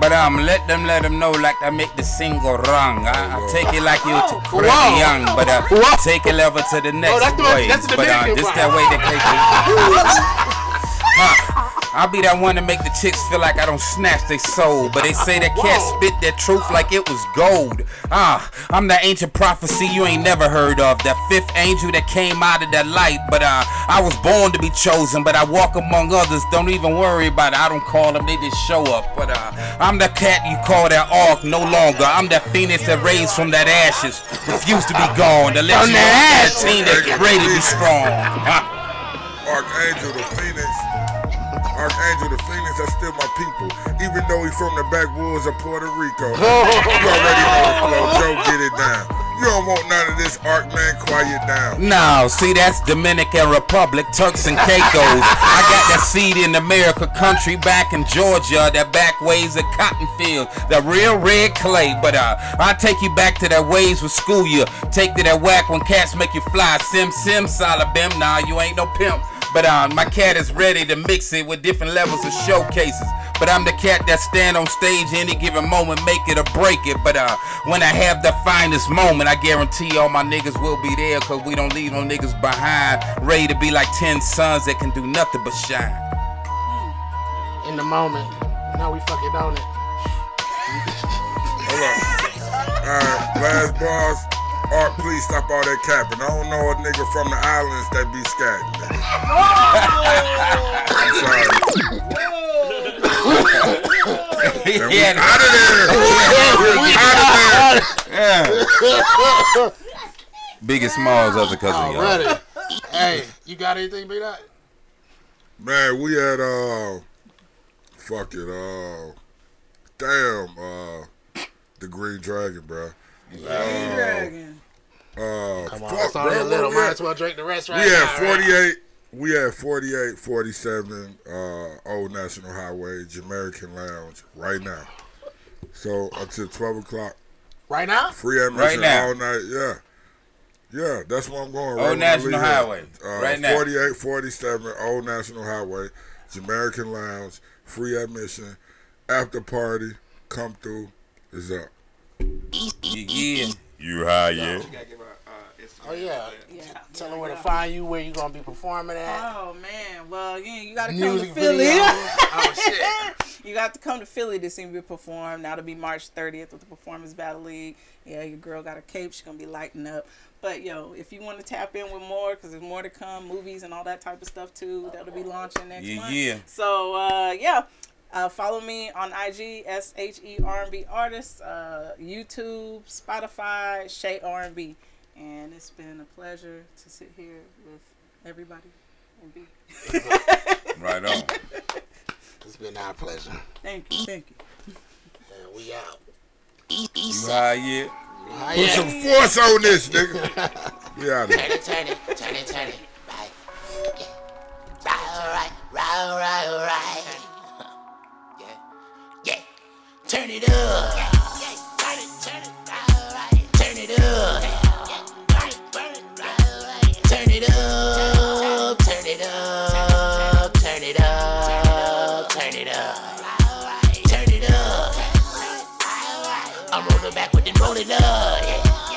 B: But um, let them let them know like I make the single wrong. I, I take it like you t- pretty young, but uh, take it level to the next
I: Oh, that's the-
B: way.
I: that's the
B: but um,
I: Dominican
B: just that way they take I'll be that one to make the chicks feel like I don't snatch their soul. But they say that cat spit their truth like it was gold. Ah, I'm that ancient prophecy you ain't never heard of. That fifth angel that came out of that light. But uh, I was born to be chosen, but I walk among others. Don't even worry about it. I don't call them, they just show up. But uh, I'm the cat you call that ark no longer. I'm that phoenix that raised from that ashes. Refuse to be gone. The legend that team that get ready to be strong. Ah.
M: Archangel the Phoenix. Archangel the Phoenix are still my people, even though he's from the backwoods of Puerto Rico. you already know the flow. Joe, get it down. You don't want none of this Arc man. Quiet down.
B: No, see that's Dominican Republic, Turks and Caicos. I got that seed in America country back in Georgia, that back ways of cotton field, that real red clay. But uh, I take you back to that ways with school you. Take to that whack when cats make you fly. Sim sim salabim, nah, you ain't no pimp. But uh, my cat is ready to mix it with different levels of showcases. But I'm the cat that stand on stage any given moment, make it or break it. But uh, when I have the finest moment, I guarantee all my niggas will be there. Cause we don't leave no niggas behind. Ready to be like 10 sons that can do nothing but shine.
D: in the moment. Now we fucking own it.
M: Hold on. Alright, last bars. Art, please stop all that capping. I don't know a nigga from the islands that be scatting. I'm sorry. And we
I: Yeah.
M: out of there.
I: We
M: We out of there.
B: Yeah. Biggest Smalls other cousin, y'all.
D: Ready? hey, you got anything beat up?
M: Man, we had uh fuck it, uh damn uh the Green Dragon, bro. Green
D: Dragon.
M: Uh
D: Come on,
M: fuck,
D: it's only
M: bro,
D: a
M: where
D: little.
M: we
D: Might
M: at?
D: as well drink the rest right
M: we had
D: now. right?
M: 48 we had 48 47 uh old national highway jamaican lounge right now so until 12 o'clock
D: Right now?
M: free admission
B: Right now.
M: all night yeah yeah that's where i'm going
B: Old
M: right when I
B: National
M: leave here.
B: Highway,
M: uh,
B: right now.
M: 48 47 old national highway jamaican lounge free admission after party come through is up
B: yeah
M: you high
G: yet?
D: Oh yeah. Tell them where to find you, where you gonna be performing at.
E: Oh man, well yeah, you gotta come
D: Music
E: to Philly.
D: video. oh shit.
E: you got to come to Philly to see me perform. That'll be March 30th with the Performance Battle League. Yeah, your girl got a cape. She's gonna be lighting up. But yo, if you want to tap in with more, because there's more to come, movies and all that type of stuff too. That'll be launching next
B: Yeah,
E: month.
B: yeah.
E: So uh, yeah. Uh, follow me on IG S H E R and B Artists, uh, YouTube, Spotify, Shay R and B, and it's been a pleasure to sit here with everybody and be.
B: Right on.
D: It's been our pleasure.
E: Thank you, thank you.
D: And we out.
B: You high yet?
M: put some force on this nigga we out of here
A: Turn it, turn it, turn it, turn it. Right. Yeah. Right, right, right, right, right. Yeah. Yeah. Turn it up. Yeah, yeah. Turn it, turn it. Right, right. Turn it up. Yeah, yeah. Burn it, burn it. Right, right. Turn it up. Turn it up. Turn it up. Turn it up. Right, right. Turn it up. I'm rolling back with the rolling up. Yeah,